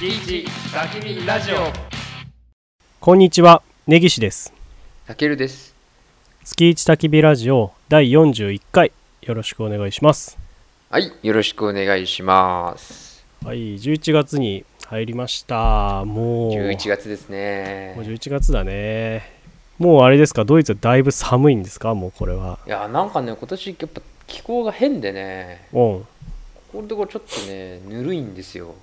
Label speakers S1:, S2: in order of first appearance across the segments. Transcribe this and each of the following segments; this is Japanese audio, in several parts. S1: 月一ガキ見ラジオ
S2: こんにちは、根岸です。
S1: たけるです
S2: 月一焚き火ラジオ第41回、よろしくお願いします。
S1: はいよろしくお願いします
S2: はい、11月に入りました。もう、
S1: 11月です
S2: もう
S1: ね
S2: 11月だね。もうあれですか、ドイツはだいぶ寒いんですか、もうこれは。
S1: いやなんかね今年やっぱ気候が変でね
S2: うん。
S1: ここのところちょっとねぬるいんですよ、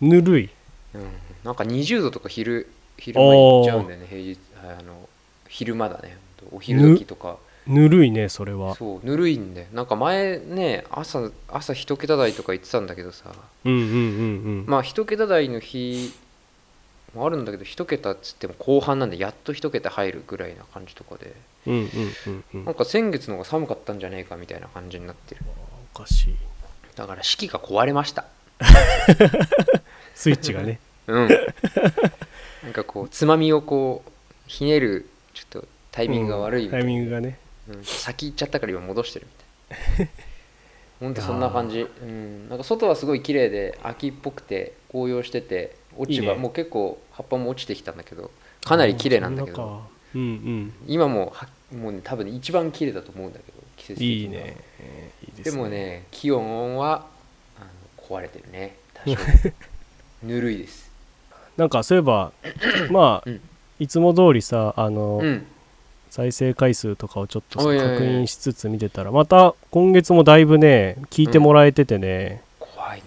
S2: ぬるい。
S1: うん、なんか20度とか昼昼間行っちゃうんだよね平日はいあの昼間だねほんとお昼時とか
S2: ぬるいね、それは。
S1: そうぬるいんだよなんか前ね朝朝一桁台とか言ってたんだけどさ
S2: うんうんうんうん。
S1: まあ一桁台の日もあるんだけど一桁っつっても後半なんでやっと一桁入るぐらいな感じとかで
S2: うんうんうんうん。
S1: な
S2: お
S1: んか先月の方が寒かったんじゃねえかみたいな感じになってる
S2: かしい。
S1: だから四季が壊れました
S2: スイッチがね。
S1: うんなんかこうつまみをこうひねるちょっと タ
S2: タ
S1: イミングが悪いみた
S2: タ
S1: い
S2: イ
S1: な、
S2: ミングがね。
S1: うん先行っちゃったから今戻してるみたいな ほんとそんな感じ、うん、なんか外はすごい綺麗で秋っぽくて紅葉してて落ち葉
S2: いいね
S1: もう結構葉っぱも落ちてきたんだけどかなり綺麗なんだけ
S2: あー
S1: ど。
S2: そんなかうん
S1: 今もはもうね多分ね一番綺麗だと思うんだけど季節
S2: うん。
S1: 的にはい
S2: いね。いい
S1: で
S2: です
S1: もね気温はあの壊れてるね多少 ぬるいです
S2: なんかそうい えばまあ、
S1: うん
S2: いつも通りさあの、
S1: うん
S2: 再生回数とかをちょっとさ
S1: おいおいおい
S2: 確認しつつ見てたらまた今月もだいぶね聞いてもらえててね
S1: 怖いね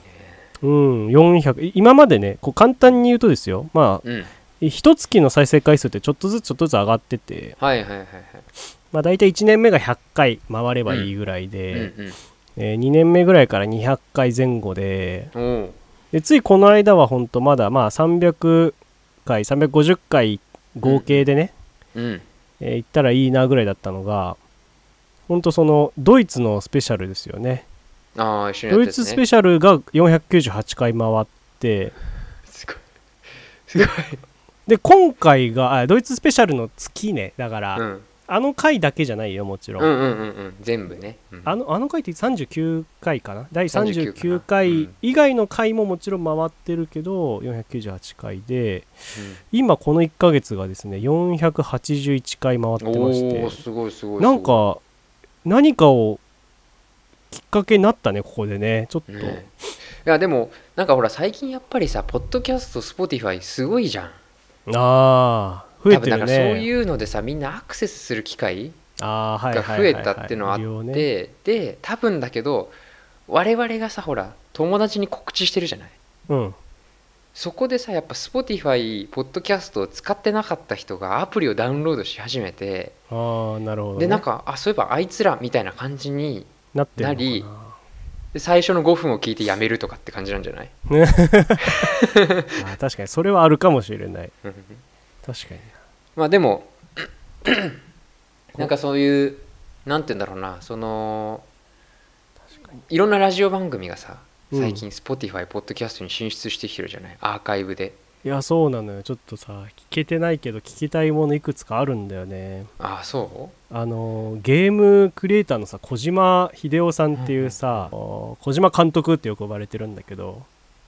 S2: うん、400今までねこう簡単に言うとですよまあ
S1: うん
S2: 1月の再生回数ってちょっとずつちょっとずつ上がってて、
S1: はいはいはいはい、
S2: まあ、大体1年目が100回回ればいいぐらいで、
S1: うん
S2: え2年目ぐらいから200回前後で
S1: うんおう
S2: でついこの間はほんとまだまあ300回350回合計でね、
S1: うん
S2: えー行ったらいいなぐらいだったのが本当そのドイツのスペシャルですよね
S1: ああ一緒にやっ
S2: ドイ
S1: たやつ、
S2: ツ
S1: ね、
S2: スペシャルが498回回って
S1: すごいすごい、
S2: で今回があドイツスペシャルの月ねだから、
S1: うん、
S2: あの回だけじゃないよもちろん、
S1: うんうんうんうん全部ね、うん
S2: あのあの回って39回かな第
S1: 39
S2: 39
S1: う
S2: 回
S1: ん
S2: 以外の回ももちろん回ってるけど498回で
S1: う
S2: 今この1ヶ月がですね481回回って
S1: ん
S2: まし
S1: お
S2: て
S1: おすごいすごいすごい
S2: なんか何かをきっかけになったねここでねちょっと、
S1: ねいやでもなんかほら最近やっぱりさポッドキャストスポティファイすごいじゃん
S2: ああ増え
S1: 多分
S2: て
S1: だ
S2: る
S1: か
S2: ね
S1: らそういうのでさみんなアクセスする機会
S2: あーはい
S1: が
S2: はい
S1: 増
S2: はい
S1: え
S2: はい
S1: たっていうのはあって、
S2: 利用ね
S1: で多分だけど我々がさほら友達に告知してるじゃない
S2: うん
S1: そこでさやっぱ Spotify ポッドキャストを使ってなかった人がアプリをダウンロードし始めて、
S2: ああなるほど、ね、
S1: でなんかあそういえばあいつらみたいな感じに
S2: なってるのかな
S1: なりで最初の5分を聞いてやめるとかって感じなんじゃない、
S2: あー確かにそれはあるかもしれない
S1: うん
S2: 確かに
S1: まあでも なんかそういうなんて言うんだろうなそのいろんなラジオ番組がさ
S2: うん
S1: 最近 Spotify、ポッドキャストに進出してきてるじゃないアーカイブで
S2: いやそうなのよちょっとさ聞けてないけど聞きたいものいくつかあるんだよね
S1: ああそ
S2: あのーゲームクリエイターのさ小島秀夫さんっていうさ、小島監督ってよく呼ばれてるんだけど
S1: う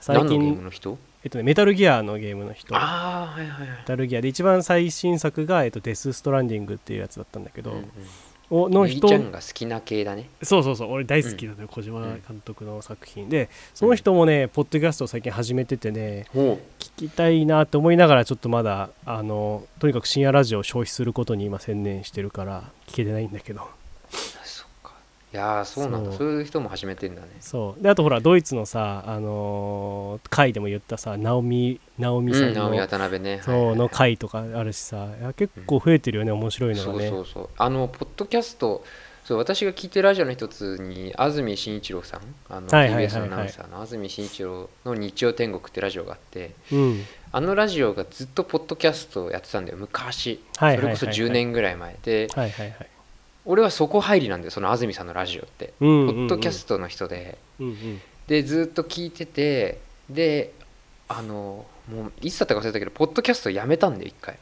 S2: 最
S1: 何のゲーム
S2: 近、
S1: の人
S2: えっとね、メタルギアのゲームの人
S1: ああはいはいはい
S2: メタルギアで一番最新作が、えっと、デス・ストランディングっていうやつだったんだけど、
S1: う
S2: お
S1: んう
S2: の
S1: ん、みーちゃ
S2: 人
S1: んが好きな系だね
S2: そうそうそう俺大好きなのよ、小島監督の作品でその人もねポッドキャストを最近始めててね
S1: ほ
S2: 聞きたいなと思いながらちょっとまだあのとにかく深夜ラジオを消費することに今専念してるから聞けてないんだけど
S1: うそっかいやーそうなんだ
S2: そ
S1: そうういう人も始めてんだね
S2: そうであとほらドイツのさあのー回でも言ったさナオミナオミさ
S1: うん
S2: んの、
S1: 直美渡辺ね
S2: そうの
S1: の
S2: 回とかあるしさいや結構増えてるよね面白いの
S1: そ
S2: が
S1: う
S2: ね
S1: そうそうあのポッドキャストそう私が聞いてるラジオの一つに安住紳一郎さんあの
S2: はいはいはい
S1: TBS のアナウンサーの安住紳一郎の「日曜天国」ってラジオがあって
S2: うん
S1: あのラジオがずっとポッドキャストをやってたんだよ昔そ
S2: はい
S1: れ
S2: はいはいは
S1: こ
S2: い
S1: そ10年ぐらい前で
S2: はいはいはい
S1: 俺はそこ入りなんだよその安住さんのラジオって
S2: ポ
S1: ポッドキャストの人で
S2: トうんうん
S1: でずっと聞いててであのもういつだったか忘れたけどポッドキャストやめたんだよ一回、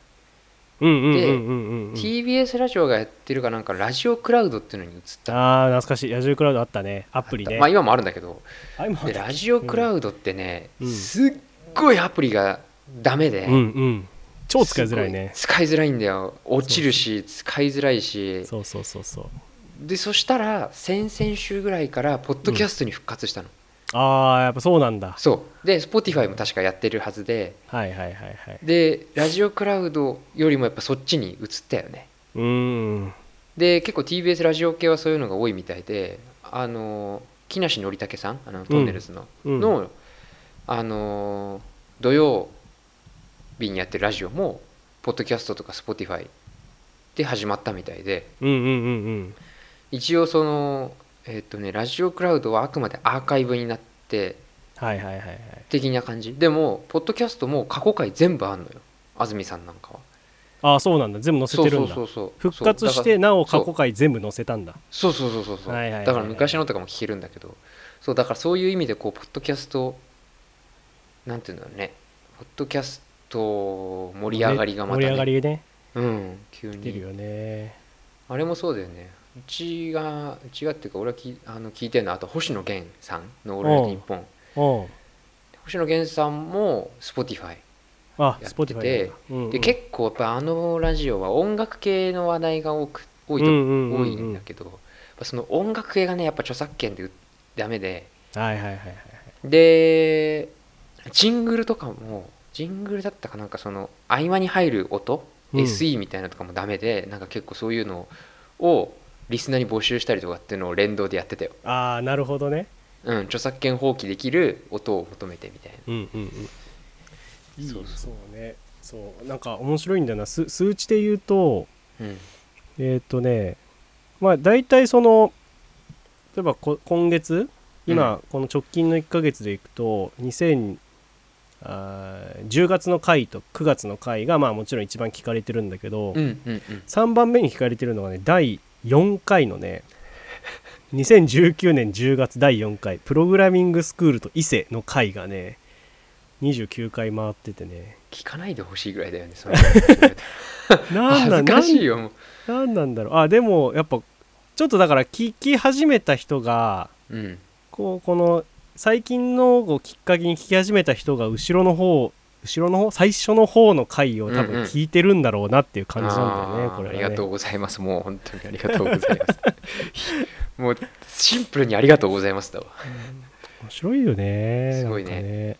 S2: うんうんうんうんうんうん
S1: TBS ラジオがやってるかなんかラジオクラウドっていうのに移った
S2: ああ懐かしい野獣クラウドあったねア
S1: ア
S2: プリね
S1: まあ今もあるんだけど
S2: あ今
S1: でラジオクラウドってね、
S2: うん
S1: すっごいアプリがダメで、
S2: うんうん超使いづらいね
S1: すご使いづらいんだよ落ちるし使いづらいし
S2: そうそうそうそう
S1: でそしたら先々週ぐらいからポッドキャストに復活したの、
S2: ああやっぱそうなんだ
S1: そうで Spotify も確かやってるはずで
S2: はいはいはいはい
S1: でラジオクラウドよりもやっぱそっちに移ったよね
S2: うーん
S1: で結構 TBS ラジオ系はそういうのが多いみたいであの木梨憲武さんあのトンネルズの、
S2: うん
S1: のあの土曜日にやってるラジオもポッドキャストとか Spotify で始まったみたいで
S2: うんうんうんうん
S1: 一応そのえっとねラジオクラウドはあくまでアーカイブになって
S2: はいはいはいはい
S1: 的な感じでもポッドキャストも過去回全部あんのよ安住さんなんかは
S2: ああそうなんだ全部載せてるんだ
S1: そうそうそうそう
S2: 復活し
S1: そうだから
S2: てなお過去回全部載せたんだ
S1: そうそうそうそうそう
S2: はいはいはいはい
S1: だから昔のとかも聞けるんだけどそうだからそういう意味でこうポッドキャストなんていうんだろうねポッドキャスト盛り上がりがまた、ね、
S2: 盛り上がりね
S1: うん急
S2: 出る
S1: に
S2: よね
S1: あれもそうだよねうちがうちがっていうか俺はきあの聞いてるのはあと星野源さんの「オールナイトニッポン
S2: うん」
S1: 星野源さんも Spotify
S2: あ
S1: やっ
S2: ス
S1: て
S2: ポテ
S1: て
S2: ィファイうんうん
S1: で結構やっぱあのラジオは音楽系の話題が多く多いと、
S2: うんうんうんうん
S1: 多いんだけどやっぱその音楽系がねやっぱ著作権でうダメで
S2: はいはいはいはい
S1: でジングルとかもジングルだったかなんかその合間に入る音、
S2: うん
S1: SE みたいなのとかもダメでなんか結構そういうのをリスナーに募集したりとかっていうのを連動でやってたよ、
S2: ああなるほどね
S1: うん、著作権放棄できる音を求めてみたいな
S2: うんうんうんいい
S1: そうそ
S2: そうねそうなんか面白いんだよな数数値で言うと
S1: うん
S2: えーっ、とねまあ大体その例えばこ今月今この直近の1ヶ月でいくと2000あー10月の回と9月の回がまあもちろん一番聞かれてるんだけど、
S1: うんうんうん
S2: 3番目に聞かれてるのがね第4回のね2019年10月第4回プログラミングスクールと伊勢の回がね29回回っててね
S1: 聞かないでほしいぐらいだよねそれ恥
S2: なんだ
S1: ずかしいよもう
S2: なんなんだろうあでもやっぱちょっとだから聞き始めた人が
S1: うん
S2: こうこの最近のをきっかけに聞き始めた人が後ろの方後ろの方最初の方の回を多
S1: うんうん
S2: 分聞いてるんだろうなっていう感じなんだよね、
S1: あー
S2: これはね
S1: ありがとうございますもう本当にありがとうございます もうシンプルにありがとうございますだわ
S2: 面白いよね
S1: すごいね
S2: なんかね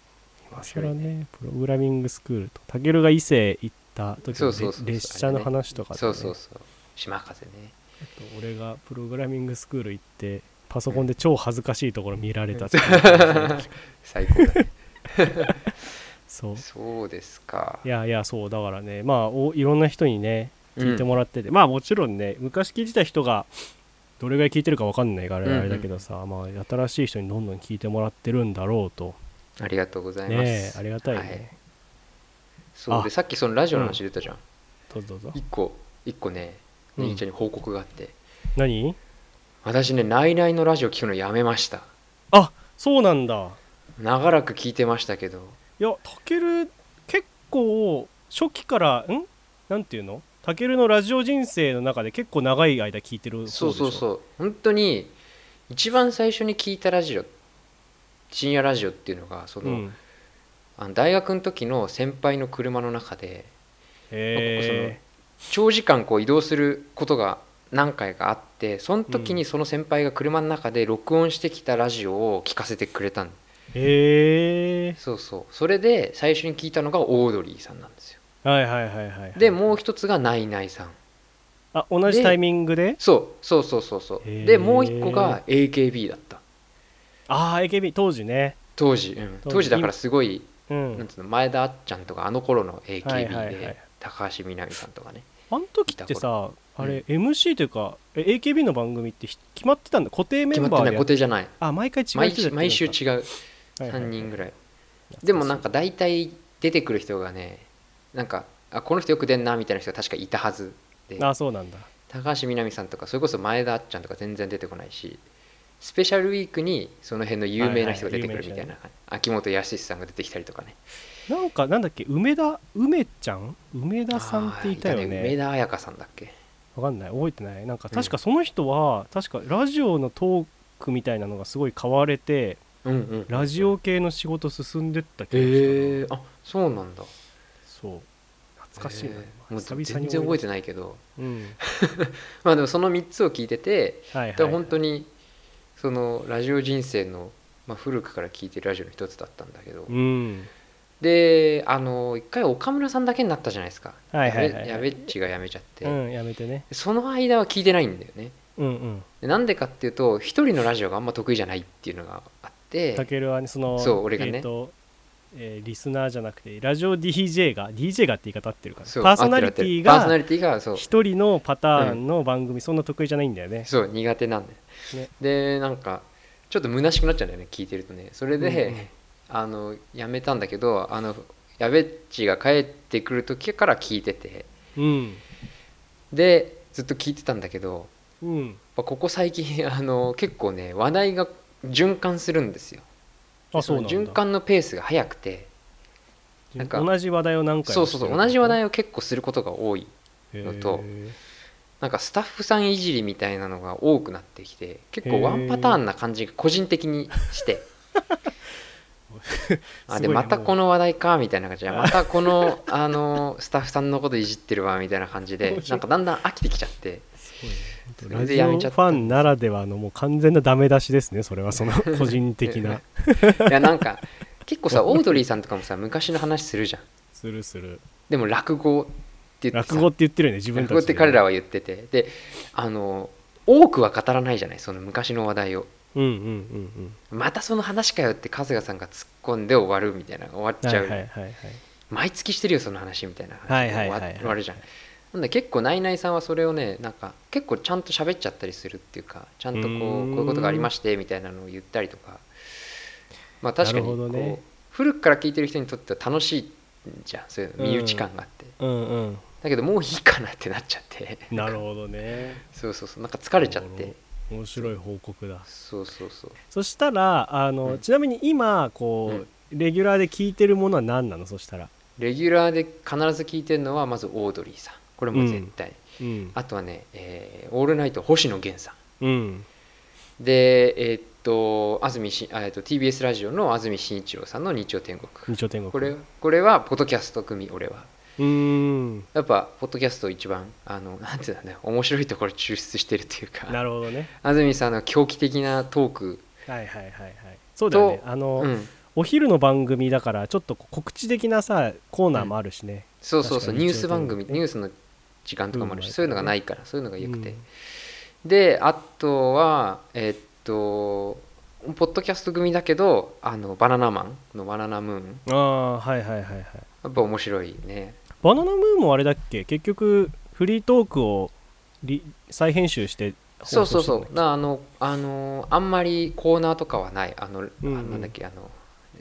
S2: 今
S1: 面
S2: 更ねプログラミングスクールとたけるが伊勢行った時
S1: そう
S2: の
S1: そうそうそう
S2: れ列車の話とかね
S1: そうそうそう島風ね
S2: あと俺がプログラミングスクール行ってパソコンで超恥ずかしいところ見られたっていう
S1: 最高だ ね
S2: そう
S1: そうですか
S2: いやいやそうだからねまあおいろんな人にね聞いてもらってて、まあもちろんね昔聞いてた人がどれぐらい聞いてるかわかんないから
S1: うんうん
S2: あれだけどさ、まあ新しい人にどんどん聞いてもらってるんだろうと
S1: ありがとうございます、
S2: ねえありがたいね、
S1: はいそうで
S2: あ
S1: さっきそのラジオの話出たじゃん、
S2: どうぞどうぞ
S1: 一個一個ね
S2: うん
S1: 兄ちゃんに報告があって、
S2: 何
S1: 私ねナイナイのラジオ聞くのやめました
S2: あそうなんだ
S1: 長らく聞いてましたけど
S2: いやたける結構初期からんなんていうのたけるのラジオ人生の中で結構長い間聞いてる方でし
S1: そ
S2: ょ
S1: うそうそう本当に一番最初に聞いたラジオ深夜ラジオっていうのがその、
S2: うん、
S1: あの大学の時の先輩の車の中で
S2: へ
S1: 長時間こう移動することが何回かあってその時にその先輩が車の中で録音してきたラジオを聞かせてくれたん
S2: えへえ
S1: そうそうそれで最初に聞いたのがオードリーさんなんですよ
S2: はいはいはいはいはい
S1: でもう一つがナイナイさん
S2: あ同じタイミングで
S1: そうそうそうそうそう
S2: へー
S1: でもう一個が AKB だった
S2: ああ AKB 当時ね
S1: 当時、うん、
S2: 当時
S1: 当時だからすごい
S2: うん
S1: なんつうの前田あっちゃんとかあの頃の
S2: はいはいは
S1: AKB
S2: い
S1: で高橋みなみさんとかね
S2: あの時ってさ
S1: た
S2: あれ MC というか、え AKB の番組ってひ決まってたんだ固定メ
S1: 決ま
S2: ン
S1: っ
S2: バ
S1: て
S2: ー
S1: ない
S2: でや
S1: 固定
S2: っ
S1: じゃない
S2: あ毎回違う
S1: 毎
S2: 人だったのか
S1: 毎週違う
S2: はいはい
S1: 3人ぐらいでもなんか大体出てくる人がねなんかあこの人よく出んなみたいな人が確かいたはずで
S2: あそうなんだ
S1: 高橋みなみさんとかそれこそ前田あっちゃんとか全然出てこないしスペシャルウィークにその辺の有名な人が出てくるみたいな、
S2: はいはい有名な
S1: 秋元康さんが出てきたりとかね
S2: なんかなんだっけ梅田梅ちゃん梅田さんっていたよ
S1: あー
S2: ね
S1: 梅田彩香さんだっけ
S2: わかんない覚えてないなんか確かその人は、確かラジオのトークみたいなのがすごい買われて
S1: うんうん
S2: ラジオ系の仕事進んでった気がしたな、
S1: へえあそうなんだ
S2: そう懐かしいな、
S1: へえも
S2: 今
S1: う
S2: 久々に
S1: 全然覚えて
S2: な
S1: な
S2: い、
S1: いけど
S2: うん
S1: まあでもその3つを聞いてて
S2: はい
S1: だから
S2: はい、
S1: 本当にそのラジオ人生の、まあ、古くから聞いてるラジオの一つだったんだけど、
S2: うん
S1: であの一回岡村さんだけになったじゃないですか、
S2: はいはいはいはい
S1: やべやべっちが辞めちゃって、
S2: うんやめてね
S1: その間は聞いてないんだよね
S2: うんうん
S1: でなんでかっていうと一人のラジオがあんま得意じゃないっていうのがあって
S2: たけるはねその
S1: そう俺がね
S2: えーとえーリスナーじゃなくてラジオ DJ が DJ がって言い方合ってるから
S1: そう
S2: パーソナリティ
S1: 合ってる合ってるパーソナ
S2: が
S1: リティがそう
S2: 一人のパターンの番組そんな得意じゃないんだよね、
S1: そう苦手なんだよ、
S2: ね
S1: でなんかちょっと虚しくなっちゃうんだよね聞いてるとねそれで、
S2: うんうん
S1: あのやめたんだけどあのやべっちが帰ってくる時から聞いてて
S2: うん
S1: でずっと聞いてたんだけど
S2: うん
S1: やっぱここ最近 あの結構ね話題が循環するんですよ
S2: あそうなんだ
S1: その循環のペースが速くてなんか
S2: 同じ話題を何回
S1: そうそうそう同じ話
S2: を
S1: 題を結構することが多いのとなんかスタッフさんいじりみたいなのが多くなってきて結構ワンパターンな感じが個人的にして あでまたこ
S2: の
S1: の話題かみたいな感じでまたこのあのスタッフさんのこといじってるわみたいな感じで
S2: 面白
S1: ないんかだんだん飽きてきちゃってそれ
S2: ラ
S1: で
S2: ジ
S1: や
S2: オ
S1: め
S2: フ
S1: ちゃった
S2: ァンならではのもう完全なダメ出しですねそれはそ の個人的な
S1: いやなんか結構さオードリーさんとかもさ昔の話するじゃん
S2: するする
S1: でも落語って言ってさ
S2: 落語って言ってるよね自分た
S1: 落
S2: ちで
S1: 語って彼らは言っててであの多くは語らないじゃないその昔の話題を
S2: うんうんうん
S1: またその話かよって春日さんが突っ込んで終わるみたいな終わっ
S2: うん
S1: ちゃう、
S2: はいはいはいはい
S1: 毎月してるよその話みたいな話
S2: はいはいはいはい
S1: 終わ終わるじゃんなんで結構ナイナイさんはそれをねなんか結構ちゃんと喋っちゃったりするっていうかちゃんとこう
S2: う
S1: こ
S2: ーん
S1: ういうことがありましてみたいなのを言ったりとかまあ確かにこ
S2: な
S1: う、
S2: るほどね
S1: 古くから聞いてる人にとっては楽しいじゃんそういう身内感があって、
S2: うんうん
S1: だけどもういいかなってなっちゃって
S2: なるほどね
S1: そうそうそうなんか疲れちゃって
S2: 面白い報告だ
S1: そうそうそう
S2: そしたらあの、
S1: うん
S2: ちなみに今こ
S1: う
S2: う、
S1: ん
S2: レギュラーで聞いてるものは何なのそしたら
S1: レギュラーで必ず聞いてるのはまずオードリーさんこれも絶対、
S2: うん
S1: あとはね、えーオールナイト」星野源さ
S2: うん
S1: んでえーっと安住しあえーっと TBS ラジオの安住紳一郎さんの「日曜天国
S2: 日曜天」国
S1: これこれはポッドキャスト組俺は
S2: うーん
S1: やっぱポッドキャスト一番あの なんていうんだね面白いところ抽出してるっていう
S2: な
S1: か
S2: るほどね
S1: 安住さんの狂気的なトーク、
S2: はいはいはいはいそうだよね
S1: と
S2: あの、
S1: うん、
S2: お昼の番組だからちょっとこう告知的なさコーナーもあるしね、
S1: そうそうそう
S2: 確か
S1: ニ
S2: に
S1: ュース番組
S2: 日曜天国ね
S1: ニュースの時間とかもあるし、
S2: うん
S1: そういうのがないからそういうのがよくて、
S2: うん
S1: であとはえっとポッドキャスト組だけどあのバナナマンのバナナムーン
S2: ああはいはいはいはい
S1: やっぱ面白いね
S2: バナナムーンもあれだっけ結局フリートークをリ再編集して
S1: そ
S2: 放
S1: うそう
S2: 送したん
S1: そ
S2: だっ
S1: う
S2: け
S1: なあのあのあんまりコーナーとかはないあの、あ
S2: うんうん
S1: なんだっけあの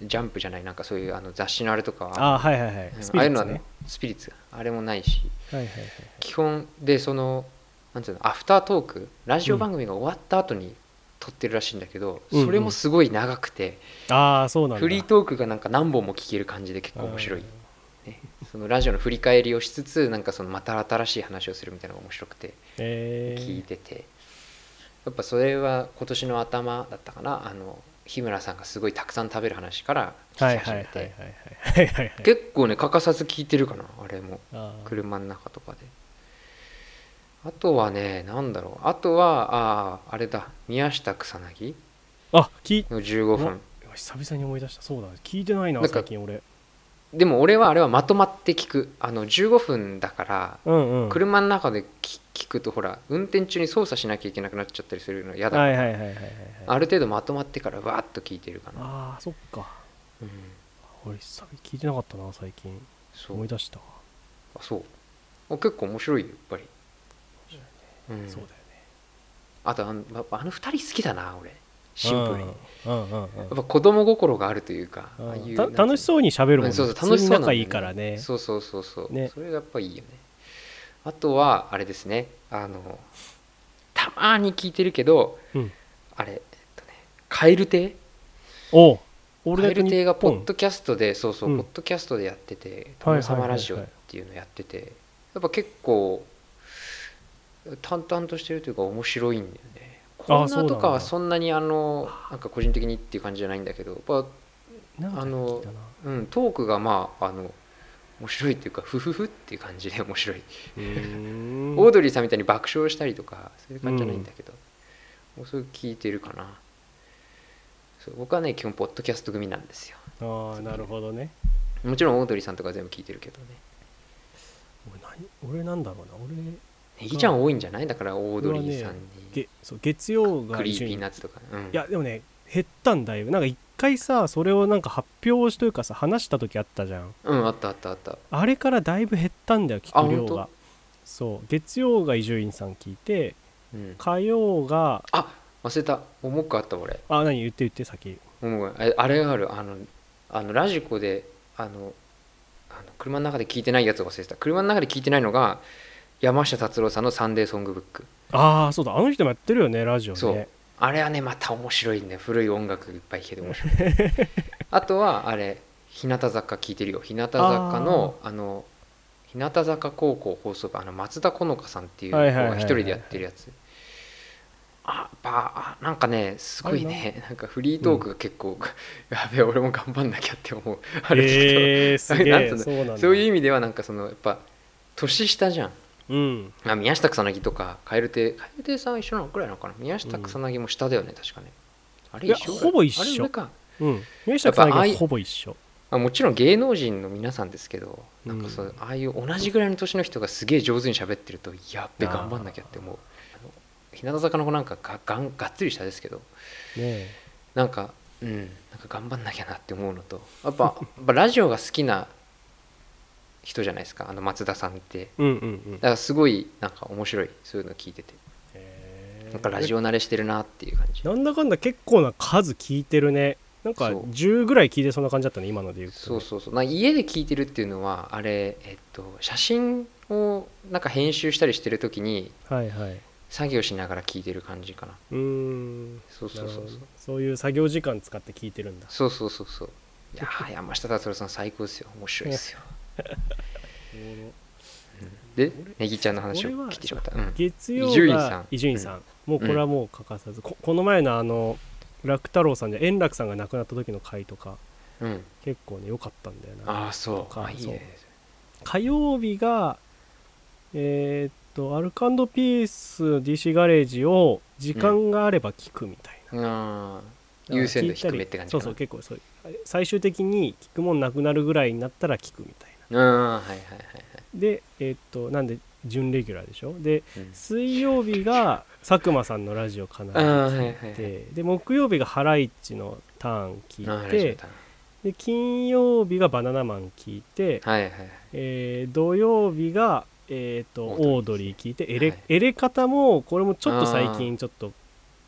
S1: ジャンプじゃないなんかそういうあの雑誌のあれとかは
S2: ああはいはいはい
S1: うん
S2: スピ
S1: ああい
S2: リ
S1: う
S2: ッ
S1: のは
S2: ツ
S1: ね
S2: ね
S1: スピリッツあれもないし
S2: はいはいはい
S1: 基本でそのなんていうのアフタートークラジオ番組が終わった後に撮ってるらしいんだけど、
S2: うんうん
S1: それもすごい長くて、
S2: ああそうなんだ
S1: フリートークがなんか何本も聞ける感じで結構面白い、ね、そのラジオの振り返りをしつつなんかそのまた新しい話をするみたいなのが面白くて
S2: え
S1: 聞い
S2: ー、
S1: てて、やっぱそれは今年の頭だったかなあの日村さんがすごいたくさん食べる話から
S2: は
S1: 聞
S2: い
S1: き始
S2: はいは
S1: め
S2: いはい
S1: て
S2: はいはいはい
S1: 結構ね欠かさず聞いてるかなあれも。
S2: あー
S1: 車の中とかであとはねなんだろうあとはあーあれだ宮下草薙
S2: あ聞い
S1: の15分
S2: 久々に思い出したそうだ聞いてない
S1: な
S2: なん
S1: か
S2: 最近俺
S1: でも俺はあれはまとまって聞くあの15分だから
S2: うんうん
S1: 車の中で聞聞くとほら運転中に操作しなきゃいけなくなっちゃったりするの嫌だ、
S2: はいはいはいはいはいはい
S1: ある程度まとまってからわーっと聞いてるかな、
S2: あーそっか
S1: うん、
S2: 俺久々に聞いてなかったな最近
S1: そ
S2: 思
S1: う
S2: い出したわ
S1: あそうあ結構面白いよやっぱり、うん、
S2: そうだよね
S1: あとあのやっぱあの2人好きだな俺シンプルにや
S2: うんうんうん
S1: っぱ子供心があるというかああいうなん
S2: た
S1: ていうの
S2: 楽しそうに喋る
S1: う
S2: もんね
S1: んそうそう
S2: 普
S1: 楽し
S2: 通
S1: そ
S2: に
S1: うなんだよ
S2: 仲いいからね
S1: そうそうそうそう、
S2: ね
S1: それがやっぱいいよねあとはあれですねあのたまに聞いてるけど
S2: うん
S1: あれ、えっとね、カエル亭
S2: おうオー
S1: カ
S2: ルナ
S1: エ
S2: イト
S1: ル
S2: ニ
S1: 亭
S2: ッ
S1: が
S2: ポ
S1: ポッ
S2: ン
S1: ドキャストでそうそう、
S2: うん
S1: ポッドキャストでやってて「
S2: はいはいはいはい
S1: 殿様ラジオ」っていうのやっててやっぱ結構淡々としてるというか面白いんだよねコー
S2: あそ
S1: ナ
S2: う
S1: ー
S2: なんだ
S1: とかはそんなにあのなんか個人的にっていう感じじゃないんだけど、やっぱ
S2: なんか
S1: あの
S2: 聞いたな
S1: うん、トークがまああの面白いっていうかフフフっていう感じで面白い、
S2: うーん
S1: オードリーさんみたいに爆笑したりとかそういう感じじゃないんだけど、もうすぐ聞いてるかなそう僕はね基本ポッドキャスト組なんですよ
S2: ああなるほどね
S1: もちろんオードリーさんとか全部聞いてるけどね
S2: 俺何俺なんだろうな俺
S1: ネギちゃん多いんじゃないだからオードリーさんに、
S2: げそう月曜が
S1: クリー
S2: 伊集
S1: ピー
S2: 院
S1: ナッツとか、うん、
S2: いやでもね減ったんだいぶなんか一回さそれをなんか発表しというかさ話した時あったじゃん
S1: うんあったあったあった
S2: あれからだいぶ減ったんだよ
S1: あ
S2: 聞く量
S1: 本当
S2: がそう月曜が伊集院さん聞いて
S1: うん、
S2: 火曜が
S1: あ忘れたもうもう一個あった俺
S2: あ何言って言って先
S1: もうあれあれがあるあのあのラジコであのあの車の中で聞いてないやつを忘れてた車の中で聞いてないのが山下達郎さんの「サンデーソングブック
S2: ああそうだあの人もやってるよねラジオ」ね
S1: そうあれはねまた面白いんだよ古い音楽いっぱい聴けて面 白いあとはあれ日向坂聞いてるよ日向坂のあの日向坂高校放送部あの松田好花さんっていう子
S2: はいはいはい
S1: が
S2: はい
S1: 一人でやってるやつあばあなんかねすごいねなんかフリートークが結構、 やべえ俺も頑張んなきゃって思うあれ聞くと
S2: えー、すげ
S1: なんつ
S2: え
S1: うの
S2: そうなんだ
S1: そういう意味ではなんかそのやっぱ年下じゃん
S2: うん
S1: まあ宮下草薙とか蛙亭蛙亭さんは一緒なのくらいなのかな宮下草薙も下だよね、確かねあれ
S2: いや
S1: 一緒
S2: ほぼ一緒
S1: あれ上か
S2: うん宮下草
S1: やっぱあい
S2: 薙はほぼ一緒
S1: まあ、もちろん芸能人の皆さんですけどなんかそう、
S2: うん
S1: ああいう同じぐらいの年の人がすげえ上手に喋ってるとやっべ頑張んなきゃって思うあの日向坂の子なんかががんがっつり下ですけど
S2: ねえ
S1: なんかうんなんか頑張んなきゃなって思うのとやっぱやっぱラジオが好きな人じゃないですかあの松田さんって
S2: うんうんうん
S1: だからすごいなんか面白いそういうの聞いてて
S2: へー
S1: なんかラジオ慣れしてるなっていう感じ
S2: なんだかんだ結構な数聞いてるねなんか
S1: そう
S2: 10ぐらい聞いてそうな感じだったね今ので言うとね、
S1: そうそうそうな家で聞いてるっていうのはあれ、えっと、写真をなんか編集したりしてる時に
S2: はいはいう
S1: 作業しながら聞いてる感じかな
S2: ーん
S1: そう
S2: な
S1: そ
S2: る
S1: う
S2: ほ
S1: そう
S2: ど
S1: そう
S2: そういう作業時間使って聞いてるんだ
S1: そうそうそうそういや ー山下達郎さん最高ですよ面白いですよでネギちゃんの話を
S2: 俺は
S1: 聞いてしまった、うん、
S2: 月曜
S1: 伊集院さ
S2: が
S1: ん
S2: 伊集院さんもうこれはもう欠かさず、ここの前のあの楽太郎さんで円楽さんが亡くなった時の回とか
S1: うん、
S2: 結構ね良かったんだよな
S1: ああそう
S2: か
S1: あいいね
S2: 火曜日がえーっとアルカンドピースの DC ガレージを時間があれば聞くみたい
S1: あ
S2: な、
S1: ー優先度低めって感じか
S2: そう
S1: な
S2: そう結構そういう最終的に聞くもんなくなるぐらいになったら聞くみたいな
S1: あーはいはいはいはい、
S2: でえーっとなんで準レギュラーでしょで
S1: うん
S2: 水曜日が佐久間さんのラジオかな
S1: ああはいはいはい
S2: でで木曜日がハライチのターン
S1: あー
S2: 聞い
S1: ラジオ
S2: て
S1: だな
S2: で金曜日がバナナマン聞いて、
S1: はいはいはい
S2: えー土曜日が、えー、と
S1: オードリー
S2: オードリー聞いてエレ,、
S1: はい
S2: エレ方もこれもちょっと最近ちょっと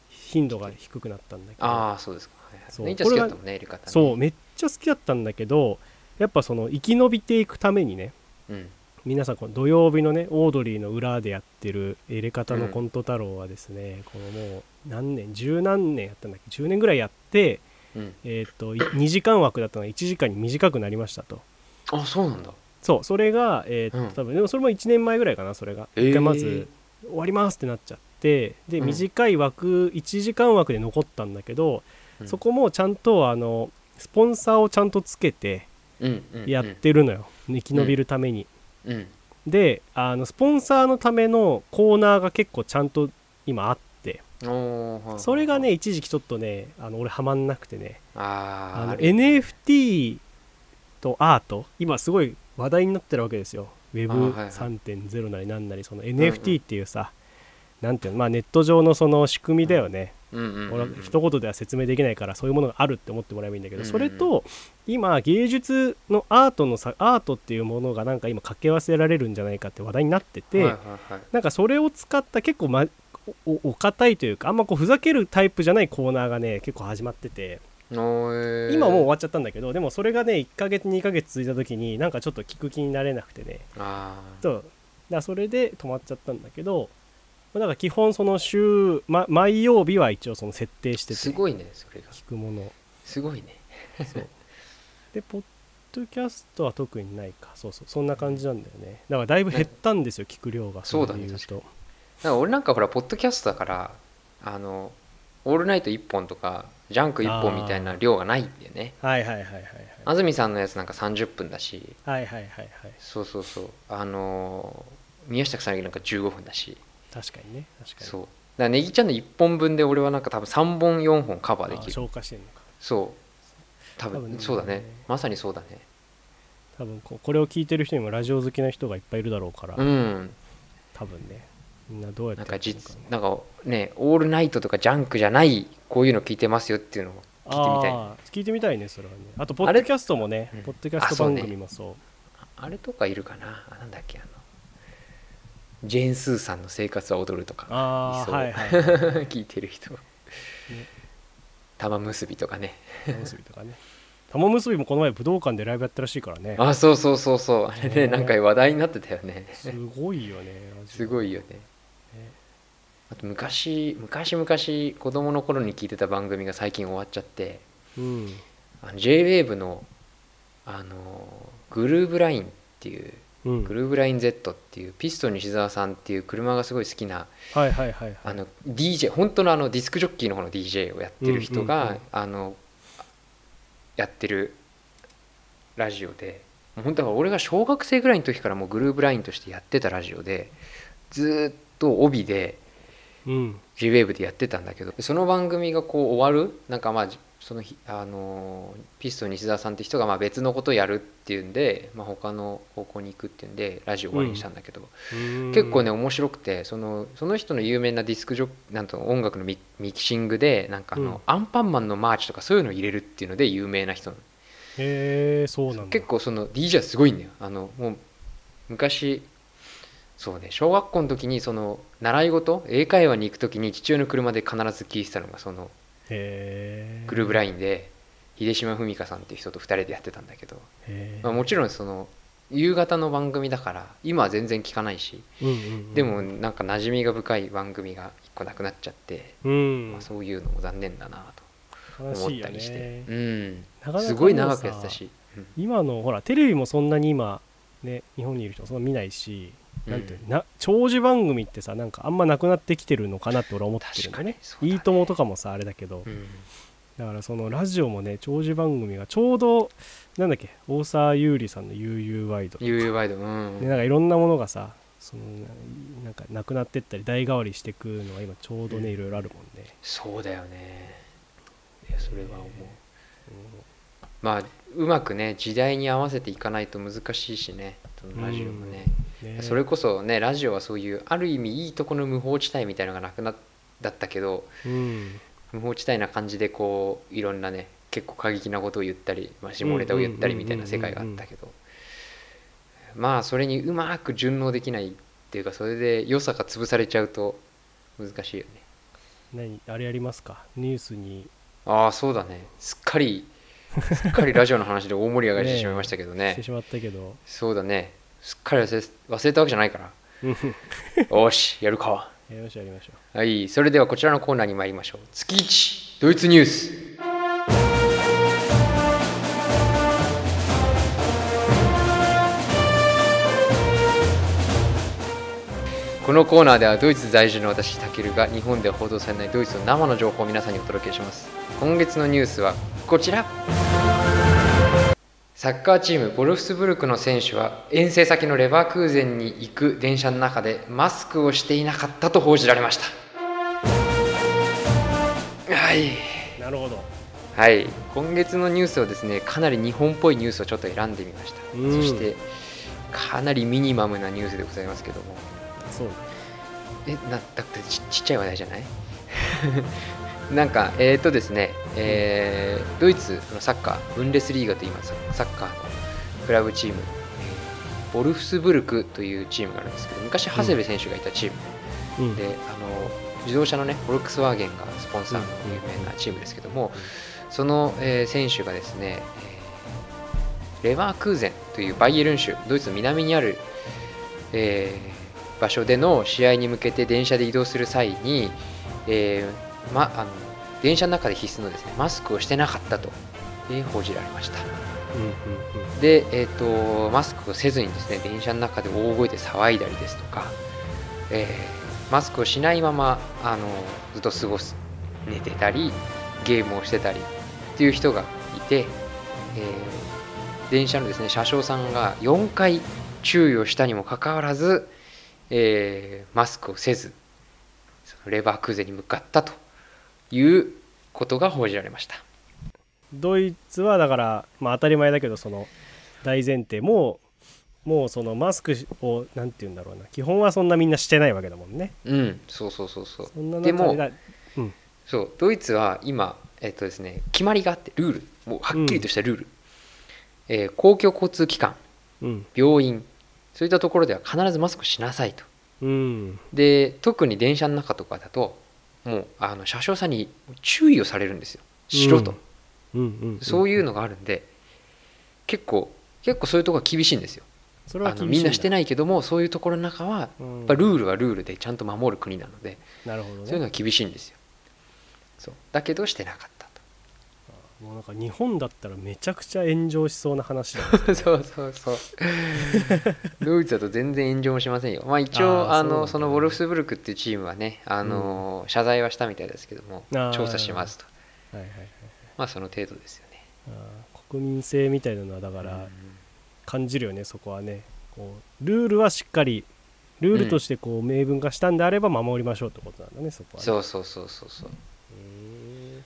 S2: 頻度が低くなったんだけど
S1: ああそうですか、はいはい、
S2: そう
S1: ネギちゃん好きだったもんねやり方ね
S2: そうめっちゃ好きだったんだけどやっぱその生き延びていくためにね
S1: うん
S2: 皆さんこの土曜日のねオードリーの裏でやってるエレ方のコント太郎はですね、このもう何年十何年やったんだっけ10年ぐらいやって
S1: うん
S2: えー、と2時間枠だったのが1時間に短くなりましたと
S1: あそうなんだ
S2: そうそれが、えーと
S1: うん
S2: 多分でもそれも1年前ぐらいかなそれが、
S1: えー
S2: 一回まず終わりますってなっちゃってで
S1: うん
S2: 短い枠1時間枠で残ったんだけど、
S1: うん
S2: そこもちゃんとあのスポンサーをちゃんとつけて
S1: うんうんうん
S2: やってるのよ、生き延びるために、
S1: うん
S2: であのスポンサーのためのコーナーが結構ちゃんと今あって
S1: おー
S2: それがね一時期ちょっとねあの俺はまんなくてねあ
S1: あー
S2: の
S1: ある
S2: NFT とアート今すごい話題になってるわけですよ
S1: あはいはい
S2: Web3.0 なりなんなりその NFT っていうさ、なんていうのまあネット上のその仕組みだよね、
S1: うんうんうん
S2: 俺は
S1: うん
S2: 一言では説明できないからそういうものがあるって思ってもらえばいいんだけど、
S1: うんうん
S2: それと今芸術のアートのさアートっていうものがなんか今掛け忘れられるんじゃないかって話題になってて、
S1: はいはいはい
S2: なんかそれを使った結構、ま、おおお堅いというかあんまこうふざけるタイプじゃないコーナーがね結構始まってて。
S1: おーえー
S2: 今もう終わっちゃったんだけどでもそれがね1ヶ月2ヶ月続いた時になんかちょっと聞く気になれなくてね
S1: あ
S2: そうだからそれで止まっちゃったんだけどまあなんか基本その週、ま、毎曜日は一応その設定し
S1: ー
S2: てて
S1: す
S2: 聞
S1: ごいねそれが
S2: くもの
S1: すごいね
S2: そうでポッドキャストは特にないかそうそうそんな感じなんだよねだからだいぶ減ったんですよ、聞く量が
S1: そうだ
S2: れ
S1: ね
S2: で言うと
S1: なんか俺なんかほらポッドキャストだからあのオールナイト1本とかジャンク1本みたいな量がないんでね
S2: はいはいはいはいはい
S1: 安住さんのやつなんか30分だし
S2: はいはいはいはい
S1: そうそうそうあのー宮下草薙なんか15分だし
S2: 確かにね確かに
S1: そうだからネギちゃんの1本分で俺はなんか多分3本4本カバーで
S2: あ
S1: き
S2: ー
S1: る
S2: 消化してるのか
S1: そう多
S2: 多分
S1: 分
S2: ね
S1: そうだねまさにそうだね
S2: 多分こうこれを聞いてる人にもラジオ好きな人がいっぱいいるだろうから、
S1: うん
S2: 多分ねみんなどうやって
S1: なん
S2: や
S1: か
S2: ってるの
S1: 実なんかねオールナイトとかジャンクじゃないこういうの聞いてますよっていうのを聞いてみたい
S2: あー聞いてみたいねそれはねあとポ
S1: あ
S2: ッ
S1: れ
S2: ドキャストもね
S1: うん
S2: ポッドキャスト番組もそう
S1: あれとかいるかなあなんだっけあのジェーン・スーさんの生活は踊るとか
S2: ああ
S1: そう
S2: はいはいはい
S1: 聞いてる人玉結びとかね
S2: 玉結びとかね玉結びもこの前武道館でライブやったらしいからね
S1: あそうそうそうそうあれ
S2: ね
S1: ねなんか話題になってたよね
S2: すごいよねマジです
S1: ごいよねあと昔昔昔子供の頃に聞いてた番組が最近終わっちゃって
S2: うん
S1: あの JWAVE のあのグルーブラインっていう
S2: うん
S1: グルーブライン Z っていうピストン西澤さんっていう車がすごい好きな
S2: はいはいはいは
S1: あ
S2: い
S1: の DJ 本当のあのディスクジョッキーの方の DJ をやってる人が、
S2: うんうんうん
S1: あのやってるラジオでもう本当は俺が小学生ぐらいの時からもうグルーブラインとしてやってたラジオでずーっと帯で
S2: うん、
S1: G-WAVE でやってたんだけどその番組がこう終わるなんかまあその日あのーピストン西澤さんって人がまあ別のことをやるっていうんで、まあ、他の方向に行くっていうんでラジオ終わりにしたんだけど、結構ね面白くてそのその人の有名なディスクジョなんと音楽のミミキシングでなんかあの、
S2: うん
S1: アンパンマンのマーチとかそういうのを入れるっていうので有名な人なの
S2: へえそうなんだ
S1: 結構その DJ はすごいんだよあのもう昔そうね小学校の時にその習い事英会話に行く時に父親の車で必ず聴いてたのがその
S2: へえ
S1: グルーブラインで秀島文香さんっていう人と2人でやってたんだけど、
S2: へ
S1: まあ、もちろんその夕方の番組だから今は全然聞かないし
S2: えうんうんうん
S1: でもなんか馴染みが深い番組が一個なくなっちゃって、
S2: うん
S1: まあ、そういうのも残念だなと
S2: 悲し
S1: 思
S2: い
S1: っ
S2: よ
S1: たりして、
S2: ね
S1: うん
S2: なかなか
S1: すごい長くやってたし、うん
S2: 今のほらテレビもそんなに今ね日本にいる人はそんな見ないし、なんていうのな長寿番組ってさなんかあんまなくなってきてるのかなって俺は思ってるんだよ
S1: 確
S2: ね
S1: かにそうだね
S2: いいとも」とかもさあれだけど、
S1: うん
S2: だからそのラジオもね長寿番組がちょうどなんだっけ大沢優里さんの「悠々ワイド」
S1: UU ワイドうん、
S2: でなんかいろんなものがさそのななんかなくなってったり代替わりしてくのが今ちょうどねいろいろあるもんね、
S1: そうだよねいやそれは思う
S2: うん
S1: まあうまくね時代に合わせていかないと難しいしねそのラジオもね、
S2: ね
S1: それこそねラジオはそういうある意味いいとこの無法地帯みたいのがなくなっだったけど
S2: うん
S1: 無法地帯な感じでこういろんなね結構過激なことを言ったり、まあ、下ネタを言ったりみたいな世界があったけどまあそれにうまく順応できないっていうかそれで良さが潰されちゃうと難しいよね
S2: 何あれやりますかニュースに
S1: ああそうだねすっかりすっかりラジオの話で大盛り上がりしてしまいましたけど ね
S2: してしまったけど、
S1: そうだねすっかり忘れ忘れたわけじゃないから
S2: うん
S1: よしやるか
S2: やりましょうやりましょう
S1: はい、それではこちらのコーナーに参りましょう。月一ドイツニュース。このコーナーではドイツ在住の私たけるが日本では報道されないドイツの生の情報を皆さんにお届けします。今月のニュースはこちら。サッカーチームボルフスブルクの選手は遠征先のレバークーゼンに行く電車の中でマスクをしていなかったと報じられましたはい、
S2: なるほど
S1: はい、今月のニュースをですねかなり日本っぽいニュースをちょっと選んでみました、
S2: うん
S1: そしてかなりミニマムなニュースでございますけども
S2: そう
S1: えなだってちちっちゃい話題じゃない なんかえっ、とですね、えードイツのサッカーブンデスリーガといいますサッカーのクラブチームえーボルフスブルクというチームがあるんですけど昔長谷部選手がいたチーム、
S2: うん
S1: であの自動車のねフォルクスワーゲンがスポンサーの有名なチームですけども、その、えー選手がですね、えーレバークーゼンというバイエルン州ドイツの南にある、えー場所での試合に向けて電車で移動する際に、えーま、あの電車の中で必須のですねマスクをしてなかったと、えー報じられました。
S2: うんうん
S1: で、えー、とマスクをせずにですね電車の中で大声で騒いだりですとか、えマスクをしないままあのずっと過ごす寝てたりゲームをしてたりっていう人がいて、えー電車のですね車掌さんが4回注意をしたにもかかわらず、えーマスクをせずそのレバークーゼンに向かったということが報じられました。
S2: ドイツはだから、まあ、当たり前だけどその大前提もうもうそのマスクをなんて言うんだろうな基本はそんなみんなしてないわけだもんね
S1: うん、そうそうそうそう
S2: そんな
S1: で
S2: 中
S1: も
S2: でだ
S1: そうドイツは今、えっとですね、決まりがあってルールもうはっきりとしたルール、えー公共交通機関
S2: うん
S1: 病院そういったところでは必ずマスクしなさいと
S2: うん
S1: で特に電車の中とかだともうあの車掌さんに注意をされるんですよしろと、
S2: うんうんうん
S1: そう
S2: いう
S1: いうのがあるんで結構結構そういうところは厳しいんですよ
S2: それは
S1: あ
S2: 厳しい
S1: のみんなして
S2: な
S1: な
S2: い
S1: いけどもそういうところの中はや
S2: や
S1: っぱルールはルールでちゃんと守る国なので
S2: なるほどね
S1: そういうのは厳しいんですよそうだけどしてなかったと
S2: もうなんか日本だったらめちゃくちゃ炎上しそうな話 だね
S1: そうそうそう。ドイツだと全然炎上もしませんよ。まあ一応
S2: あー
S1: あ
S2: そうなん
S1: の
S2: だ
S1: そのウォルフスブルクっていうチームはね、あの謝罪はしたみたいですけども
S2: あー
S1: 調査しますと。
S2: はいはいはい
S1: まあその程度ですよね。
S2: あー国民性みたいなのはだか
S1: うん
S2: ら感じるよね、そこはねこうルールはしっかりルールとしてこう明文化したんであれば守りましょうってことなんだねそこはね
S1: そうそうそうそうそう。
S2: へー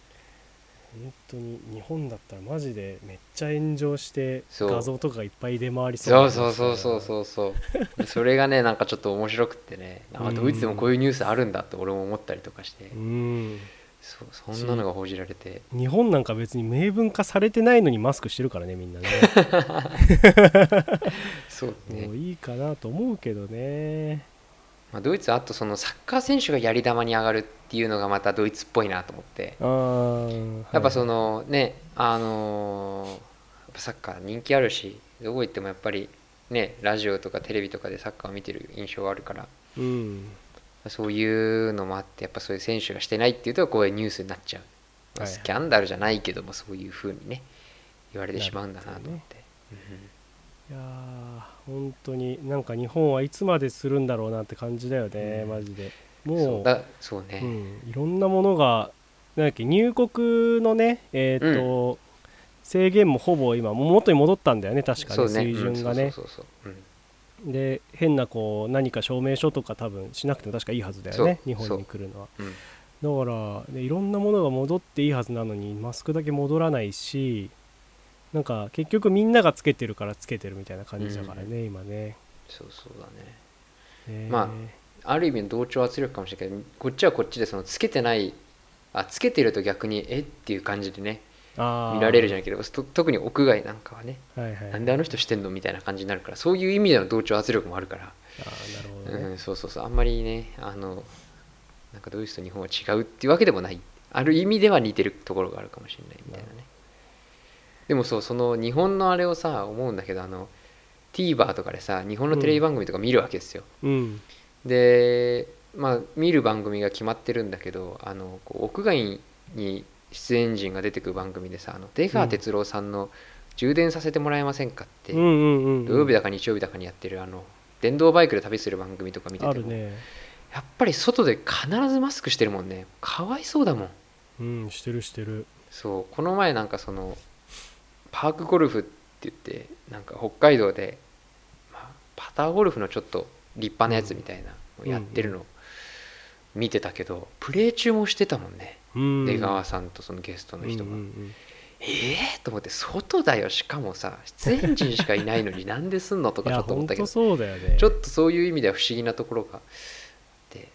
S2: 本当に日本だったらマジでめっちゃ炎上して
S1: そう
S2: 画像とかがいっぱい出回りそう
S1: そ
S2: な
S1: うそうそうそう
S2: う
S1: そう そう。それがねなんかちょっと面白くってね、あ
S2: うん
S1: ドイツでもこういうニュースあるんだって俺も思ったりとかして、
S2: うん
S1: そうそんなのが報じられて、
S2: 日本なんか別に明文化されてないのにマスクしてるからねみんなね
S1: そう ね
S2: もう。いいかなと思うけどね
S1: まあドイツはあとそのサッカー選手がやり玉に上がるっていうのがまたドイツっぽいなと思って。
S2: あー
S1: やっぱその
S2: の
S1: ねあのーやっぱサッカー人気あるしどこ行ってもやっぱりねラジオとかテレビとかでサッカーを見てる印象はあるから
S2: うん
S1: そういうのもあってやっぱそういう選手がしてないっていうとこういうニュースになっちゃう、まあ
S2: はい
S1: スキャンダルじゃないけどもそういうふうにね言われてしまうんだなと思って、
S2: いやー本当になんか日本はいつまでするんだろうなって感じだよね、
S1: うん
S2: マジで
S1: うん
S2: も
S1: そう
S2: う
S1: だそうね、
S2: うん、いろんなものがなんだっけ入国のね、えーと制限もほぼ今もう元に戻ったんだよね確か
S1: そう
S2: に
S1: ね
S2: 水準が
S1: うん
S2: ね、
S1: そうそうそう
S2: で変なこう何か証明書とか多分しなくても確かいいはずだよね日本に来るのは
S1: そう、うん
S2: だから、ね、いろんなものが戻っていいはずなのにマスクだけ戻らないしなんか結局みんながつけてるからつけてるみたいな感じだからね、今ね
S1: そうそうだね
S2: ね
S1: まある意味の同調圧力かもしれないけどこっちはこっちでそのつけてないあつけてると逆にえっていう感じでね
S2: あー
S1: 見られるじゃないけどと特に屋外なんかはね
S2: はいはい
S1: なんであの人してんのみたいな感じになるからそういう意味での同調圧力もあるから、
S2: あーなるほどね、
S1: うん、そうそうそうあんまりねあのなんかドイツと日本は違うっていうわけでもないある意味では似てるところがあるかもしれないみたいなねでもそうその日本のあれをさ思うんだけどあの TVer とかでさ日本のテレビ番組とか見るわけですよ、
S2: うん
S1: でまあ見る番組が決まってるんだけどあのこう屋外に出演陣が出てくる番組でさあの出川哲朗さんの「充電させてもらえませんか」って、
S2: うんうんうんうん
S1: 土曜日だか日曜日だかにやってるあの電動バイクで旅する番組とか見て
S2: あ
S1: て
S2: る
S1: も、
S2: ね
S1: やっぱり外で必ずマスクしてるもんねかわいそうだもん
S2: うんしてるしてる
S1: そうこの前なんかそのパークゴルフって言ってなんか北海道で、まあ、パターゴルフのちょっと立派なやつみたいな
S2: うん
S1: やってるのを見てたけど、プレー中もしてたもんね
S2: うん
S1: 出川さんとそのゲストの人が、
S2: うんうん
S1: ええと思って外だよしかもさ出演陣しかいないの になんですんのと
S2: うん、
S1: か
S2: い
S1: ちょ
S2: や
S1: っと思
S2: 本
S1: ったけ
S2: 当
S1: ど
S2: そうだよね
S1: ちょっとそういう意味では不思議なところがあって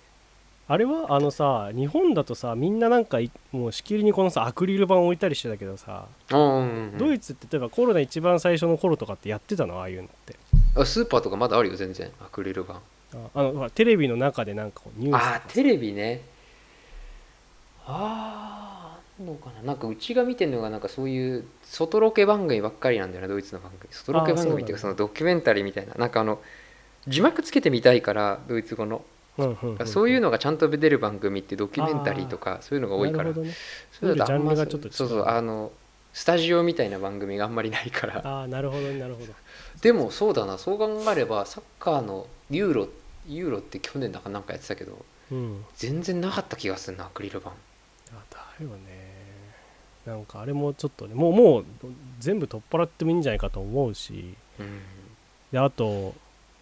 S2: あれはあのさ日本だとさみんななんかいもうしきりにこのさアクリル板置いたりしてたけどさ、
S1: うんうんうん
S2: ドイツって例えばコロナ一番最初の頃とかってやってたのああいうのって
S1: あスーパーとかまだあるよ全然アクリル板
S2: ああのほらテレビの中でなんかこうニュース
S1: あーテレビねああんのかななんかうちが見てるのがなんかそういう外ロケ番組ばっかりなんだよなドイツの番組外ロケ番組っていうか
S2: そ
S1: そのドキュメンタリーみたいななんかあの字幕つけてみたいからドイツ語の、
S2: うんうんうん
S1: そういう
S2: の
S1: のがちゃんと出る番組ってドキュメンタリーとかそういうのが多いから、
S2: なるほどね
S1: そうだとあんま
S2: 見るジャンルがちょっと違う
S1: そうそうあのスタジオみたいな番組があんまりないから
S2: ああなるほどねなるほど
S1: でもそうだなそう考えればサッカーのユーロユーロって去年だかなんかやってたけど
S2: うん
S1: 全然なかった気がするなアクリル板
S2: あだよねなんかあれもちょっとねもうもう全部取っ払ってもいいんじゃないかと思うし
S1: うん
S2: であと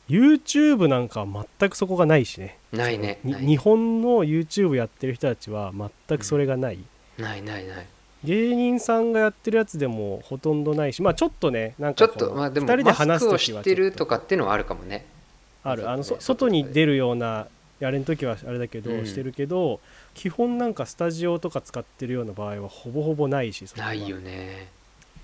S2: YouTube なんかは全くそこがないしね
S1: ないね
S2: に
S1: ない
S2: 日本の YouTube やってる人たちは全くそれがない、
S1: ないないない
S2: 芸人さんがやってるやつでもほとんどないしまあちょっとねなん
S1: ちょ
S2: か
S1: っと
S2: こう
S1: まあでも
S2: 二人で
S1: マス
S2: 話す
S1: クを
S2: 時
S1: 知
S2: は
S1: ってる
S2: ちょ
S1: と
S2: っ
S1: かっていうのはあるかもね
S2: あるあの
S1: そう
S2: そ
S1: ね
S2: 外に出るようなやれん時はあれだけど、
S1: うん
S2: してるけど基本なんかスタジオとか使ってるような場合はほぼほぼないしそこは
S1: ないよね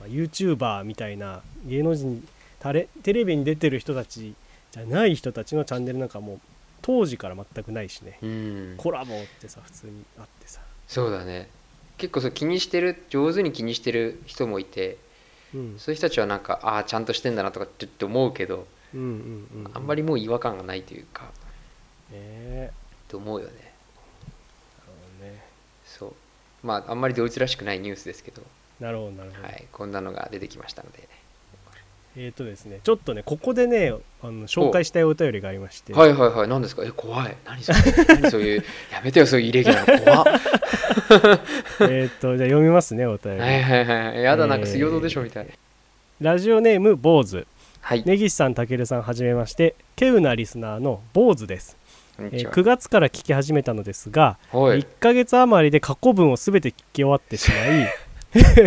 S2: まあ、YouTuber みたいな芸能人タレテレビに出てる人たちじゃない人たちのチャンネルなんかもう当時から全くないしね
S1: うん
S2: コラボってさ普通にあってさ、
S1: そうだね結構そう気にしてる上手に気にしてる人もいて
S2: うん、
S1: そういう人たちはなんかああちゃんとしてんだなとかちょっと思うけど
S2: うんうんうんうん
S1: あんまりもう違和感がないというか
S2: ねえ
S1: と思うよね
S2: なるほどね
S1: そうまああんまりドイツらしくないニュースですけど、
S2: なるほどなるほど、
S1: はい、こんなのが出てきましたので、
S2: えっ、とですねちょっとねここでねあの紹介したいお便りがありまして、
S1: はいはいはい何ですかえ怖い何それ何そう いうやめてよそういうイレギュラーな怖っ
S2: えっとじゃあ読みますねお便り、
S1: はいはいはいやだなんか水曜どうでしょうみたいな、
S2: ラジオネーム坊主
S1: はい
S2: 根岸さんたけるさんはじめまして稀有なリスナーの坊主です、
S1: こんに
S2: え
S1: ち
S2: ー
S1: は
S2: 9月から聞き始めたのですが
S1: は
S2: 1ヶ月余りで過去文を全て聞き終わってしま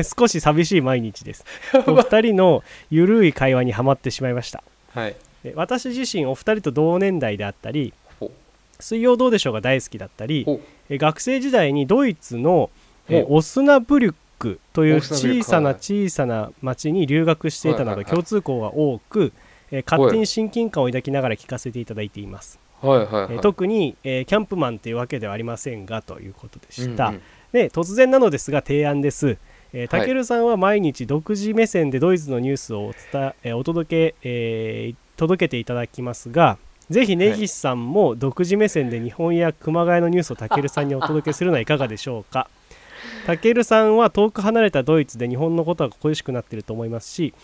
S2: い 少し寂しい毎日ですお二人のゆるい会話にはまってしまいました
S1: はい
S2: で私自身お二人と同年代であったり
S1: ほ
S2: 「水曜どうでしょう」が大好きだったり
S1: ほ
S2: え学生時代にドイツのえ
S1: ほ
S2: オスナブリュックという
S1: オスナブリュッ
S2: 小
S1: ク
S2: さな
S1: はい
S2: 小さな町に留学していたな
S1: は
S2: ど
S1: いはいはい
S2: 共通項が多くえ勝手に親近感を抱きながら聞かせていただいています
S1: はいはいはい
S2: え特にえーキャンプマンというわけではありませんがということでした、
S1: うんうん
S2: で突然なのですが提案です。えー
S1: はい
S2: たけるさんは毎日独自目線でドイツのニュースをお伝ええーお届け、えー届けていただきますがぜひ根岸さんも独自目線で日本や熊谷のニュースをたけるさんにお届けするのはいかがでしょうかたけるさんは遠く離れたドイツで日本のことが恋しくなっていると思いますし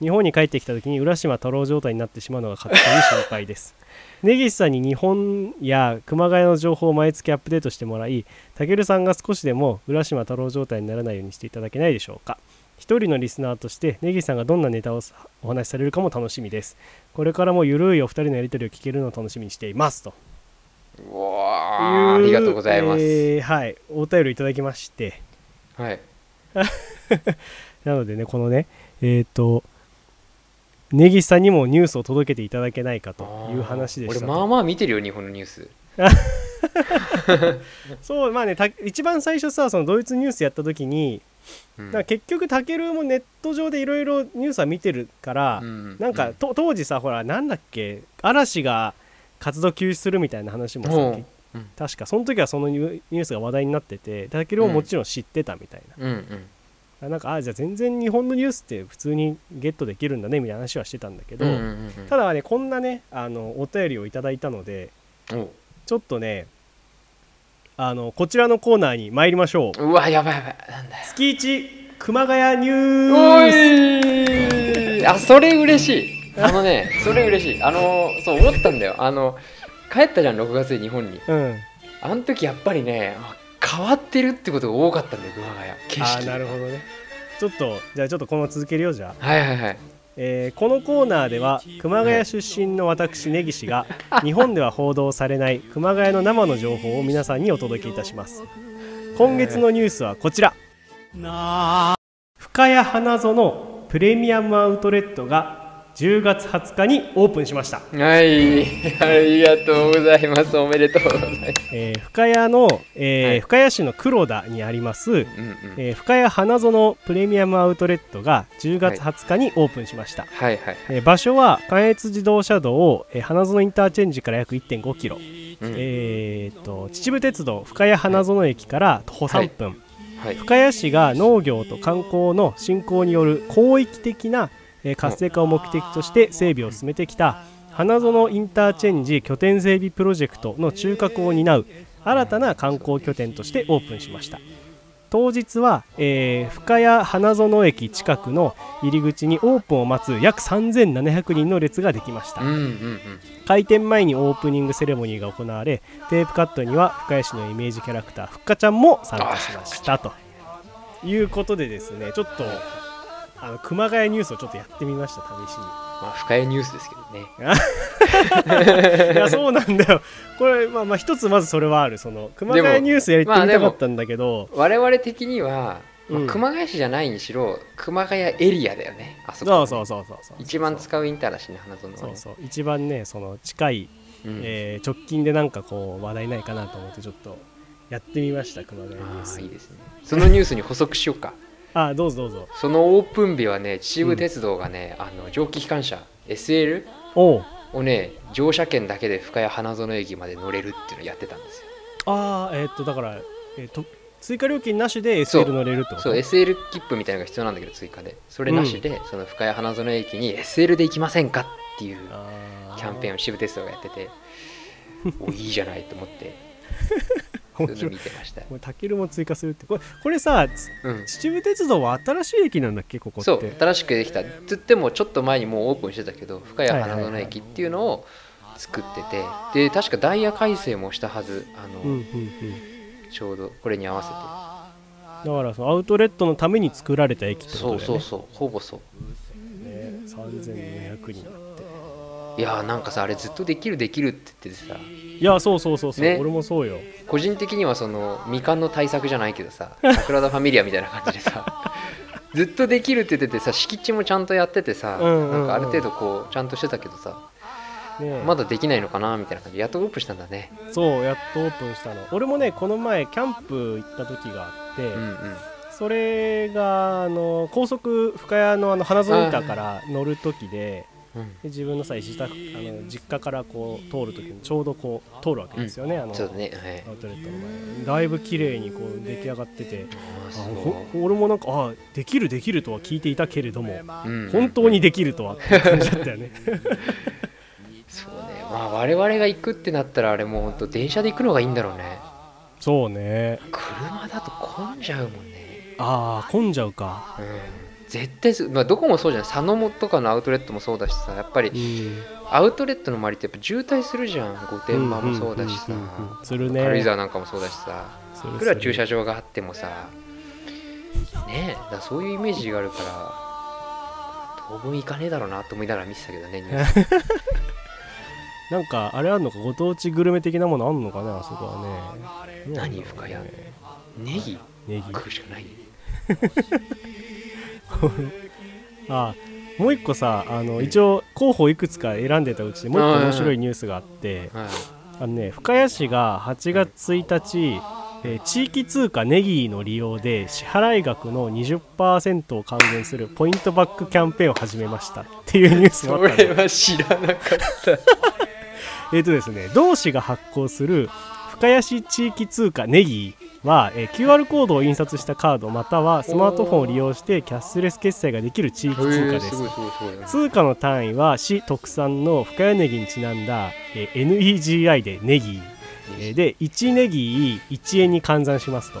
S2: 日本に帰ってきた時に浦島太郎状態になってしまうのが勝手に心配です根岸さんに日本や熊谷の情報を毎月アップデートしてもらいたけるさんが少しでも浦島太郎状態にならないようにしていただけないでしょうか一人のリスナーとして根岸さんがどんなネタをさお話しされるかも楽しみですこれからもゆるいお二人のやり取りを聞けるのを楽しみにしていますと
S1: うわあありがとうございます、
S2: えーはいお便りいただきまして
S1: はい
S2: なのでねこのねえっ、と根岸さんにもニュースを届けていただけないかという話でし
S1: 俺
S2: た
S1: まあまあ見てるよ日本のニュース
S2: そうまあねた一番最初さそのドイツニュースやった時
S1: う
S2: に、
S1: ん
S2: なんか結局たけるもネット上でいろいろニュースは見てるから、
S1: うん
S2: なんか、
S1: う
S2: と当時さほらなんだっけ嵐が活動休止するみたいな話もさ、
S1: うん
S2: け確かその時はそのニュニュースが話題になっててたけるももちろん知ってたみたいな、
S1: うんうん
S2: あなんかあじゃあ全然日本のニュースって普通にゲットできるんだねみたいな話はしてたんだけど、
S1: うんうんうん
S2: ただねこんなねあのお便りをいただいたので
S1: お
S2: ちょっとねあのこちらのコーナーに参りましょう
S1: うわやばいやばいなんだよ
S2: 月一熊谷ニュ
S1: おい
S2: ース
S1: ーあそれ嬉しいあのねそれ嬉しいあのそう思ったんだよあの帰ったじゃん6月に日本に
S2: うん
S1: あの時やっぱりねあ変わってるってことが多かったんだよ熊谷景
S2: あ
S1: 色
S2: ーなるほどねちょっとじゃあちょっとこのまま続けるよじゃあ、
S1: はいはいはい
S2: えーこのコーナーでは熊谷出身の私根岸が日本では報道されない熊谷の生の情報を皆さんにお届けいたします今月のニュースはこちら深谷花園のプレミアムアウトレットが10月20日にオープンしました
S1: はいありがとうございますおめでとうございます
S2: えー深谷の、えー
S1: はい
S2: 深谷市の黒田にあります、
S1: うんうん
S2: えー深谷花園プレミアムアウトレットが10月20日にオープンしました、
S1: はいはい
S2: えー場所は関越自動車道を、えー花園インターチェンジから約1 5キロ、
S1: うん
S2: えー、と秩父鉄道深谷花園駅から徒歩3分、
S1: はい
S2: 深谷市が農業と観光の振興による広域的なえー活性化を目的として整備を進めてきた花園インターチェンジ拠点整備プロジェクトの中核を担う新たな観光拠点としてオープンしました当日は、えー深谷花園駅近くの入り口にオープンを待つ約3700人の列ができました
S1: うんうん
S2: 開店前にオープニングセレモニーが行われテープカットには深谷市のイメージキャラクターふっかちゃんも参加しましたということでですねちょっとあの熊谷ニュースをちょっとやってみました試しに
S1: まあ深いニュースですけどね
S2: いやそうなんだよこれまあまあ一つまずそれはあるその熊谷ニュースやりてみたかったんだけど、
S1: 我々的には、まあ
S2: うん
S1: 熊谷市じゃないにしろ熊谷エリアだよねあそこ
S2: そうそうそうそうそう
S1: 一番使うインターだしね花園はね
S2: そうそう一番ねその近い、
S1: うん
S2: えー直近でなんかこう話題ないかなと思ってちょっとやってみました熊谷ニュー
S1: あ
S2: ス
S1: あいいですねそのニュースに補足しようか
S2: あどうぞどうぞ
S1: そのオープン日はね秩父鉄道がね、あの蒸気機関車 SL
S2: おう
S1: をね乗車券だけで深谷花園駅まで乗れるっていうのをやってたんですよ
S2: ああえーっとだから、えーと追加料金なしで
S1: そう
S2: SL 乗れるってこと
S1: そう SL 切符みたいなのが必要なんだけど追加でそれなしで、その深谷花園駅に SL で行きませんかっていう
S2: あ
S1: キャンペーン
S2: ン
S1: を渋鉄道がやって ておいいじゃないと思ってそ
S2: 面
S1: れ
S2: 白い
S1: 見てました、
S2: これタケルも追加するってこれこれさ
S1: うん、
S2: 秩父鉄道は新しい駅なんだっけここって
S1: そう新しくできたつってもちょっと前にもうオープンしてたけど深谷花
S2: はいはい
S1: 園
S2: はい
S1: 駅っていうのを作っててで確かダイヤ改正もしたはずあの、
S2: うんうんうん
S1: ちょうどこれに合わ
S2: だからそのアウトレットのために作られた駅っ
S1: せ
S2: て
S1: て
S2: ことだ
S1: そ
S2: よ
S1: う
S2: ね
S1: そうそうほぼそう
S2: ね3700人だっ
S1: いやーなんかさあれずっとできるできるって言っててさ
S2: ていやそうそうそうそう、
S1: ね
S2: 俺もそうよ
S1: 個人的にはその未完の対策じゃないけどさ桜田ファミリアみたいな感じで さずっとできるって言っててさ敷地もちゃんとやっててさ、
S2: うんうんうん
S1: なんかある程度こうちゃんとしてたけどさ
S2: ね
S1: まだできないのかなみたいな感じでやっとオープンしたんだね
S2: そうやっとオープンしたの俺もねこの前キャンプ行った時があって、
S1: うんうん
S2: それがあの高速深谷のあの花園板から乗る時で
S1: うん
S2: で自分のさ自宅あの実家からこう通る時にちょうどこう通るわけですよね、あの
S1: そうだねはい
S2: アウトレットの前だいぶ綺麗にこう出来上がってて
S1: あー
S2: あ
S1: そう
S2: ほ俺もなんかあできるできるとは聞いていたけれども
S1: うん
S2: 本当にできるとはって感じだったよね
S1: そうねまあ我々が行くってなったらあれもう本当電車で行くのがいいんだろうね
S2: そうね
S1: 車だと混んじゃうもんね
S2: ああ混んじゃうか
S1: うん絶対す、まあ、どこもそうじゃない佐野もとかのアウトレットもそうだしさやっぱり
S2: うん
S1: アウトレットの周りってやっぱ渋滞するじゃん御殿場もそうだしさ
S2: うんうんうんうんするね
S1: 軽井沢なんかもそうだしさ
S2: する
S1: いくら駐
S2: す
S1: 車
S2: る
S1: 場があってもさねえだからそういうイメージがあるから当分行かねえだろうなと思いながら見てたけ どねニュース
S2: なんかあれあんのかご当地グルメ的なものあんのかねあそこはね
S1: 何深谷ネギ
S2: ネギ
S1: 食うしかない
S2: あーもう一個さあの一応候補いくつか選んでたうちでもう一個面白いニュースがあって
S1: はい
S2: あのね深谷市が8月1日、えー地域通貨ネギの利用で支払い額の20%を還元するポイントバックキャンペーンを始めましたっていうニュースがあ
S1: そ
S2: っ たんだ
S1: れは知らなかった
S2: えーとですね、同市が発行する深谷市地域通貨ネギは、えー QR コードを印刷したカードまたはスマートフォンを利用してキャッシュレス決済ができる地域通貨
S1: へ
S2: で
S1: え
S2: す
S1: す。ごいすごいすごい
S2: 通貨の単位は市特産の深谷ネギにちなんだ、えー NEGI でネギ、えーで1ネギ1円に換算しますと、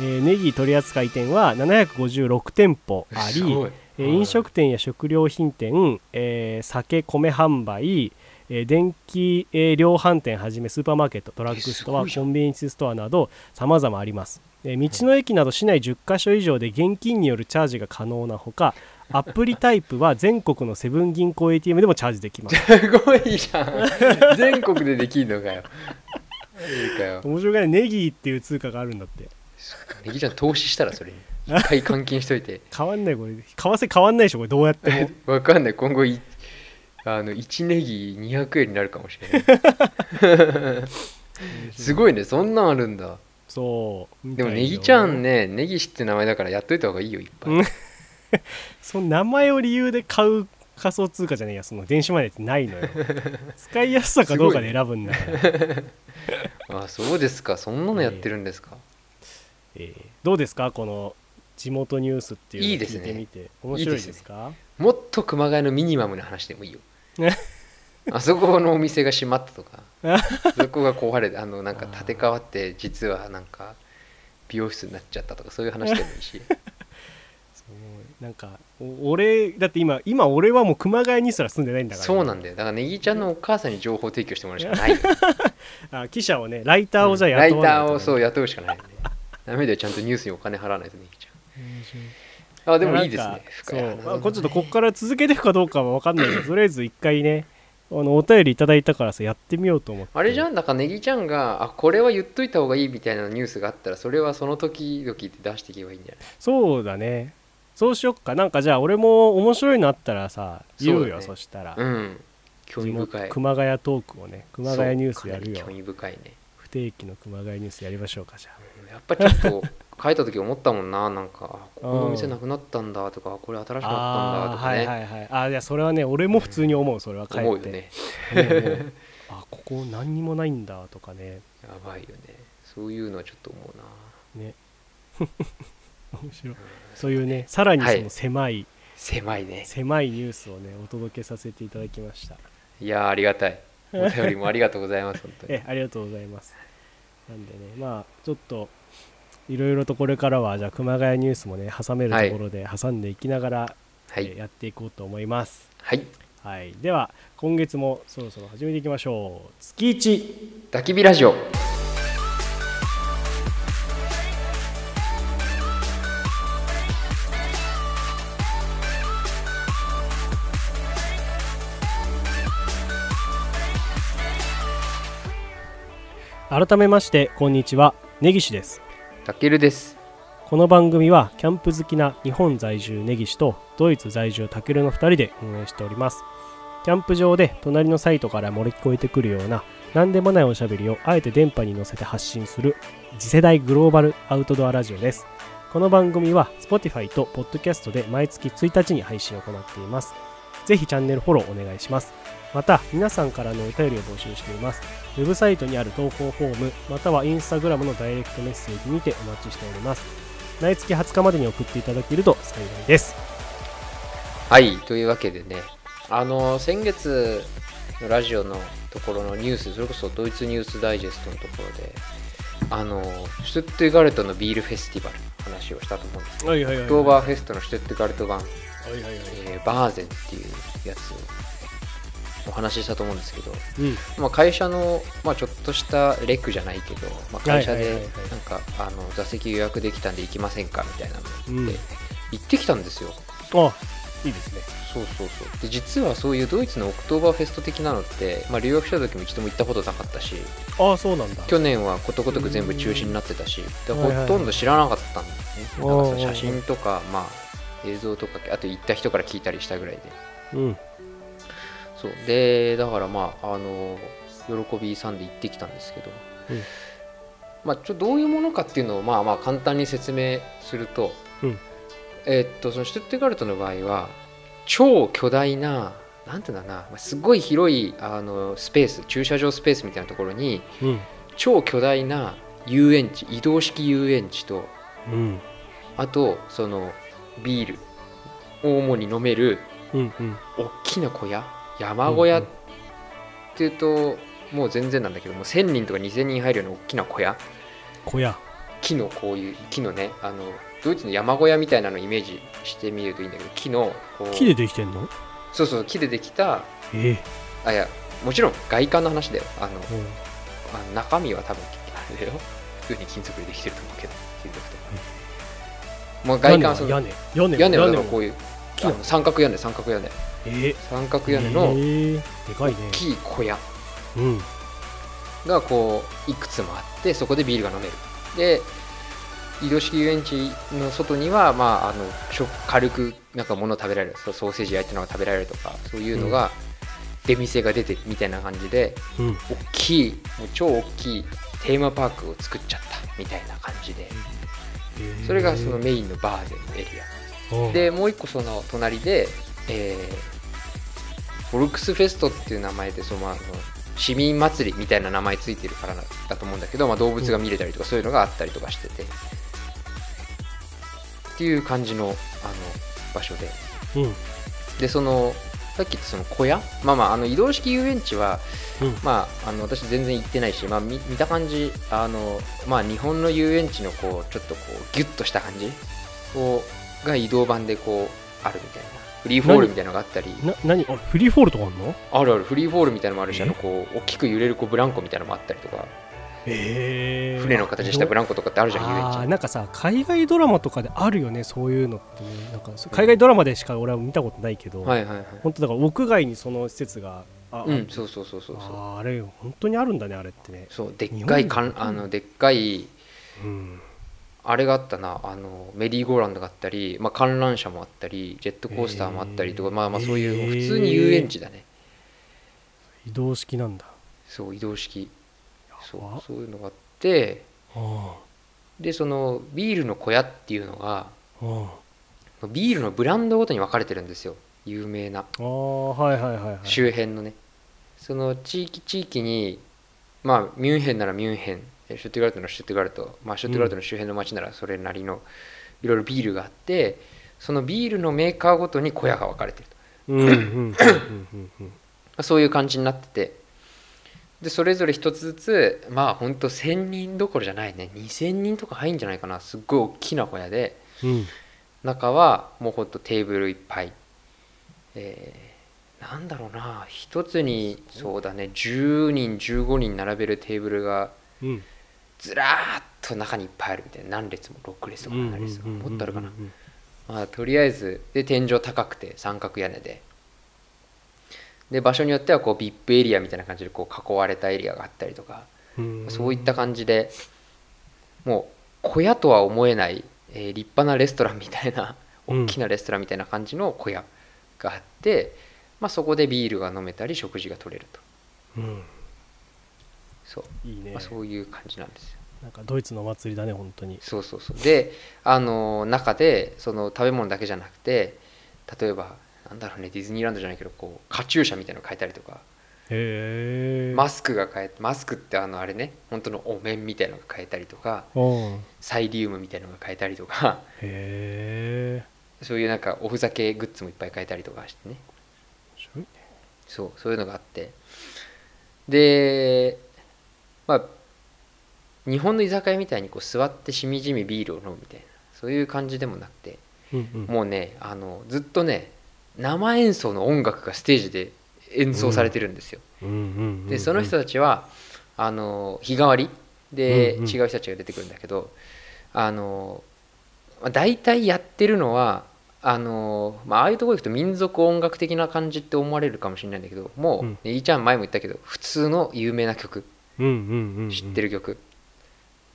S2: えーネギ取扱店は756店舗あり
S1: すごい
S2: えー飲食店や食料品店、えー酒米販売、えー電気、えー量販店はじめスーパーマーケットドラッグスト
S1: えすご
S2: ア
S1: いじゃ
S2: コ
S1: ん
S2: ンビニエンスストアなどさまざまあります、えー道の駅など市内10カ所以上で現金によるチャージが可能なほかアプリタイプは全国のセブン銀行 ATM でもチャージできます
S1: すごいじゃん全国でできんのかよいいかよ
S2: 面白くないネギっていう通貨があるんだって
S1: ネギちゃん投資したらそれに一回換金しとい て
S2: 変わんないこれ為替変わんないでしょこれどうやっても
S1: わかんない今後いあの1ネギ200円になるかもしれないすごいねそんなんあるんだ
S2: そう
S1: でもネギちゃんねネギシって名前だからやっといた方がいいよいっぱい、
S2: うんその名前を理由で買う仮想通貨じゃねえやその電子マネーってないの よ使いやすさかどうかで選ぶんだから、
S1: あそうですかそんなのやってるんですか、
S2: えーどうですかこの地元ニュースっていう
S1: いい
S2: の
S1: で
S2: を聞
S1: す
S2: い
S1: ね
S2: てみて面白いですか
S1: もっと熊谷のミニマムな話でもいいよ
S2: ね
S1: あそこのお店が閉 まったとかそこが壊れてあのなんか建て替わって実はなんか美容室になっちゃったとかそういう話でもい いし
S2: そうなんかお俺だって今今俺はもう熊谷にすら住んでないんだから
S1: そうなんだよだからネギちゃんのお母さんに情報提供してもらうし かないよ
S2: あ記者をねライターをじゃあ
S1: ライ
S2: 雇わない
S1: ター
S2: と
S1: をそう雇うしかないよねダメだよちゃんとニュースにお金払わないとネギちゃんあ
S2: あ
S1: でもいいですね
S2: そ
S1: 深い話
S2: う
S1: だね
S2: まあこれちょっとここから続けていくかどうかは分かんないけどとりあえず一回ねあのお便りいただいたからさやってみようと思って
S1: あれじゃ
S2: ん
S1: んだからネギちゃんがあこれは言っといた方がいいみたいなニュースがあったらそれはその時々で出していけばいいんじゃない
S2: そうだねそうしよっかなんかじゃあ俺も面白いのあったらさ言う
S1: そう
S2: よ
S1: だね
S2: そ,、したら、
S1: うん興味深い
S2: 熊谷トークをね熊谷ニュースやる
S1: そう
S2: よ
S1: かなり興味深いね
S2: 不定期の熊谷ニュースやりましょうかじゃあ
S1: やっぱちょっと書いた時思ったもんななんかあここのお店なくなったんだとかこれ新しくなったんだ
S2: あ
S1: と
S2: ー
S1: か
S2: はい
S1: ね
S2: はいはいあーいやそれはね俺も普通に思うそれは帰って、
S1: 思うよね
S2: うんうん あここ何にもないんだとかね
S1: やばいよねそういうのはちょっと思うな
S2: ね 面白いそういうねさらにそ
S1: はい
S2: の狭い、
S1: 狭いね
S2: 狭いニュースをねお届けさせていただきました
S1: いやーありがたいお便りもありがとうございます本当に
S2: えありがとう ございますなんでねまあちょっといろいろとこれからはじゃあ熊谷ニュースもね挟めるところで挟んでいきながら、
S1: は
S2: えー
S1: い
S2: やっていこうと思います
S1: はい
S2: はい、では今月もそろそろ始めていきましょう月1
S1: 焚き火ラジオ
S2: 改めましてこんにちは根岸です
S1: たけるです
S2: この番組はキャンプ好きな日本在住根岸とドイツ在住タケルの2人で運営しておりますキャンプ場で隣のサイトから漏れ聞こえてくるような何でもないおしゃべりをあえて電波に乗せて発信する次世代グローバルアウトドアラジオですこの番組は Spotify と Podcast で毎月1日に配信を行っていますぜひチャンネルフォローお願いしますまた皆さんからのお便りを募集していますウェブサイトにある投稿フォームまたはインスタグラムのダイレクトメッセージにてお待ちしております毎月20日までに送っていただけると幸いです
S1: はいというわけでねあの先月のラジオのところのニュースそれこそドイツニュースダイジェストのところであのシュトゥットガルトのビールフェスティバルの話をしたと思うんです
S2: はいはいは
S1: オ
S2: い
S1: クトーバーフェストのシュトゥットガルト版、
S2: はいはいはい
S1: えーバーゼンっていうやつをお話ししたと思うんですけど、
S2: うん
S1: まあ、会社の、まあ、ちょっとしたレクじゃないけど、まあ、会社
S2: はい
S1: で
S2: はいはいはい
S1: なんかあの座席予約できたんで行きませんかみたいなの
S2: うん
S1: で行ってきたんですよ
S2: あいいですね
S1: そうそうそうで実はそういうドイツのオクトーバーフェスト的なのって、まあ、留学した時も一度も行ったことなかったし
S2: ああそうなんだ
S1: 去年はことごとく全部中止になってたしで
S2: はいはい
S1: ほとんど知らなかったんですね、
S2: おうおうおう
S1: なんかその写真とか、まあ、映像とかあと行った人から聞いたりしたぐらいで
S2: うん
S1: そうでだからまああの喜びさんで行ってきたんですけど、
S2: うん
S1: まあ、ちょどういうものかっていうのをまあまあ簡単に説明すると、
S2: うん
S1: えーっとそのシュトゥッテガルトの場合は超巨大ななんていうんだろうなまあすごい広いあのスペース駐車場スペースみたいなところに
S2: うん
S1: 超巨大な遊園地移動式遊園地と
S2: うん
S1: あとそのビールを主に飲める
S2: うんうん
S1: 大きな小屋山小屋っていうと、もう全然なんだけどもう1000人とか2000人入るような大きな小屋
S2: 小屋
S1: 木のこういう木のねあのドイツの山小屋みたいなのをイメージしてみるといいんだけど木のこう
S2: 木でできてんの
S1: そうそう木でできた
S2: ええ
S1: あいやもちろん外観の話だよあの
S2: うん
S1: あの中身は多分あれだよ普通に金属でできてると思うけど金属とか、もう外観はその
S2: 屋根は屋根
S1: 屋根はだから
S2: も
S1: こういうあ
S2: 木なの
S1: の三角屋根三角屋根
S2: ええ
S1: 三角屋根の
S2: ええでかいね
S1: 大きい小屋
S2: うん
S1: がこういくつもあってそこでビールが飲めるで移動式遊園地の外には、まあ、あの食軽くなんか物を食べられるそうソーセージ焼いたのが食べられるとかそういうのが出店が出てるみたいな感じで
S2: うん
S1: 大きいもう超大きいテーマパークを作っちゃったみたいな感じでそれがそのメインのバーゼンのエリア
S2: で
S1: でもう一個その隣で、えー、ボルクスフェストっていう名前でそのまああの市民祭りみたいな名前ついてるからなだと思うんだけど、まあ、動物が見れたりとかそういうのがあったりとかしてて、っていう感じのあの場所で
S2: うん
S1: でそのさっき言ったその小屋まあまああの移動式遊園地は、
S2: うん
S1: まああの私全然行ってないし、まあ、見見た感じあのまあ日本の遊園地のこうちょっとこうギュッとした感じをが移動版でこうあるみたいなフリーフォールみたいなのがあったり
S2: な何あフリーフォールとかあるの
S1: あるあるフリーフォールみたいなのもあるし
S2: え
S1: あのこう大きく揺れるこうブランコみたいなのもあったりとか
S2: え
S1: 船の形したブ
S2: ラ
S1: ラ
S2: ン
S1: ンコとかってあるじゃん遊園地
S2: なんかさ海外ドラマとかであるよねそういうのってね、なんかそう海外ドラマでしか俺は見たことないけど、
S1: はいはいはい
S2: 本当だから屋外にその施設があ,、
S1: うんそうそうそうそうそう
S2: あーあれ本当にあるんだねあれってね、
S1: そうでっかいか
S2: 日
S1: ん
S2: 本だ
S1: あのでっかい
S2: うん、
S1: あれがあったなあのメリーゴーランドがあったり、まあ、観覧車もあったりジェットコースターもあったりとか、
S2: へー
S1: まあまあそういう普通に遊園地だね、
S2: 移動式なんだ
S1: そう移動式そ
S2: やば
S1: うそういうのがあって
S2: あ
S1: でそのビールの小屋っていうのが
S2: ああ
S1: ビールのブランドごとに分かれてるんですよ有名な
S2: あはいはいはいはい
S1: 周辺のね、その地域地域にまあミュンヘンならミュンヘンえシュトゥットガルトならシュトゥットガルト、まあ、シュトゥットガルトの周辺の町ならそれなりのいろいろビールがあってそのビールのメーカーごとに小屋が分かれてると
S2: うんうんうんうんうんうん
S1: まあそういう感じになっててでそれぞれ一つずつまあほんと1,000人どころじゃないね2,000人とか入んじゃないかなすっごい大きな小屋で
S2: うん
S1: 中はもうほんとテーブルいっぱい、えーなんだろうな一つにそうだね10人15人並べるテーブルが
S2: うん
S1: ずらーっと中にいっぱいあるみたいな何列も6列も7列も
S2: うんうんうんうんうん
S1: もっとあるかなまあ、とりあえずで天井高くて三角屋根でで場所によってはこう VIP エリアみたいな感じでこう囲われたエリアがあったりとか、
S2: うん
S1: そういった感じでもう小屋とは思えない、えー立派なレストランみたいな
S2: うん
S1: 大きなレストランみたいな感じの小屋があって、まあ、そこでビールが飲めたり食事が取れると
S2: うん
S1: そう、
S2: いいね
S1: まあ、そういう感じなんですよ
S2: なんかドイツのお祭りだね本当に
S1: そうそうそうであの中でその食べ物だけじゃなくて例えばなんだろうねディズニーランドじゃないけどこうカチューシャみたいなの変えたりとか
S2: へえ
S1: マスクが変えマスクってあのあれね本当のお面みたいなのが変えたりとか
S2: うんへ
S1: サイリウムみたいなのが変えたりとか
S2: え
S1: そういうなんかおふざけグッズもいっぱい変えたりとかしてねそうそういうのがあってでまあ日本の居酒屋みたいにこう座ってしみじみビールを飲むみたいなそういう感じでもなくて
S2: うんうん
S1: もうねあのずっとね生演奏の音楽がステージで演奏されてるんですよ、
S2: うんうんうんうん
S1: でその人たちはあの日替わりで
S2: う
S1: 違
S2: んうん
S1: う人たちが出てくるんだけど、あのまあ大体やってるのはあの、まあああいうとこ行くと民族音楽的な感じって思われるかもしれないんだけどもう、
S2: うん
S1: ねいいちゃん前も言ったけど普通の有名な曲
S2: うんうんうんうん
S1: 知ってる曲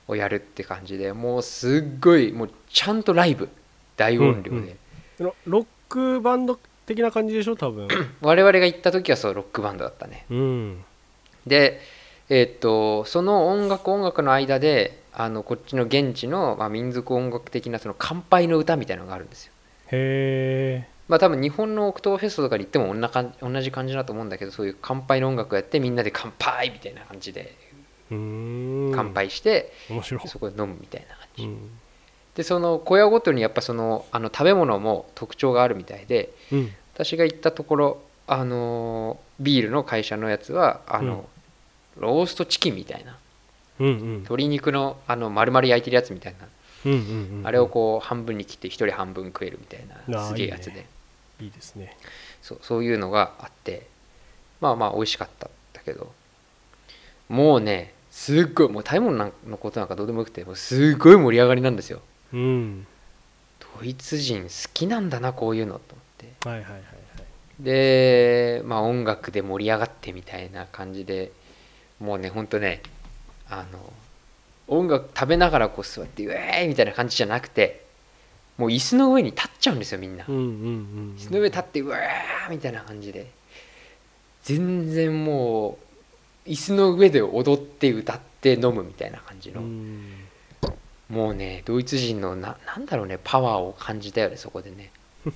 S1: をやるって感じでもうすっごいもうちゃんとライブ大音量で。
S2: うんうんロロックバンド的な感じでしょ多分
S1: 我々が行った時はそうロックバンドだったね
S2: うん
S1: でえーっとその音楽音楽の間であのこっちの現地の、まあ、民族音楽的なその乾杯の歌みたいなのがあるんですよ
S2: へえ
S1: まあ多分日本のオクトーフェストとかに行っても同じ感同じ感じだと思うんだけどそういう乾杯の音楽をやってみんなで乾杯みたいな感じで乾
S2: 乾
S1: 杯して、
S2: 面白い
S1: そこで飲むみたいな感じ、
S2: うん
S1: でその小屋ごとにやっぱそのあの食べ物も特徴があるみたいで
S2: うん
S1: 私が行ったところあのービールの会社のやつはあの、ローストチキンみたいな
S2: うんうん
S1: 鶏肉のあの丸々焼いてるやつみたいな、
S2: うんうんうん
S1: あれをこう半分に切って一人半分食えるみたいな
S2: あー
S1: すげえやつで
S2: いいねいいですね
S1: そうそういうのがあってまあまあ美味しかったんだけどもうねすっごいもう食べ物なんのことなんかどうでもよくてもうすっごい盛り上がりなんですよ
S2: うん
S1: ドイツ人好きなんだなこういうのと思って
S2: はいはいはいはい
S1: で、まあ、音楽で盛り上がってみたいな感じでもうねほんとねあの音楽食べながらこう座って「ウェーイ!」みたいな感じじゃなくてもう椅子の上に立っちゃうんですよみんな、
S2: うんうんうん
S1: 椅子の上立って「ウェー!」みたいな感じで全然もう椅子の上で踊って歌って飲むみたいな感じ
S2: う
S1: の、
S2: ん
S1: もうねドイツ人のななんだろうねパワーを感じたよねそこで ね本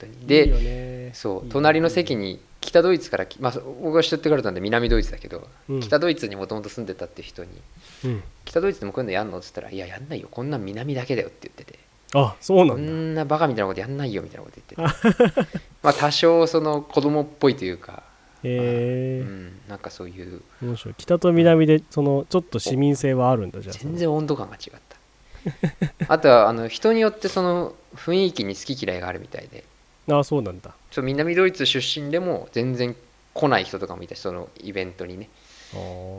S1: 当にで
S2: いいよね
S1: そ
S2: いうい
S1: 隣の席に北ドイツからき、まあ、僕が知ってくれたんで南ドイツだけど、
S2: うん
S1: 北ドイツにもともと住んでたっていう人に
S2: うん
S1: 「北ドイツでもこういうのやんの?」っつったら「いややんないよこんなん南だけだよ」って言ってて
S2: あそうな
S1: こ
S2: んだ
S1: んなバカみたいなことやんないよみたいなこと言ってて まあ多少その子供っぽいというか、う
S2: へえ
S1: ん、なんかそういう
S2: 面白い北と南でそのちょっと市民性はあるんだじゃあ
S1: 全然温度感が違った あとはあの人によってその雰囲気に好き嫌いがあるみたいで
S2: あそうなんだ
S1: ちょ南ドイツ出身でも全然来ない人とかもいたしそのイベントにね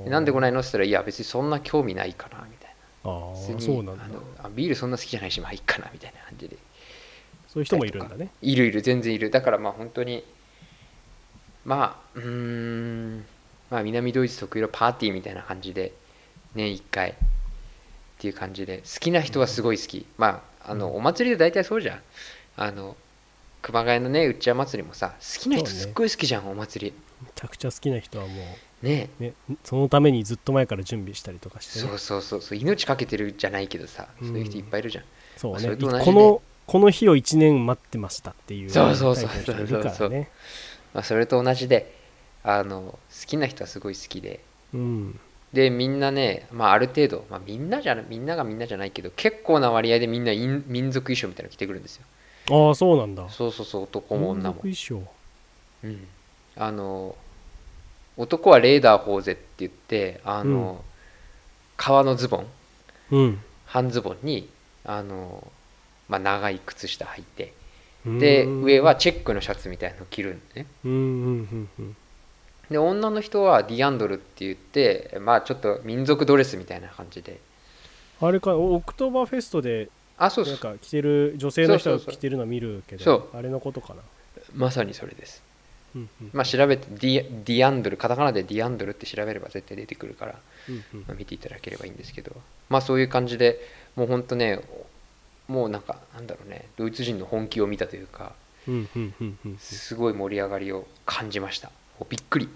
S1: でなんで来
S2: ない
S1: ないのって言ったらいや別にそんな興味ないかなみたい
S2: あ
S1: な
S2: ー
S1: 別に
S2: そうなんだ
S1: あのあビールそんな好きじゃないしまあいいかなみたいな感じで
S2: そういう人もいるんだね
S1: いるいる全然いるだからまあ本当にまあうーんまあ南ドイツ特有のパーティーみたいな感じで年1回っていう感じで好きな人はすごい好き、まああの、
S2: うん
S1: お祭りで大体そうじゃんあの熊谷のねうっちゃん祭りもさ好きな人
S2: そうね
S1: すっごい好きじゃん、お祭
S2: めちゃくちゃ好きな人はも
S1: りね
S2: うねそのためにずっと前から準備したりとかしてね
S1: そうそうそうそう命かけてるじゃないけどさそういう人いっぱいいるじゃん、
S2: そう
S1: それ
S2: ね
S1: と同じで
S2: このこの日を1年待ってましたっていう
S1: そうそうそう
S2: タイプの人いるからね
S1: まあ、それと同じであの好きな人はすごい好きで
S2: うん
S1: でみんなね、まあ、ある程度、まあ、みんなじゃなみんながみんなじゃないけど結構な割合でみんな民民族衣装みたいなの着てくるんですよ
S2: ああそうなんだ
S1: そうそうそう男も女も、
S2: 民族衣装
S1: うん、あの男はレーダー法ぜって言ってあの、革のズボン
S2: うん
S1: 半ズボンにあの、まあ、長い靴下履いて
S2: うーん
S1: で上はチェックのシャツみたいなの着るんでね
S2: うんうんうん
S1: で女の人はディアンドルって言ってまあちょっと民族ドレスみたいな感じで
S2: うんあれかオクトーバーフェストで
S1: あそうそ
S2: なん
S1: う
S2: か着てる女性の人が
S1: そうそうそう
S2: 着てるの見るけど
S1: そう
S2: あれのことかな
S1: まさにそれです
S2: うんうん
S1: まあ、調べてディディアンドルカタカナでディアンドルって調べれば絶対出てくるから、
S2: うんうん
S1: まあ見ていただければいいんですけどまあそういう感じでもうほんとねもうなんかなんだろうねドイツ人の本気を見たというか
S2: うんうんうんうん
S1: すごい盛り上がりを感じましたもうびっくり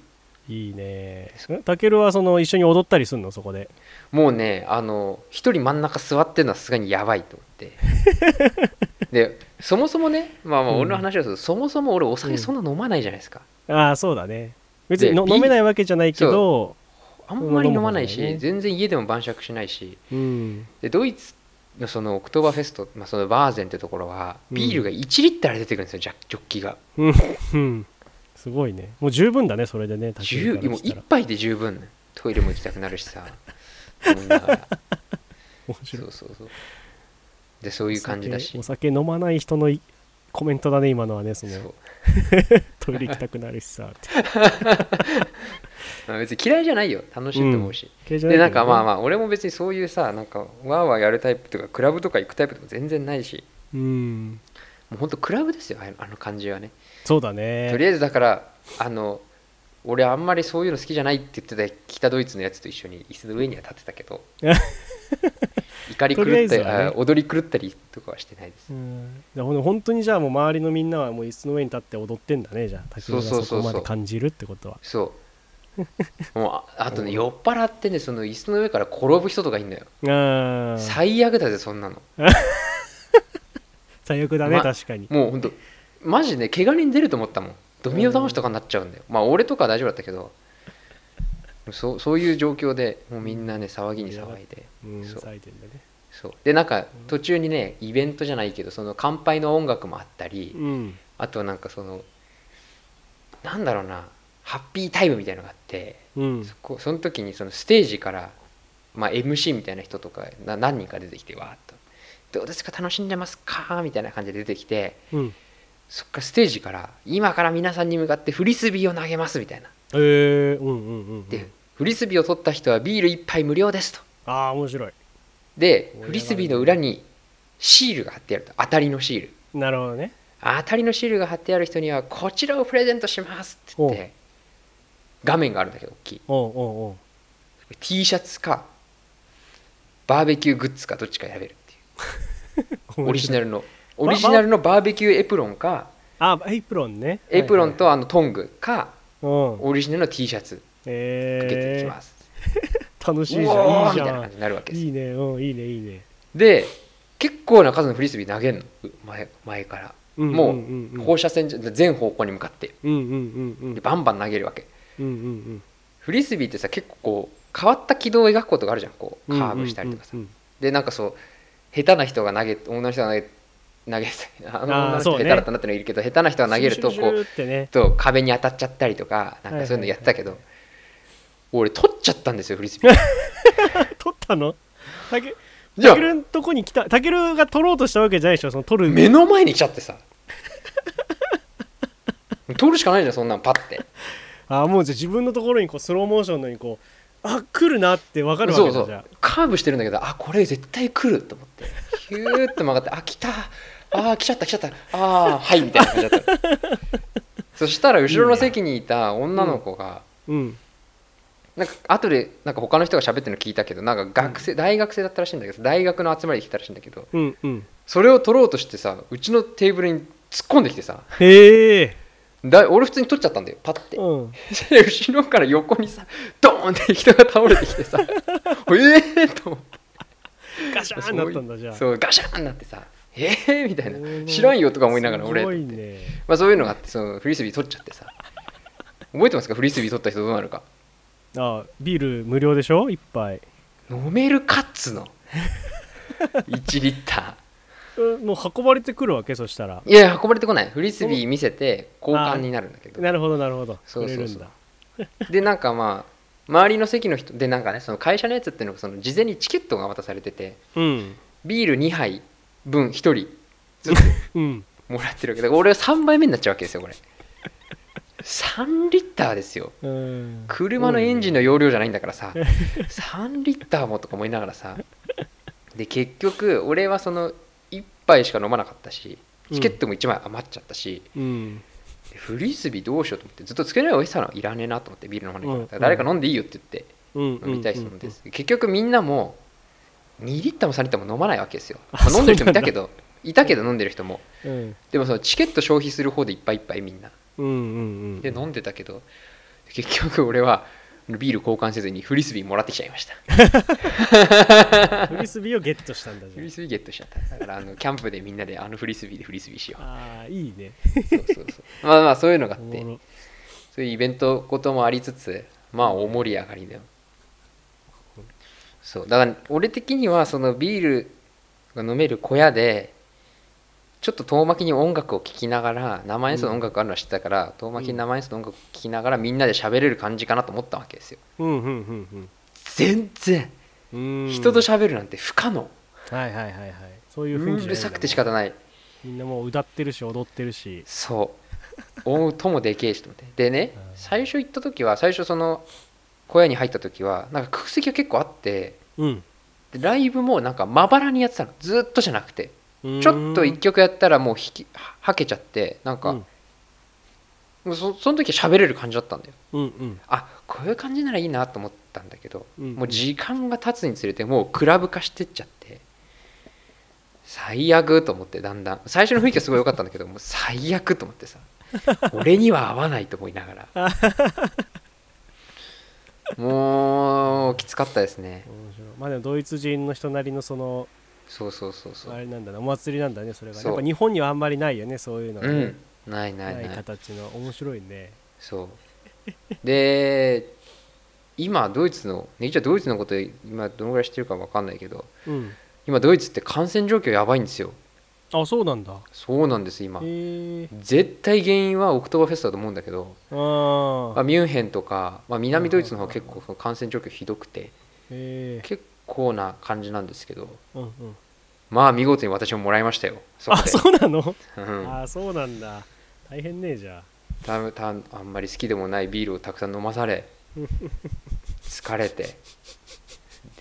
S2: いいねたけるはその一緒に踊ったりするのそこで
S1: もうねあの一人真ん中座ってるのはさすがにやばいと思 ってでそもそもねまあまあ
S2: うん
S1: 俺の話をすると、そもそも俺お酒そんな飲まないじゃないですか、
S2: ああそうだね別に
S1: で
S2: の
S1: ビー
S2: 飲めないわけじゃないけど
S1: あんまり飲まないし、
S2: うん飲む方だよね
S1: 全然家でも晩酌しないし
S2: うん
S1: でドイツのそのオクトーバーフェスト、まあ、そのバーゼンってところは
S2: うん
S1: ビールが1リッターで出てくるんですよ、ジャジョッキが
S2: うんうん すごいねもう十分だねそれでねたけ
S1: 10
S2: るから
S1: もう
S2: し
S1: 1
S2: たら
S1: 杯で十分トイレも行きたくなるしさ思いなが ら
S2: 面
S1: そ
S2: 白いう
S1: そうそうでそういう感じだし
S2: お酒お酒飲まない人のいコメントだね今のはね
S1: そ
S2: その
S1: う、
S2: トイレ行きたくなるし さって
S1: まあ、別に嫌いじゃないよ楽しいと思うし、
S2: 系じゃい
S1: で
S2: けど
S1: なんかまあまあ俺も別にそういうさなんかわーわーやるタイプとかクラブとか行くタイプとか全然ないし
S2: うん
S1: もうほんとクラブですよあのあの感じはね
S2: そうだ
S1: とり
S2: ね
S1: あえずだからあの俺あんまりそういうの好きじゃないって言ってた北ドイツのやつと一緒に椅子の上には立ってたけ ど怒り狂
S2: とりあえ
S1: っ
S2: ず
S1: たり、
S2: はね
S1: あ踊り狂ったりとかはしてないです
S2: うんだからほん本当にじゃあもう周りのみんなはもう椅子の上に立って踊ってんだねじゃあたけるが
S1: そうそう
S2: そ
S1: そうそう
S2: こまで感じるってことは
S1: そうもうああとね酔っ払ってねその椅子の上から転ぶ人とかいんだよ
S2: あー
S1: 最悪だぜそんなの
S2: 最悪だね
S1: ま
S2: 確かに
S1: もうほんとマジで怪我人出ると思ったもんドミノ倒しとかになっちゃうんだよまあ俺とかは大丈夫だったけどそうそういう状況でもうみんなね騒ぎに騒いで
S2: うん
S1: そう
S2: 咲いてんだね
S1: そうでなんか途中にねイベントじゃないけどその乾杯の音楽もあったり
S2: うん
S1: あとなんかそのなんだろうなハッピータイムみたいのがあって
S2: うん
S1: そこその時にそのステージから、まあ、MC みたいな人とかな何人か出てきてわーっと「どうですか楽しんでますか?」みたいな感じで出てきて
S2: うん
S1: そっからステージから「今から皆さんに向かってフリスビーを投げます」みたいな
S2: えー、うんうんうんう
S1: で、
S2: ん
S1: フリスビーを取った人はビール1杯無料です」と。
S2: ああ面白い
S1: でフリスビーの裏にシールが貼ってあると当たりのシール。
S2: なるほどね
S1: 当たりのシールが貼ってある人にはこちらをプレゼントしますって言っ
S2: お
S1: て画面があるんだけど大きい
S2: おうおうおう
S1: T シャツかバーベキューグッズかどっちか選べるっていうオリジナルのオリジナルのバーベキューエプロンか
S2: あエプロンね
S1: エプロン
S2: は
S1: とあのトングか
S2: いはいうん
S1: オリジナルの T シャツかけていき
S2: え
S1: ます、
S2: ー、楽しいじゃん
S1: うお
S2: い
S1: ー
S2: い
S1: み
S2: じ
S1: たいな
S2: ゃ
S1: 感じになるわけ
S2: ん
S1: です
S2: いいねうんいいねいいね
S1: で結構な数のフリスビー投げんのう前前から
S2: うん
S1: もう
S2: うんうんうん
S1: 放射線じゃ全方向に向かって
S2: うんうんうんうん
S1: でバンバン投げるわけ
S2: うんうん
S1: フリスビーってさ結構こう変わった軌道を描くことがあるじゃんこ
S2: う
S1: うんカーブしたりとかさ、
S2: うんうん
S1: でなんかそう下手な人が投げ女の人が投げ投げあの女の人
S2: そう
S1: 下
S2: ね
S1: 手だったなってのいるけど、下手な人が投げると
S2: シ
S1: こ
S2: ュルシ
S1: う
S2: ュルシュルっ てね
S1: と壁に当たっちゃったりとかなんかそういうのやってたけど、
S2: はい
S1: 俺取っちゃったんですよフリスビ ー
S2: 取ったのたけ
S1: じゃ
S2: た
S1: あ
S2: けるんとこに来たたけるが取ろうとしたわけじゃないでしょその取る
S1: 目の前に来ちゃってさ 取るしかないじゃんそんなんパッて
S2: あーもうじゃあ自分のところにこうスローモーションのようにこうあ来るなって分かるわ
S1: そ
S2: け
S1: う
S2: だ
S1: そ
S2: じゃ
S1: うカーブしてるんだけどあこれ絶対来ると思ってヒューッと曲がってあ来たあー来ちゃった来ちゃったあーはいみたいな感じだった そしたら後ろの席にいた女の子が、
S2: あうん
S1: なんか後でなんか他の人が喋ってるの聞いたけどなんか学生、大学生だったらしいんだけど大学の集まりで来たらしいんだけど
S2: うんうん
S1: それを取ろうとしてさうちのテーブルに突っ 込んできてさ
S2: へえ
S1: だ俺普通に取っちゃったんだよパッて、
S2: うん
S1: それで後ろから横にさドーンって人が倒れてきてさ おええー、と思って。
S2: ガシャーンなったんだじゃあ
S1: そうガシャーンなってさ「えー?」みたい
S2: おー
S1: な「知らんよ」とか思いながら俺、
S2: すごいね
S1: まあ、そういうのがあってそのフリスビー取っちゃってさ覚えてますかフリスビー取った人どうなるか
S2: あービール無料でしょ一杯
S1: 飲めるかっつ の1リッタ
S2: うんもう運ばれてくるわけそしたら
S1: ーいや運ばれてこないフリスビー見せて交換になるんだけど
S2: なるほどなるほど
S1: そうそうそう
S2: くれるんだ
S1: でなんかまあ周りの席の人でなんかねその会社のやつっていうのがその事前にチケットが渡されてて
S2: うん
S1: ビール2杯分1人
S2: うん
S1: もらってるわけだから俺は3杯目になっちゃうわけですよこれ3リッターですよ
S2: うん
S1: 車のエンジンの容量じゃないんだからさ3リッターもとか思いながらさで結局俺はその1杯しか飲まなかったしチケットも1枚余っちゃったし、
S2: うん
S1: フリスビーどうしようと思ってずっとつけないおいしさのいらねえなと思ってビール飲まないから,、
S2: うん
S1: 誰か飲んでいいよって言って
S2: うん
S1: 飲みたい人飲んで、
S2: うん
S1: 結局みんなも2リッターも3リッターも飲まないわけですよ、
S2: あ
S1: まあ飲んでる人もいた
S2: そうなんだ
S1: けどいたけど飲んでる人も
S2: うん
S1: でもそのチケット消費する方でいっぱいいっぱいみんな
S2: うんうんうん
S1: で飲んでたけど結局俺はビール交換せずにフリスビーもらってきちゃいました
S2: フリスビーをゲットしたんだじ
S1: フ
S2: ゃ
S1: リスビーゲットしちゃっただからあのキャンプでみんなであのフリスビーでフリスビーしよう
S2: ああーいいね
S1: そうそうそうまあまあそういうのがあっ
S2: お
S1: て
S2: もろ
S1: そういうイベントこともありつつまあ大盛り上がりだよそうだから俺的にはそのビールが飲める小屋でちょっと遠巻きに音楽を聴きながら生演奏の音楽があるのは知ってたから、遠巻きに生演奏の音楽を聴きながらみんなで喋れる感じかなと思ったわけですよ
S2: うんうんうんうん
S1: 全然
S2: うん
S1: 人と喋るなんて不可能、
S2: はいはいはいはいそういうう雰囲気じゃないんだ
S1: るさくて仕方ない
S2: みんなもう歌ってるし踊ってるし
S1: そう音もでけえしと思ってでね
S2: うん
S1: 最初行った時は最初その小屋に入った時はなんか空席が結構あって
S2: うん
S1: でライブもなんかまばらにやってたのずーっとじゃなくてちょっと一
S2: 気
S1: 曲やったらもう引きははけちゃってなんか、
S2: うん
S1: もうそその時は喋れる感じだったんだよ
S2: うんうん
S1: あこういう感じならいいなと思ったんだけど、
S2: うん
S1: もう時間が経つにつれてもうクラブ化してっちゃって最悪と思ってだんだん最初の雰囲気はすごい良かったんだ けどもう最悪と思ってさ俺には合わないと思いなが らもうきつかったですね
S2: 面白いまあでもドイツ人の人なりのその
S1: そうそうそうそ
S2: あ
S1: う
S2: れなんだなお祭りなんだねそれがね
S1: そう
S2: やっぱ日本にはあんまりないよねそういうのが
S1: う
S2: ね
S1: んないないない
S2: ない形の面白いね
S1: そうで今ドイツのねじゃあドイツのこと今どのぐらい知ってるか分かんないけど
S2: うん
S1: 今ドイツって感染状況やばいんですよ
S2: あそうなんだ
S1: そうなんです今
S2: へえ
S1: 絶対原因はオクトーバーフェストだと思うんだけど、
S2: あ
S1: まあ、
S2: あ
S1: ミュンヘンとか、まあ、南ドイツの方は結構その感染状況ひどくて
S2: へえ
S1: 結構な感じなんですけど
S2: うんうん
S1: まあ見事に私ももらいましたよそこ
S2: あ
S1: で
S2: そうなの
S1: うん
S2: あそうなんだ大変ねじゃあ
S1: たたあんまり好きでもないビールをたくさん飲まされ疲れて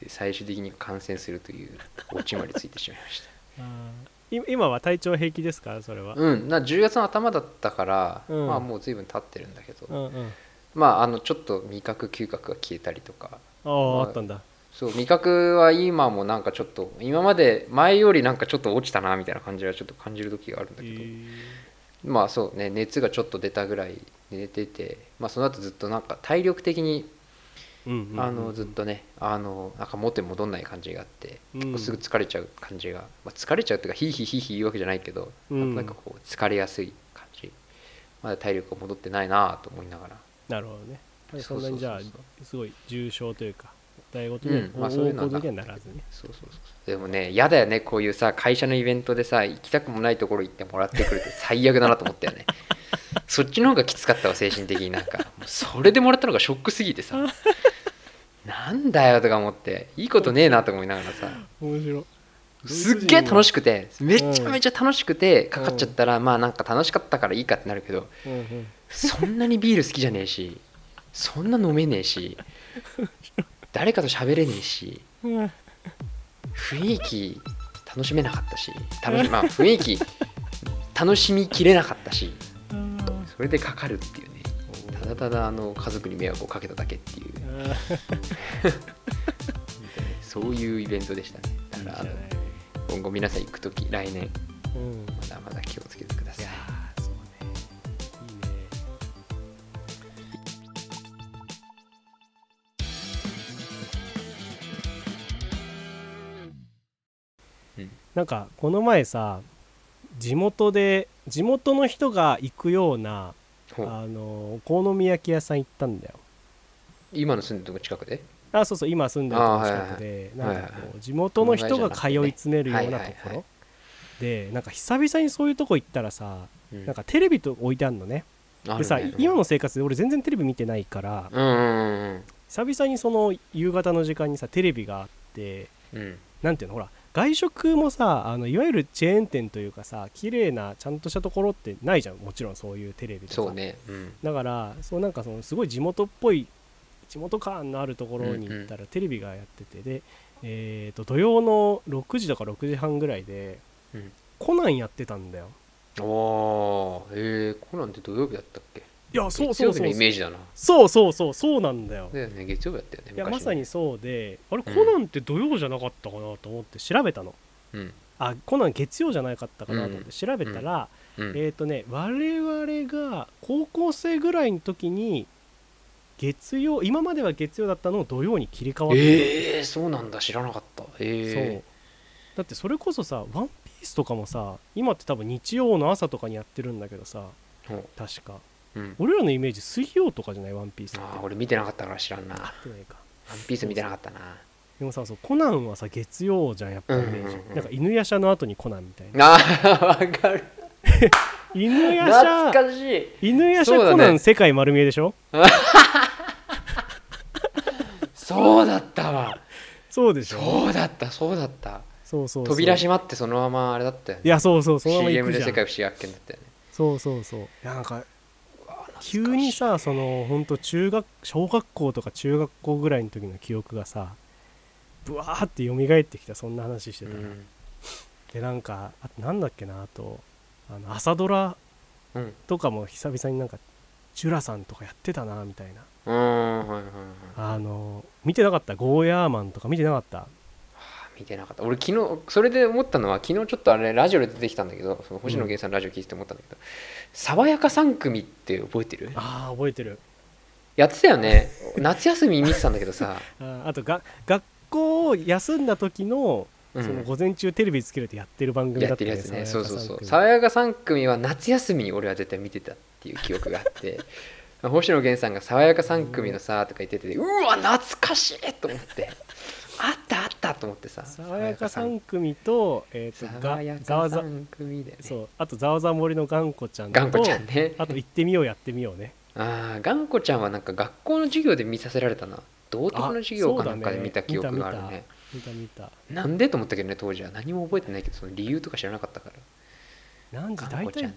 S1: で最終的に感染するというオチまでついてしまいました
S2: あーい今は体調平気ですかそれ は
S1: うんな10月の頭だったから、
S2: うん
S1: まあもう随分経ってるんだけど、
S2: うんうん
S1: まああのちょっと味覚嗅覚が消えたりとか
S2: あああったんだ
S1: そう味覚は今もなんかちょっと今まで前よりなんかちょっと落ちたなみたいな感じはちょっと感じる時があるんだ
S2: へ
S1: けど、
S2: え
S1: まあそうね熱がちょっと出たぐらい寝てて、まあ、その後ずっとなんか体力的に
S2: うんうんうん
S1: あのずっとねあのなんか元に戻んない感じがあって結構すぐ疲れちゃう感じが、まあ、疲れちゃうというかヒーヒーヒーヒー言うわけじゃないけど、
S2: うん
S1: なんかこう疲れやすい感じまだ体力が戻ってないなと思いながら
S2: なるほどね。
S1: そう
S2: そ
S1: そうん
S2: なにじ
S1: そ
S2: ゃ
S1: うそ
S2: あ、すごい重症というか、大ごとには、
S1: うんまあそうい
S2: 大
S1: うのは
S2: ご
S1: な
S2: とにはならずね
S1: そうそうそうそうでもね嫌だよねこういうさ会社のイベントでさ行きたくもないところ行ってもらって くるって最悪だなと思ったよねそっちの方がきつかったわ精神的になんかもうそれでもらったのがショックすぎて さなんだよとか思っていいことねえなとか思いながらさ
S2: 面白い
S1: すっげえ楽し
S2: く、
S1: くてめちゃめちゃ楽しくてかかっちゃったらまあなんか楽しかったからいいかってなるけど
S2: うんうん
S1: そんなにビール好きじゃねえ しそんな飲めねえし誰かと喋れねえし
S2: うん
S1: 雰囲気楽しめなかったし楽し、まあ、雰囲気楽しみきれなかったしそれでかかるっていうねただただあの家族に迷惑をかけただけっていう
S2: あ
S1: そういうイベントでしたねだ
S2: ー
S1: からあ
S2: い
S1: の
S2: いじゃない
S1: 今後皆さん行く時来年
S2: うん
S1: まだまだ気をつけてください
S2: ーそうねいいねなんかこの前さ地元で地元の人が行くような
S1: ほう
S2: あのお好み焼き屋さん行ったんだよ
S1: 今の住んでるとこ近くで
S2: あそうそう今住んでるとこ近くで
S1: あーはいはい
S2: なんかこう地元の人が通い詰めるようなとこ
S1: はいはいはい
S2: ろでなんか久々にそういうとこ行ったらさ
S1: うん
S2: なんかテレビと置いてあんのね
S1: あ
S2: で
S1: る
S2: さ
S1: ね
S2: 今の生活で俺全然テレビ見てないから
S1: うんうん
S2: 久々にその夕方の時間にさテレビがあって
S1: うんうん
S2: なんていうのほら外食もさあのいわゆるチェーン店というかさ綺麗なちゃんとしたところってないじゃんもちろんそういうテレビとか
S1: そうねうん
S2: だからそうなんかそのすごい地元っぽい地元感のあるところに行ったらテレビがやってて、で、えー、と土曜の6時とか6時半ぐらいで、
S1: うん
S2: コナンやってたんだよ
S1: おーえー、コナンって土曜日だったっけ
S2: いやそう
S1: 月
S2: そう
S1: 曜日
S2: そ
S1: の
S2: う
S1: イメージだな
S2: そうそうそうそうなんだよ
S1: だよね月曜日だったよね
S2: いや
S1: 昔ね
S2: まさにそうであれコ
S1: うん
S2: ナンって土曜じゃなかったかなと思って調べたの、
S1: うん
S2: あコナン月曜じゃなかったかなと思っ
S1: うん
S2: て調べたら、
S1: うん
S2: えっ、とね我々が高校生ぐらいの時に月曜今までは月曜だったのを土曜に切り替わってる
S1: えー、そうなんだ知らなかった
S2: そう
S1: え
S2: だってそれこそさ「ワンピースとかもさ今って多分日曜の朝とかにやってるんだけどさ
S1: ー、そう
S2: 確か
S1: うん、
S2: 俺らのイメージ水曜とかじゃない「ワンピースって
S1: ああ俺見てなかったから知らんなワ
S2: 合ってないか
S1: ンピース見てなかったな
S2: でもさそうコナンはさ月曜じゃんやっぱイメージ、
S1: うんうんうん
S2: なんか犬夜叉の後にコナン みたいな
S1: あーわかる
S2: 犬夜
S1: 懐
S2: 叉
S1: かしい
S2: 犬夜
S1: そう
S2: 叉
S1: だね
S2: コナン世界丸見えでしょ
S1: そうだったわ
S2: そうでしょ
S1: そうだったそうだった
S2: そうそうそう
S1: 扉閉まってそのままあれだったよ
S2: い
S1: ね
S2: やそうそうそのまま行
S1: CM
S2: く
S1: で
S2: じゃ
S1: 世
S2: ん
S1: 界不思議発見だったよね
S2: そうそうそういやなんか急
S1: 懐かし
S2: に
S1: い
S2: さその本当中学小学校とか中学校ぐらいの時の記憶がさぶわーって蘇ってきたそんな話して
S1: う
S2: たら、
S1: ん、
S2: でなんかあとなんだっけなあとあの朝ドラ
S1: うん、
S2: とかも久々になんかチュラさんとかやってたなみたいな
S1: うーんはいはいはい
S2: あの見てなかったゴーヤーマンとか見てなかった
S1: あ見てなかった俺昨日それで思ったのは昨日ちょっとあれラジオで出てきたんだけどその星野源さんのラジオ聞いてて思ったんだけど「爽やか3組」って覚えてる
S2: ああ覚えてる
S1: やってたよね夏休み見てたんだけどさ、
S2: あーあとが学校を休んだ時の
S1: うん
S2: その午前中テレビつけるとやってる番組
S1: や
S2: だ
S1: っ
S2: っ
S1: て
S2: たよ
S1: る
S2: ね
S1: やつねそうそうそう「
S2: 爽
S1: 爽やか3組」は夏休みに俺は絶対見てたっていう記憶があって 星野源さんが「爽やか3組のさ」とか言っててうわ懐かしいと思ってあったあったと思ってさ
S2: やか3組と,、えー、と
S1: 爽や
S2: が
S1: か
S2: ざわざ
S1: 3組だよね
S2: そうあとざわざ森のがんこちゃんと
S1: 頑固ちゃんね
S2: あと行ってみようやってみようね
S1: ああ頑固ちゃんはなんか学校の授業で見させられたな道徳の授業かなんかで見た記憶があるね
S2: あそうだね見た見た
S1: なんでと思ったけどね当時は何も覚えてないけどその理由とか知らなかったから
S2: 何時
S1: がん
S2: 大
S1: こちゃんね
S2: 体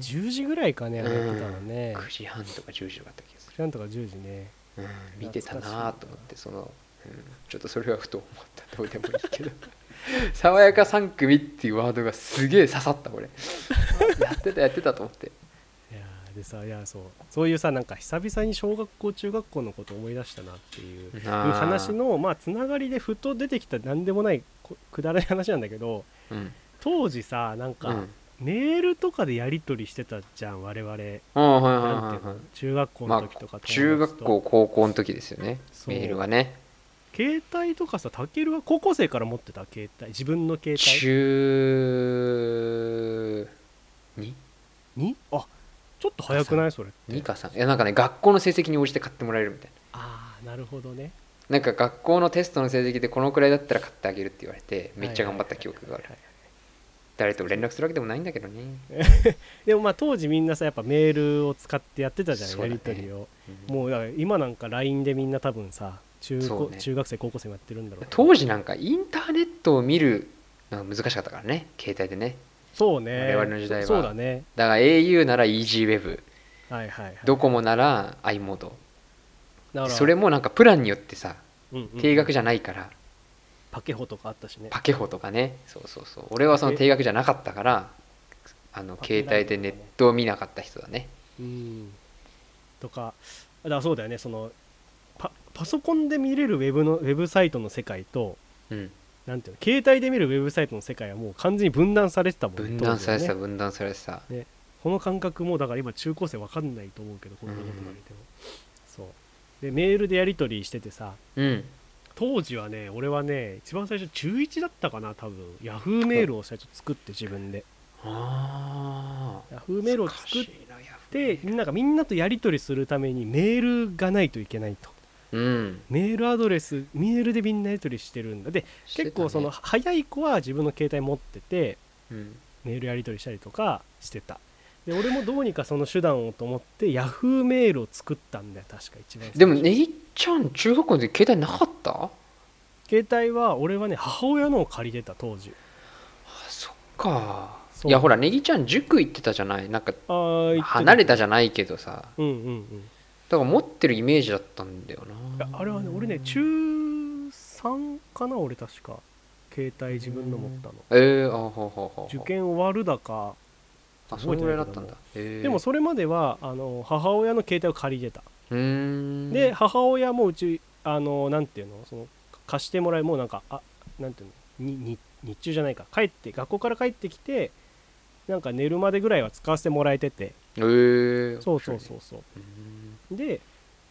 S2: 10, 10時ぐらいかねやってたのね
S1: 9時半とか10時とかだった気がする
S2: なんとか10時ね
S1: うん、見てたなと思ってその、うん、ちょっとそれはふと思ったどうでもいいけど 「爽やか3組」っていうワードがすげえ刺さった俺やってたやってたと思って
S2: いやーでさいやーそうそういうさなんか久々に小学校中学校のこと思い出したなっていういう
S1: あー
S2: 話のまあつながりでふと出てきた何でもないこくだらない話なんだけど
S1: うん
S2: 当時さなん
S1: う
S2: か
S1: ん
S2: メールとかでやり取りしてたじゃん我々
S1: ああはいはい
S2: なんて
S1: はいは
S2: いうの
S1: い
S2: 中学校の時とか、
S1: 中学校高校の時ですよね
S2: そう
S1: メールはね
S2: 携帯とかさたけるは高校生から持ってた携帯自分の携帯
S1: 中 2?
S2: にあちょっと早くないそれって
S1: 2か3いやなんかね学校の成績に応じて買ってもらえるみたいな
S2: ああなるほどね
S1: なんか学校のテストの成績でこのくらいだったら買ってあげるって言われてめっちゃ頑張った記憶がある
S2: はいはい
S1: 誰とも連絡するわけでもないんだけどね、
S2: でもまあ当時みんなさやっぱメールを使ってやってたじゃん、
S1: そうだ
S2: や
S1: ね
S2: り取りを
S1: うん
S2: もうだから今なんか LINE でみんな多分さ中,、
S1: そうね
S2: 中学生高校生もやってるんだろうけど
S1: 当時なんかインターネットを見るのが難しかったからね携帯でね
S2: そうね
S1: 我々の時代は
S2: そうだね
S1: だから au なら EasyWeb
S2: はいはい、はい、
S1: ドコモなら i モード
S2: だから
S1: それもなんかプランによってさ
S2: うんうん
S1: 定額じゃないから
S2: パケホとかあったしね
S1: パケホとかねそうそうそう俺はその定額じゃなかったからあの
S2: パケ
S1: 携帯でネットを見なかった人だね
S2: うんとかだからそうだよねそのパパソコンで見れるウェブのウェブサイトの世界と
S1: うん
S2: なんていうの携帯で見るウェブサイトの世界はもう完全に分断されてたもんね
S1: 分断されてた
S2: 当時はね
S1: 分断されてた
S2: この感覚もうだから今中高生わかんないと思うけどこんなこと言われても、そうでメールでやり取りしててさ
S1: うん
S2: 当時はね俺はね一番最初中1だったかな多分ヤフーメールを最初作って自分で
S1: ああ
S2: ヤフーメールを作っ
S1: 懐かしいなヤフ
S2: て
S1: ー
S2: みんながみんなとやり取りするためにメールがないといけないと
S1: うん
S2: メールアドレスメールでみんなやり取りしてるんだで
S1: してたね
S2: 結構その早い子は自分の携帯持ってて
S1: うん
S2: メールやり取りしたりとかしてたで俺もどうにかその手段をと思ってヤフーメールを作ったんだよ確か一番最初
S1: でもねぎっちゃん中学校の時携帯なかったあ
S2: 携帯は俺はね母親のを借りてた当時
S1: そっか
S2: そう
S1: いやほらねぎちゃん塾行ってたじゃないなんか
S2: あー言ってた
S1: 離れたじゃないけどさ
S2: うんうんうん
S1: だから持ってるイメージだったんだよ
S2: い
S1: な
S2: やあれはね俺ね中3かな俺確か携帯自分の持ったの
S1: ええあほうほうほうほう
S2: 受験終わるだか
S1: あそれぐらいだったんだええ
S2: でもそれまではあの母親の携帯を借りてた
S1: うーん
S2: で母親もうちあのなんていうのその貸してもらいもうなんかあなんていうのにに日中じゃないか帰って学校から帰ってきてなんか寝るまでぐらいは使わせてもらえてて
S1: えー、
S2: そうそうそううそう
S1: ーん
S2: で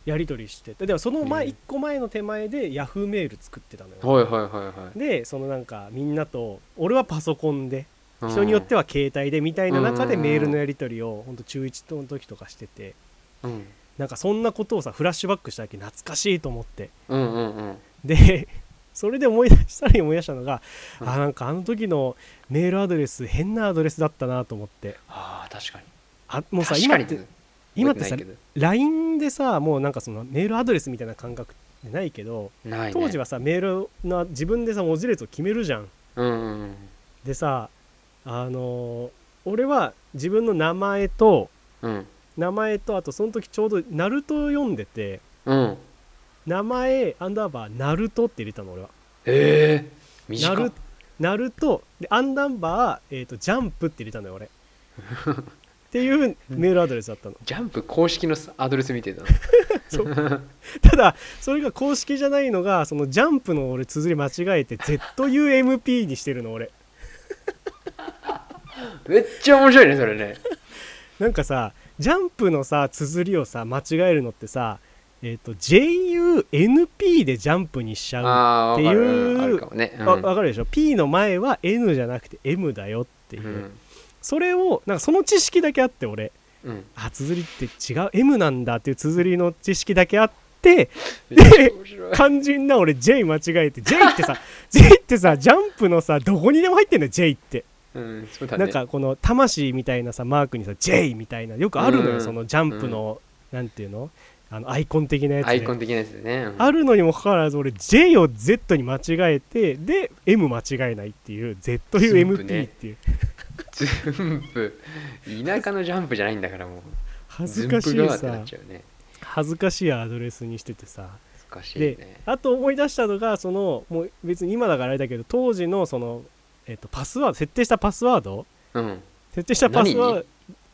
S2: やり取りしててでもその前
S1: うん
S2: 1個前の手前でヤフーメール作ってたのよ、
S1: はいはいはいはい
S2: でそのなんかみんなと俺はパソコンで
S1: うん
S2: 人によっては携帯でみたいな中で
S1: うん
S2: メールのやり取りをほんと中1の時とかしてて
S1: うん
S2: なんかそんなことをさフラッシュバックしたわけ懐かしいと思って
S1: うんうんうん
S2: で それで思い出したら思い出したのが、
S1: うん
S2: あなんかあの時のメールアドレス変なアドレスだったなと思って
S1: ああ確かに
S2: あもうさ
S1: 確
S2: 今
S1: か
S2: っ
S1: に
S2: て今って
S1: 覚
S2: さ
S1: えないけど
S2: LINE でさもうなんかそのメールアドレスみたいな感覚ってないけど
S1: ないね
S2: 当時はさメールの自分でさ文字列を決めるじゃん
S1: うんうんうん
S2: でさあのー俺は自分の名前と
S1: うん
S2: 名前とあとその時ちょうど「ナルト読んでて
S1: うん
S2: 名前アンダーバーナルトって入れたの俺は
S1: ええ短
S2: ナル
S1: っ
S2: ナルトでアンダーバー、えー、とジャンプって入れたのよ俺っていうメールアドレスだったの
S1: ジャンプ公式のアドレス見てたの
S2: ただそれが公式じゃないのがそのジャンプの俺綴り間違えて ZUMP にしてるの俺
S1: めっちゃ面白いねそれね
S2: なんかさジャンプのさ綴りをさ間違えるのってさえっ、と JUNP でジャンプにしちゃう
S1: ああ
S2: って
S1: 分
S2: い
S1: かる
S2: う
S1: うんあるかもねうん
S2: わわかるでしょ P の前は N じゃなくて M だよっていう、
S1: うん
S2: それをなんかその知識だけあって俺
S1: うん
S2: あ綴りって違う M なんだっていう綴りの知識だけあって
S1: めっちゃ面白い
S2: 肝心な俺 J 間違えて J ってさ J ってさジャンプのさどこにでも入ってんだよ J って、
S1: うんそうだね
S2: なんかこの魂みたいなさマークにさ J みたいなよくあるのよ、
S1: うん
S2: そのジャンプの、なんていうのあのアイコン的なやつ
S1: ア
S2: で
S1: イコン的なやつでねうん
S2: あるのにもかかわらず俺 J を Z に間違えてで M 間違えないっていう ZUMP っていう、
S1: ジャンプ田舎のジャンプじゃないんだからもう
S2: 恥ずかし
S1: ジャンプ
S2: い
S1: 側ってな
S2: さ
S1: っちゃうね
S2: 恥ずかしいアドレスにしててさ
S1: 難しい
S2: で
S1: ね
S2: あと思い出したのがそのもう別に今だからあれだけど当時のその、えっとパスワード設定したパスワード
S1: うん
S2: 設定したパス
S1: 何
S2: ワー
S1: に
S2: ド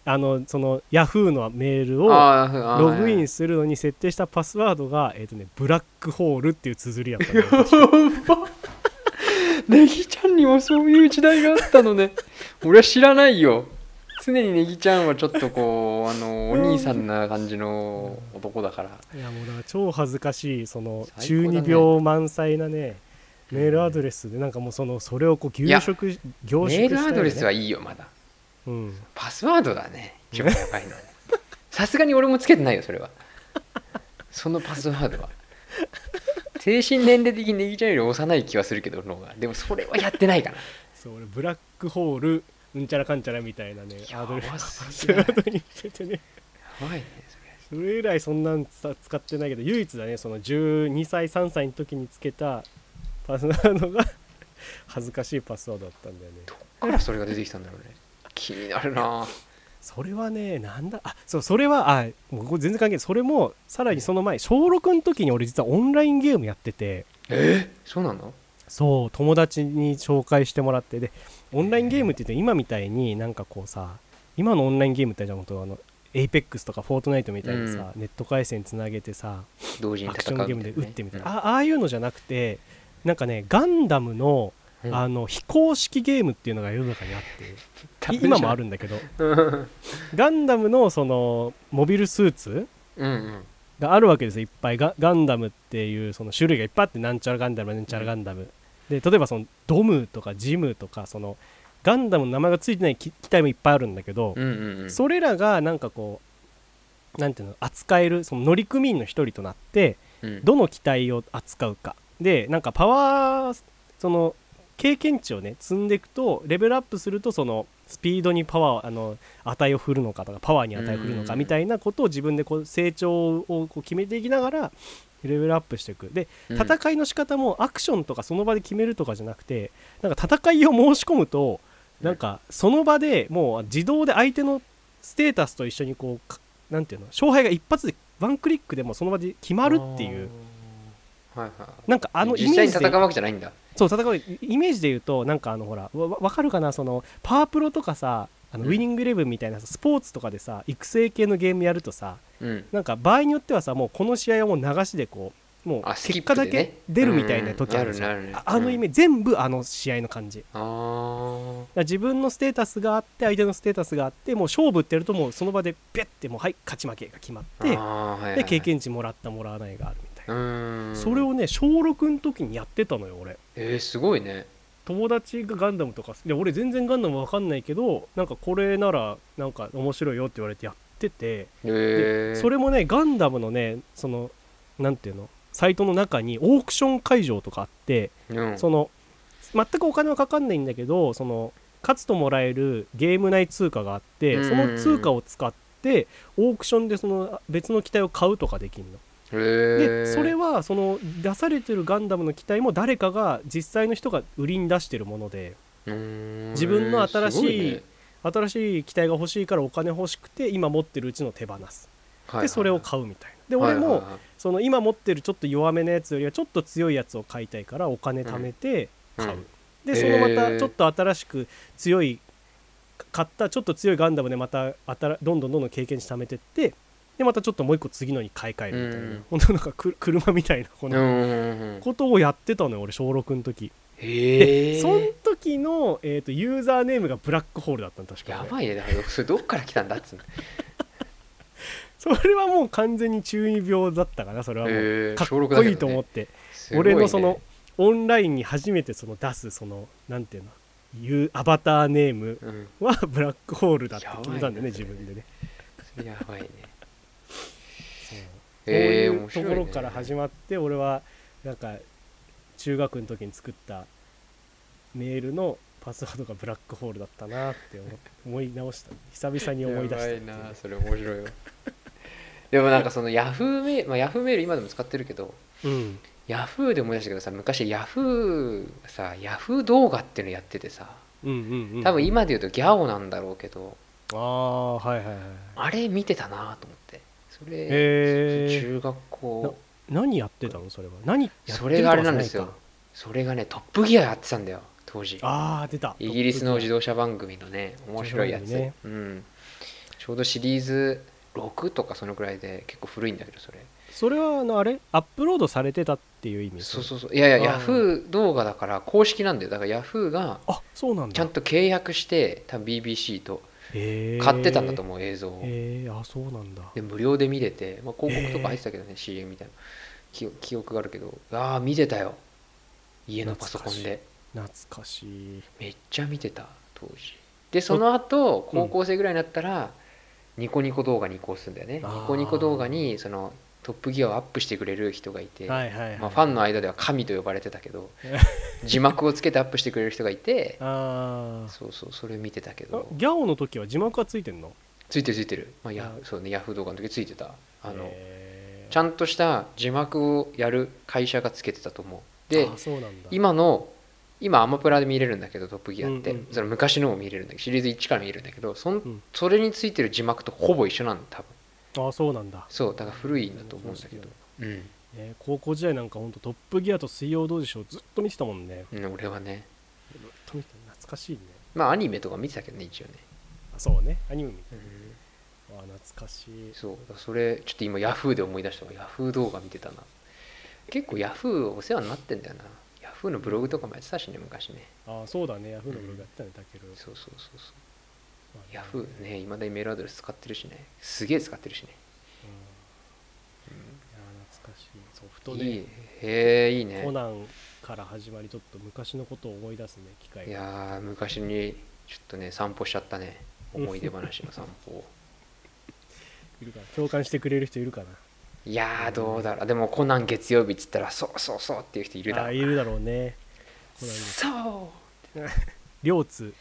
S2: あのその Yahoo のメールを
S1: あーあ
S2: ログイン
S1: す
S2: するのに設定したパスワードが、えっとね、ブラックホールっていう綴りやったのよ 確か
S1: ネギちゃんにもそういう時代があったのね 俺は知らないよ常にネギちゃんはちょっとこうあのお兄さんな感じの男だから
S2: いやもうだから超恥ずかしいその
S1: 最
S2: 中
S1: 高だね
S2: 二病満載なねメールアドレスでなんかもうそのそれをこう凝縮し凝
S1: メー
S2: 縮したよね
S1: ルアドレスはいいよまだ
S2: うん
S1: パスワードだね一番やばいのはさすがに俺もつけてないよそれはそのパスワードは精神年齢的にネギちゃんより幼い気はするけどの方がでもそれはやってないかな
S2: そう俺ブラックホールうんちゃらかんちゃらみたいなね
S1: や
S2: ハー
S1: ば
S2: ドル
S1: す
S2: そ
S1: ぎ
S2: れ
S1: ない
S2: ハードルにしててね
S1: やばいね
S2: それ以来そんなんさ使ってないけど唯一だねその12歳3歳の時につけたパスワードが恥ずかしいパスワードだったんだよね
S1: それからそれが出てきたんだろうね気になるな
S2: それはねなんだあそうそれはあもうこれ全然関係ないそれもさらにその前小6の時に俺実はオンラインゲームやってて
S1: えそうなの
S2: そう友達に紹介してもらってでオンラインゲームって言って今みたいになんかこうさ今のオンラインゲームってじゃあ本当あのエイペックスとかフォートナイトみたいにさ、ネット回線つなげてさ
S1: 同時に
S2: アクシ
S1: 戦う
S2: ョンゲー
S1: み
S2: ム
S1: た
S2: で
S1: いな
S2: 打
S1: ね
S2: ってみたい
S1: うん
S2: な、あああいうのじゃなくてなんかねガンダムの
S1: うん
S2: あの非公式ゲームっていうのが世の中にあっ
S1: 多
S2: てい
S1: 分
S2: 今もあるんだけど
S1: うん
S2: ガンダムのそのモビルスーツ
S1: うん
S2: があるわけですよいっぱいガガンダムっていうその種類がいっぱいあってなんちゃらガンダムなんちゃらガンダムで例えばそのドムとかジムとかそのガンダムの名前がついてない機機体もいっぱいあるんだけど、
S1: うんうんうん
S2: それらがなんかこうなんていうの扱えるその乗組員の一人となって
S1: うん
S2: どの機体を扱うかでなんかパワーその経験値をね積んでいくとレベルアップするとそのスピードにパワーあの値を振るのかとかパワーに値を振るのか
S1: うん
S2: みたいなことを自分でこう成長をこう決めていきながらレベルアップしていくで
S1: うん
S2: 戦いの仕方もアクションとかその場で決めるとかじゃなくてなんか戦いを申し込むとなんかその場でもう自動で相手のステータスと一緒にこうかなんていうの勝敗が一発でワンクリックでもうその場で決まるっていう
S1: はいはい
S2: なんかあのイ
S1: 実
S2: メー
S1: 際に
S2: ジ
S1: 戦
S2: で
S1: うわけじゃないんだ
S2: そう戦うイメージで言うとなんかあのほらわわわかるかなそのパワープロとかさあの
S1: うん
S2: ウィニングイレブンみたいなさスポーツとかでさ育成系のゲームやるとさ
S1: うん
S2: なんか場合によってはさもうこの試合はもう流しでこうもう
S1: あスキ
S2: 結
S1: ップ
S2: 果
S1: で
S2: だ
S1: ね
S2: け出るみたいな時あるじゃ
S1: うんうんあるねある
S2: ん
S1: ね
S2: ああのイメージ全部あの試合の感じだか
S1: あー
S2: ら自分のステータスがあって相手のステータスがあってもう勝負ってやるともうその場でピュッてもうはい勝ち負けが決まっ
S1: あーは
S2: て
S1: いはいはい
S2: で経験値もらったもらわないがあるみたいうな
S1: ーん
S2: それをね小6の時にやってたのよ俺
S1: えー、すごいね
S2: 友達がガンダムとかで俺全然ガンダムわかんないけどなんかこれならなんか面白いよって言われてやってて、
S1: え
S2: で
S1: ー、
S2: それもねガンダムのねそのなんていうのサイトの中にオークション会場とかあって、
S1: うん
S2: その全くお金はかかんないんだけどその勝つともらえるゲーム内通貨があって、
S1: うん
S2: その通貨を使ってオークションでその別の機体を買うとかできるの。
S1: へ
S2: で
S1: ー
S2: それはその出されてるガンダムの機体も誰かが実際の人が売りに出してるもので
S1: うーん
S2: 自分の新しい
S1: すごね
S2: 新しい機体が欲しいからお金欲しくて今持ってるうちの手放す
S1: はいはい
S2: でそれを買うみたいなで
S1: はい
S2: 俺
S1: はい
S2: も
S1: はい
S2: その今持ってるちょっと弱めのやつよりはちょっと強いやつを買いたいからお金貯めて買う、
S1: うん
S2: で
S1: へ
S2: そのま
S1: ー
S2: たちょっと新しく強い買ったちょっと強いガンダムでまたあたらどんどんどんどん経験値貯めてってでまたちょっともう一個次のに買い替えるみたいな、
S1: うん
S2: 本当なんかく車みたいなこ
S1: う
S2: の
S1: んうんうんうん
S2: ことをやってたのよ俺小6の時
S1: へえ
S2: その時の、えー、とユーザーネームがブラックホールだったの確か
S1: や
S2: ね
S1: ばいねだからそれどっから来たんだっつうの
S2: それはもう完全に中二病だったかなそれはもう
S1: へー
S2: かっ
S1: 小六
S2: こ
S1: だけどね
S2: いいと思って、
S1: すごいね
S2: 俺のそのオンラインに初めてその出すそのなんていうのいうアバターネーム
S1: うん
S2: はブラックホールだって決めたんだよ
S1: や
S2: ね
S1: ばいなそ
S2: 自
S1: れ
S2: 分でね
S1: それやばいね
S2: そう
S1: えー、面
S2: こうい
S1: 白
S2: う
S1: い
S2: と
S1: ね
S2: ころから始まって俺はなんか中学の時に作ったメールのパスワードがブラックホールだったなって思思い直した久々に思い出したっていうね
S1: やばいなそれ面白いよ でもなんかそのヤフーメール、まあ、ヤフーメール今でも使ってるけど
S2: うん
S1: ヤフーで思い出したけどさ昔ヤフーさヤフー動画っていうのやっててさ
S2: うんうんうん
S1: 多分今で言うとギャオなんだろうけど、
S2: ああはいはいはい
S1: あれ見てたなと思ってそれ、
S2: へー
S1: 中学校
S2: 何やってたのそれは何やってると
S1: そ
S2: かじ
S1: れ
S2: ゃ
S1: があ
S2: な
S1: れ
S2: いか
S1: なんですよそれがねトップギアやってたんだよ当時
S2: ああ出た
S1: イギリスの自動車番組のね面白いやつ、
S2: 自動車番
S1: うん、ちょうどシリーズ6とかそのくらいで結構古いんだけどそれ
S2: それはあのあれアップロードされてたっていう意味
S1: そう
S2: う
S1: そうそういやいや
S2: あ
S1: ヤ
S2: ー
S1: フー動画だから公式なんだよだからヤフーが
S2: あそうなんだ
S1: ちゃんと契約して多分 BBC と
S2: へー
S1: 買ってたんだと思う映像を
S2: へえあそうなんだ
S1: で無料で見れて、まあ、広告とか入ってたけどね、CM みたいな記記憶があるけどああ見てたよ家のパソコンで
S2: 懐かしい
S1: めっちゃ見てた当時でその後
S2: うん
S1: 高校生ぐらいになったら、ニコニコ動画に移行するんだよね
S2: あー
S1: ニコニコ動画にそのトップギアをアップしてくれる人がいて、
S2: はいはいはい。
S1: まあ、ファンの間では神と呼ばれてたけ ど字幕をつけてアップしてくれる人がいて
S2: あー
S1: そうそうそれ見てたけ
S2: あ
S1: ど
S2: ギャオの時は字幕はついてんの
S1: ついてるついてる、まあ、ヤ
S2: う
S1: そうねヤフー動画の時ついてたあの、
S2: へー
S1: ちゃんとした字幕をやる会社がつけてたと思うで
S2: あそうなんだ
S1: 今の今アマプラで見れるんだけどトップギアって、
S2: うんうんうん
S1: その昔のを見れるんだけどシリーズ1から見れるんだけどそん、
S2: ん
S1: それについてる字幕とほぼ一緒なんだ多分
S2: あそうなんだ、
S1: そうだから古いんだと思うんだけど、うん
S2: ね、高校時代なんかほんと「トップギア」と「水曜どうでしょう」ずっと見てたもんね
S1: うん、俺はね
S2: ずっと見てた懐かしいね
S1: まあアニメとか見てたけどね一応ね、
S2: あそうねアニメ見て
S1: うん
S2: たあ懐かしい
S1: そうそれちょっと今ヤフーで思い出したわヤフー動画見てたな結構ヤフーお世話になってんだよなヤフーのブログとかもやってたしね昔ね
S2: あそうだねヤフーのブログやってたねだけど、
S1: そうそうそうそう
S2: まあね
S1: ヤフーねいまだにメールアドレス使ってるしねすげえ使ってるしね
S2: うんいや懐かしいソフトで
S1: いいへえいいね
S2: コナンから始まりちょっと昔のことを思い出すね機会
S1: い
S2: が
S1: やー昔にちょっとね散歩しちゃったね思い出話の散歩を
S2: いるから共感してくれる人いるか
S1: いやーどうだろうでもコナン月曜日っつったらそうそうそうっていう人いるだ
S2: な
S1: ろ
S2: あ
S1: う
S2: いるだろうねコナンです
S1: そ
S2: 両津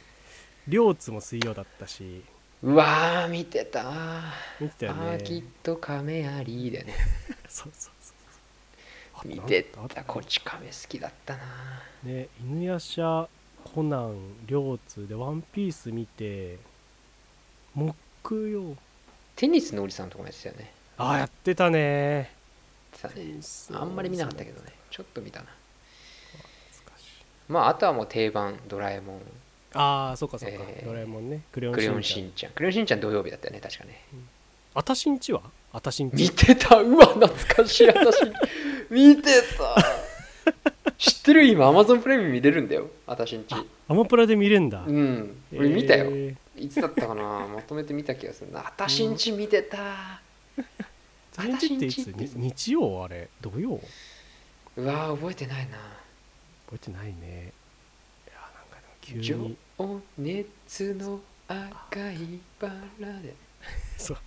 S2: 両津も水曜だったし
S1: ううわー見てた
S2: 見てたよ
S1: あ
S2: ね
S1: ーきっと亀有りだよね
S2: そうそうそう
S1: 見て
S2: あった
S1: たこっち亀好きだったな
S2: ね犬夜叉コナン両津でワンピース見て木曜
S1: テニスのおじさんとかもやってたよね
S2: あやってたね
S1: さね
S2: そう
S1: あんまり見なかったけどねちょっと見たな
S2: 懐かしい
S1: まああとはもう定番ドラえもん
S2: ああそうかそうか、
S1: えー
S2: ドラえもんねクレヨン
S1: クレ
S2: し
S1: ヨ
S2: ん
S1: ン
S2: ち
S1: し
S2: ゃん
S1: んちゃんクレヨンしんちゃん土曜日だったよね確かね
S2: あたしんちはあたしん
S1: 見
S2: ち
S1: てたうわ懐かしい 私見てた知ってる今 Amazon プレミアム見れるんだよ私んち
S2: アマプラで見れんだ
S1: うん俺見たよ、
S2: え
S1: いつだったかなまとめて見た気がするな私んち見てた、
S2: ーあたしんちってい
S1: あ
S2: つ
S1: たしんちって
S2: に日曜あれ土曜覚
S1: うわ覚えてないな
S2: えてないねいやなんかでも急
S1: 情
S2: に
S1: 熱の赤いバラで
S2: そう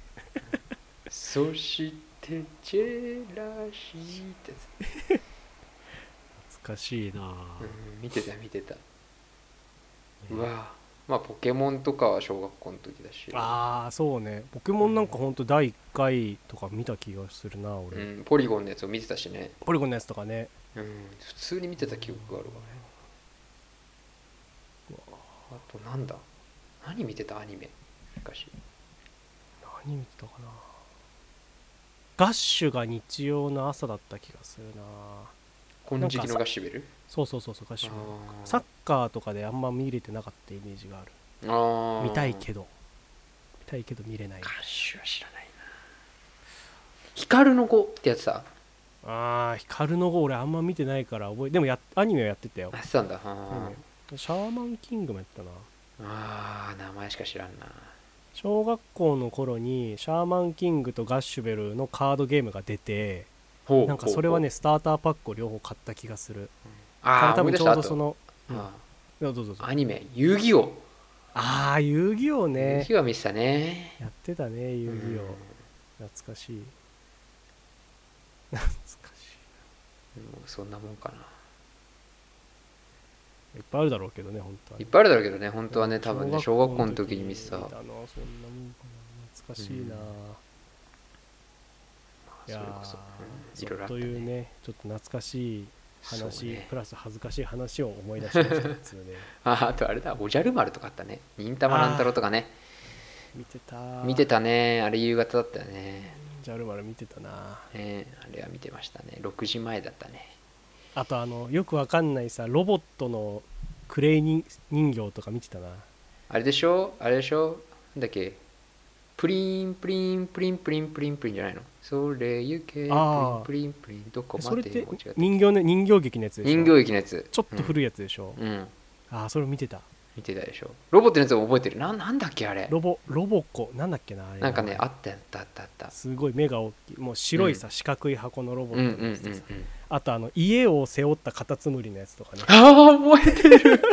S1: そしてチェラシーってやつ
S2: 懐かしいなあ、
S1: うん見てた見てた
S2: ね
S1: うわまあポケモンとかは小学校の時だし
S2: ああそうねポケモンなんかほんと第1回とか見た気がするな俺、
S1: うん、ポリゴンのやつを見てたしね、
S2: ポリゴンのやつとかね
S1: うん、普通に見てた記憶があるわねあとなんだ何見てたアニメ昔
S2: 何見てたかなガッシュが日曜の朝だった気がするな
S1: 金色のガッシュベル
S2: そうそうそうそうガッシュ
S1: あー
S2: サッカーとかであんま見れてなかったイメージがある
S1: あー
S2: 見たいけど見たいけど見れない
S1: ガッシュは知らないな光の子ってやつさ
S2: ああ光の碁俺あんま見てないから覚えでもやアニメはやってたよ
S1: あってたんだあ
S2: シャーマンキングもやったな
S1: ーあー名前しか知らんな
S2: 小学校の頃にシャーマンキングとガッシュベルのカードゲームが出て
S1: ほ
S2: なんかそれはねスターターパックを両方買った気がする
S1: ああ
S2: 多
S1: 思い
S2: 分
S1: 出し
S2: ちょ
S1: た
S2: う
S1: あ
S2: どそ
S1: と
S2: のうん
S1: あ
S2: いやどうぞどうぞ
S1: ーアニメ遊戯王
S2: ああ遊戯王
S1: 遊
S2: ね
S1: 戯王は見てたね
S2: やってたね遊戯
S1: うん
S2: 王懐かしい懐かし
S1: もうそんなもんかない
S2: いっぱいあるだろうけどね本当はい
S1: っぱいあるだろうけどね本当はね多分ね小学校の時に見てた
S2: 見たのはそんなもんかな懐かしいな、
S1: うん
S2: い
S1: そ
S2: や
S1: れ
S2: ー
S1: こそうんい
S2: そ
S1: ろいろあ
S2: う
S1: った
S2: というねちょっと懐かしい
S1: そう
S2: 話、
S1: ね
S2: プラス恥ずかしい話を思い出しま したつうね
S1: ああとあれだおじゃる丸とかあったね忍たま乱太郎とかね
S2: 見てた
S1: 見てたねあれ夕方だったよね
S2: ジャルマル見てたな
S1: ねあれは見てましたね6時前だったね
S2: あとあのよくわかんないさロボットのクレイ人人形とか見てたな
S1: あれでしょあれでしょなんだっけプリンプリンプリンプリンプリンプリンじゃないのそれゆけプリ
S2: あ
S1: ン
S2: ー
S1: プリンプリンどこ
S2: そ
S1: ま
S2: れ
S1: で
S2: って
S1: も違って
S2: 人形ね人形劇のやつでしょ
S1: 人形劇のやつ
S2: ちょっと古いやつでしょ、
S1: うん、うん
S2: ああそれ見てた
S1: 見てたでしょロボットのやつ覚えてるななんだっけあれ
S2: ロボロボコなんだっけなあれ
S1: なんかね
S2: 名
S1: あ
S2: 前
S1: ったあったあったあった
S2: すごい目が大きいもう白いさ、四角い箱のロボ
S1: うんうん
S2: ッ
S1: う
S2: トのやつ
S1: んう
S2: でさ、
S1: ん
S2: あとあの家を背負ったカタツムリのやつとかね
S1: ああ覚えてる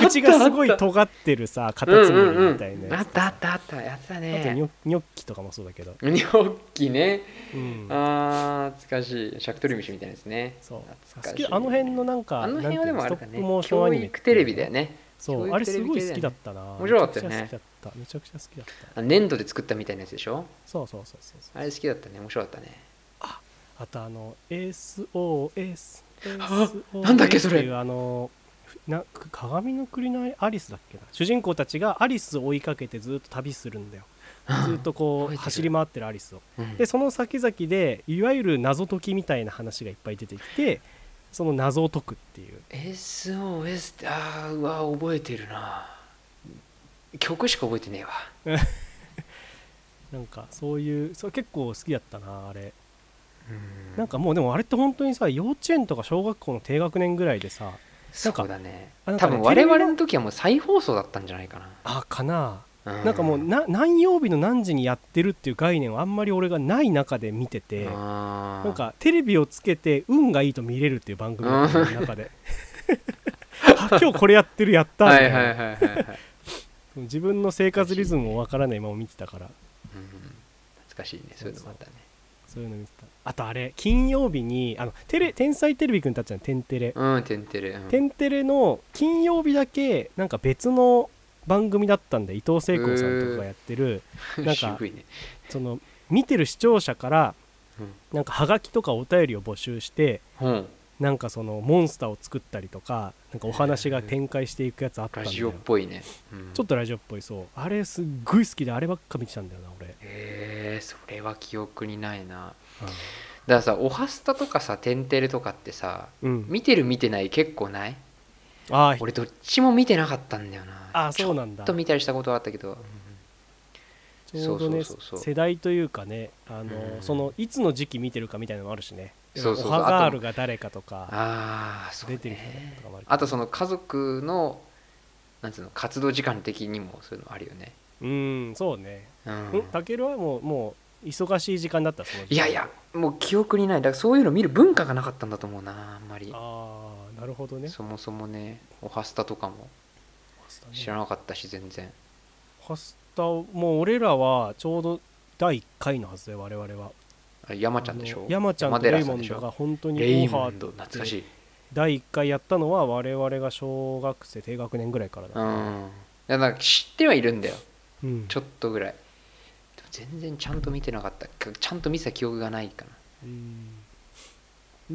S2: 口がすごい尖ってるさカタツムリみたいな
S1: あ
S2: や
S1: っ
S2: つ
S1: たあったあったやってた
S2: あとニ
S1: ね
S2: ョニョッキとかもそうだけど、
S1: ニョッキね
S2: うん、
S1: あー懐かしいシャクトリムシみたいなですね
S2: そう
S1: 懐
S2: 好
S1: かしい
S2: きあの辺のなんか
S1: あの辺はでもあれ
S2: なん
S1: か
S2: ていう
S1: ね
S2: のストップモーションア
S1: 教
S2: ニメ
S1: 育テレビだよね
S2: そ
S1: 教
S2: う
S1: 育
S2: あれ
S1: テレ
S2: す
S1: ビ
S2: ご
S1: 系
S2: い
S1: だよ
S2: 好
S1: ね
S2: きだったな
S1: 面白かったよね
S2: めちゃくちゃ好きだっためちゃくちゃ好きだった
S1: あ粘土で作ったみたいなやつでしょ
S2: そうそうそうそうそう
S1: あれ好きだったね面白かったね
S2: あとあの SOS
S1: あなんだっけそれ
S2: っていうあのふなく鏡の国のアリスだっけな主人公たちがアリスを追いかけてずっと旅するんだよずっとこ
S1: 覚えてる
S2: う走り回ってるアリスを
S1: うん
S2: でその先々でいわゆる謎解きみたいな話がいっぱい出てきてその謎を解くっていう
S1: SOS ってあーうわ覚えてるな曲しか覚えてねえわ
S2: なんかそういうそれ結構好きだったなあれ
S1: うん
S2: なんかもうでもあれって本当にさ幼稚園とか小学校の低学年ぐらいでさなんか
S1: そうだね
S2: あなんか
S1: 多
S2: ね
S1: 分
S2: テレ
S1: 我
S2: ビの
S1: 々の時はもう再放送だったんじゃないか
S2: あかな
S1: な、
S2: なんかもうな何曜日の何時にやってるっていう概念はあんまり俺がない中で見ててな
S1: なん
S2: かテレビをつけて運がいいと見れるっていう番組だったの中で あ今日これやってるやったみ
S1: は
S2: た
S1: い
S2: いな
S1: はいはい はいはい、うん
S2: 自分の生活リズムもわからないまま見てたから
S1: 懐かしいねそういうのもあったね
S2: そういうの見てたあとあれ金曜日にあのテレ天才テレビくんたちの「天テレ」
S1: うんてんてれ、うん、
S2: 天テレの金曜日だけなんか別の番組だったんで伊藤聖子さんとかがやってる、なん か
S1: 渋いね
S2: その見てる視聴者から
S1: うん
S2: なんかハガキとかお便りを募集して
S1: うん
S2: なんかそのモンスターを作ったりとかなんかお話が展開していくやつあったん
S1: ラ
S2: だ
S1: ジオ
S2: よ
S1: っぽいね、うん
S2: ちょっとラジオっぽいそうあれすっごい好きであればっか見てたんだよな俺、
S1: へえそれは記憶にないなだからさ「おはスタ」とかさ「てんてれ」とかってさ
S2: うん、
S1: 見てる見てない結構ない
S2: あー
S1: 俺どっちも見てなかったんだよな
S2: あーそうなん
S1: ち
S2: だ
S1: ょっと見たりしたことはあったけど、
S2: ちょうどね
S1: そうそうそうそう
S2: 世代というかね
S1: う
S2: あの、
S1: ん
S2: そのいつの時期見てるかみたいなのもあるしね
S1: そうそうそう
S2: おはガールが誰かとか
S1: ああそう、ね、
S2: 出てる人とかもあるけど
S1: あとその家族のなんつうの活動時間的にもそういうのあるよね
S2: うんそうね
S1: うん
S2: んたけるはもうもう忙しい時間だったその時
S1: いやいやもう記憶にないだからそういうの見る文化がなかったんだと思うなあんまり
S2: ああなるほどね
S1: そもそもねおはスタとかも
S2: パスタね
S1: 知らなかったし全然
S2: パスタをもう俺らはちょうど第1回のはずで我々は
S1: あれ山ちゃんでし
S2: あ
S1: ょ
S2: の山ちゃんとレイモンドが本当に
S1: レイ
S2: オファ
S1: モ
S2: ー
S1: ンド懐かしい
S2: 第1回やったのは我々が小学生低学年ぐらいからだ
S1: う
S2: ね、
S1: んいやなんか知ってはいるんだよ
S2: うん
S1: ちょっとぐらいでも全然ちゃんと見てなかったちゃんと見てた記憶がないかな
S2: うん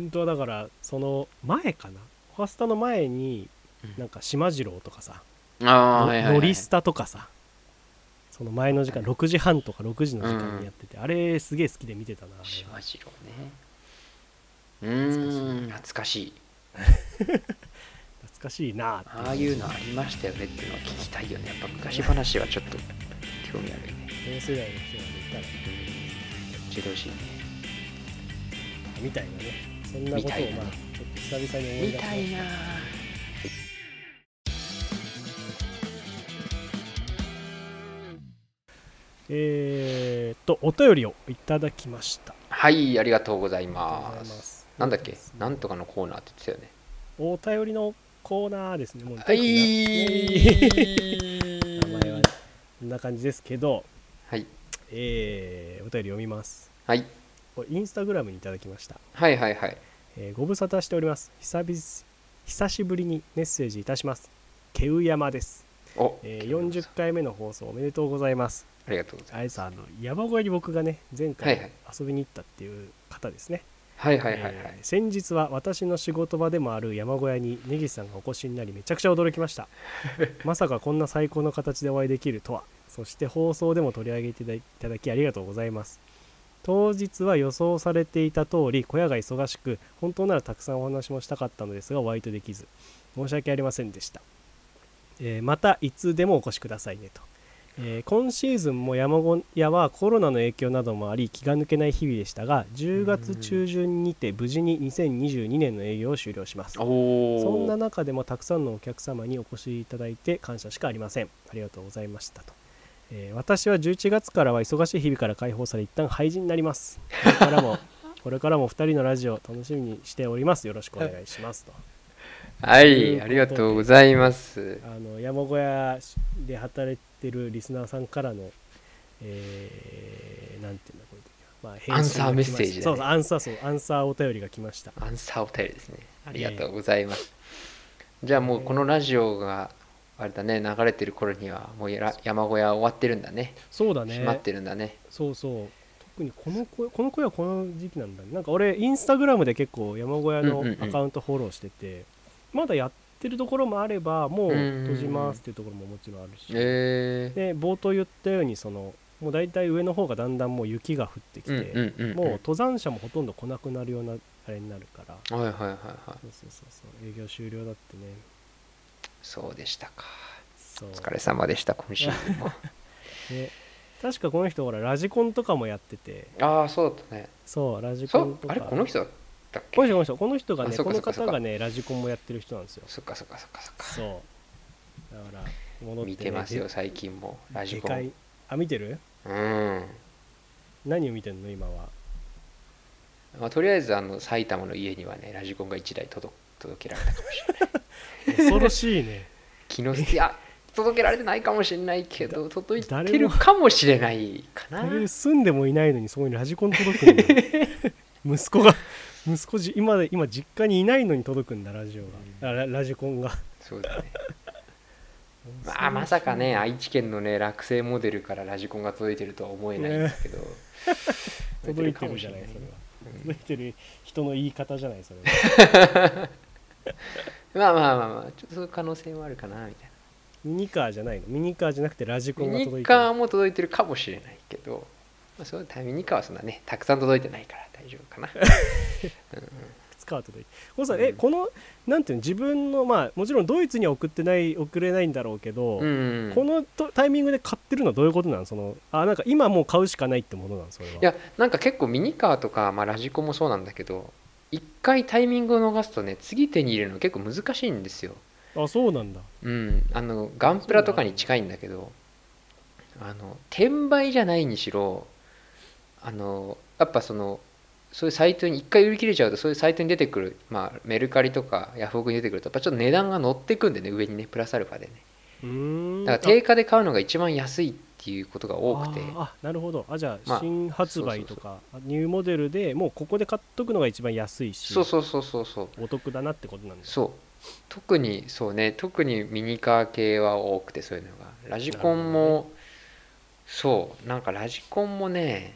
S2: 本当はだからその前かなファスタの前に
S1: うん
S2: なんか島次郎とかさ、
S1: ああ
S2: の
S1: はいはいはい
S2: ノリスタとかさその前の時間
S1: はい
S2: 6時半とか6時の時間にやってて、あれすげえ好きで見てたなあれは
S1: 島次郎ねうーん懐かしい
S2: 懐かしいなあ
S1: ああいうのありましたよねっていうのは聞きたいよねやっぱ昔話はちょっと興味あるよね
S2: 同世代の人がいたら
S1: 教えてほしいね
S2: みたいなねそんなことをまあちょっと久々に思い
S1: み
S2: 出した
S1: いな
S2: えーっとお便りをいただきました
S1: はいありがとうござい
S2: ありがとう
S1: ま
S2: ございますす
S1: なんだっけ
S2: そうですね
S1: なんとかのコーナーって言ってたよね
S2: お便りのコーナーですねもう
S1: は
S2: 特にな名前はね
S1: い
S2: こんな感じですけど、
S1: はい
S2: えーお便り読みます
S1: はい
S2: これインスタグラムにいただきました、
S1: はいはいはい
S2: えーご無沙汰しております久々久しぶりにメッセージいたしますけうやまです、
S1: お
S2: えー40回目の放送おめでとうございます
S1: ありがとうござい
S2: あれさあの山小屋に僕がね前
S1: はいは
S2: 回
S1: い
S2: 遊びに行ったっていう方ですね、
S1: ますはいはいはいは
S2: え
S1: い
S2: ー先日は私の仕事場でもある山小屋に根岸さんがお越しになりめちゃくちゃ驚きました まさかこんな最高の形でお会いできるとはそして放送でも取り上げていただきありがとうございます当日は予想されていた通り小屋が忙しく本当ならたくさんお話もしたかったのですがお相手できず申し訳ありませんでした、えーまたいつでもお越しくださいねと、えー今シーズンも山小屋はコロナの影響などもあり気が抜けない日々でしたが10月中旬にて無事に2022年の営業を終了します
S1: おお
S2: そんな中でもたくさんのお客様にお越しいただいて感謝しかありませんありがとうございましたと、えー私は11月からは忙しい日々から解放され一旦廃人になりますこれ からもこれからも2人のラジオ楽しみにしておりますよろしくお願いしますと
S1: はいありがとうございます
S2: あの山小屋で働いてるリスナーさんからの、えー、なんていうんだこれまあ、返信が
S1: アンサーメッセージだね
S2: 来ましたそうそうアンサーそうアンサーお便りが来ました
S1: アンサーお便りですねありがとうございますじゃあもうこのラジオがあれだね流れてる頃にはもうやら山小屋終わってるんだね
S2: そうだ
S1: 閉まっ
S2: ね
S1: てるんだね
S2: そうそう特にこの声この声はこの時期なんだねなんか俺インスタグラムで結構山小屋の
S1: うんうんうん
S2: アカウントフォローしてて、まだやってるところもあればもう閉じますっていうところももちろんあるし、
S1: えー
S2: で冒頭言ったようにそのもう大体上の方がだんだんもう雪が降ってきて、
S1: うんうんうん
S2: もう登山者もほとんど来なくなるようなあれになるから
S1: うんはいはいはいはい
S2: そうそうそうそう営業終了だってね
S1: そうでしたか
S2: そう
S1: お疲れ様でした今シーズ ンも
S2: で確かこの人ほらラジコンとかもやってて
S1: ああそうだったね
S2: そうラジコ
S1: そ
S2: ン
S1: う
S2: とか
S1: あれこの人だったっけ
S2: この人この人この人が
S1: あ
S2: ね
S1: そっ
S2: こ
S1: かそ
S2: の
S1: っかそっか
S2: 方がねラジコンもやってる人なんですよ
S1: そっかそっかそっかそっか
S2: そうだから戻って、ね、
S1: 見てますよ
S2: で
S1: 最近もラジ
S2: で
S1: コ
S2: か
S1: ン
S2: いあ見てる
S1: うん、
S2: 何を見てんの今は
S1: まあ、とりあえずあの埼玉の家にはねラジコンが1台届届けられたかもしれ ない
S2: 恐ろしいね
S1: 昨日いや届けられてないかもしれないけど届いて
S2: 誰
S1: る
S2: も
S1: かもしれないかな
S2: これ住んでもいないのにそこにラジコン届くんだよ息子が息子じ今で今実家にいないのに届くんだラジオが、あララジコ ンが
S1: そうだねまあまさかね愛知県のね落成モデルからラジコンが届いてるとは思えないんだけど、
S2: 届いてるじゃない
S1: 届
S2: そ
S1: て
S2: れ
S1: る
S2: は
S1: かもしれない
S2: 届いてる人の言い方じゃないそれ
S1: まあま
S2: は
S1: あまあまあちょっとそういう可能性もあるかなみたい
S2: ミニカーじゃないのミニカーじゃなくてラジコン
S1: な
S2: が
S1: ミニ
S2: 届いてる
S1: カーも届いてるかもしれないけど、まあ、そうだミニカーはそんなねたくさん届いてないから大丈夫 かな
S2: スカートでこれさ、え
S1: うん
S2: このなんていうの自分のまあもちろんドイツには送ってない送れないんだろうけど、
S1: うん
S2: このとタイミングで買ってるのはどういうことなんそのあなんか今もう買うしかないってものなんそれはい
S1: やなんか結構ミニカーとか、まあ、ラジコンもそうなんだけど一回タイミングを逃すとね次手に入れるの結構難しいんですよ
S2: あそうなんだ
S1: うんあのガンプラとかに近いんだけどあの転売じゃないにしろあのやっぱそのそういうサイトに一回売り切れちゃうとそういうサイトに出てくる、まあ、メルカリとかヤフオクに出てくるとやっぱちょっと値段が乗ってくんでね上にねプラスアルファでね
S2: うーん
S1: だから定価で買うのが一番安いっていうことが多くて
S2: あーあなるほどあじゃ
S1: ま
S2: あ
S1: あ
S2: 新発売とか、ニューモデルでもうここで買っとくのが一番安いし
S1: そうそうそうそうそう
S2: お得だなってことなんです
S1: そう特にそうね特にミニカー系は多くてそういうのがラジコン
S2: なるほ
S1: も、そうなんかラジコンもね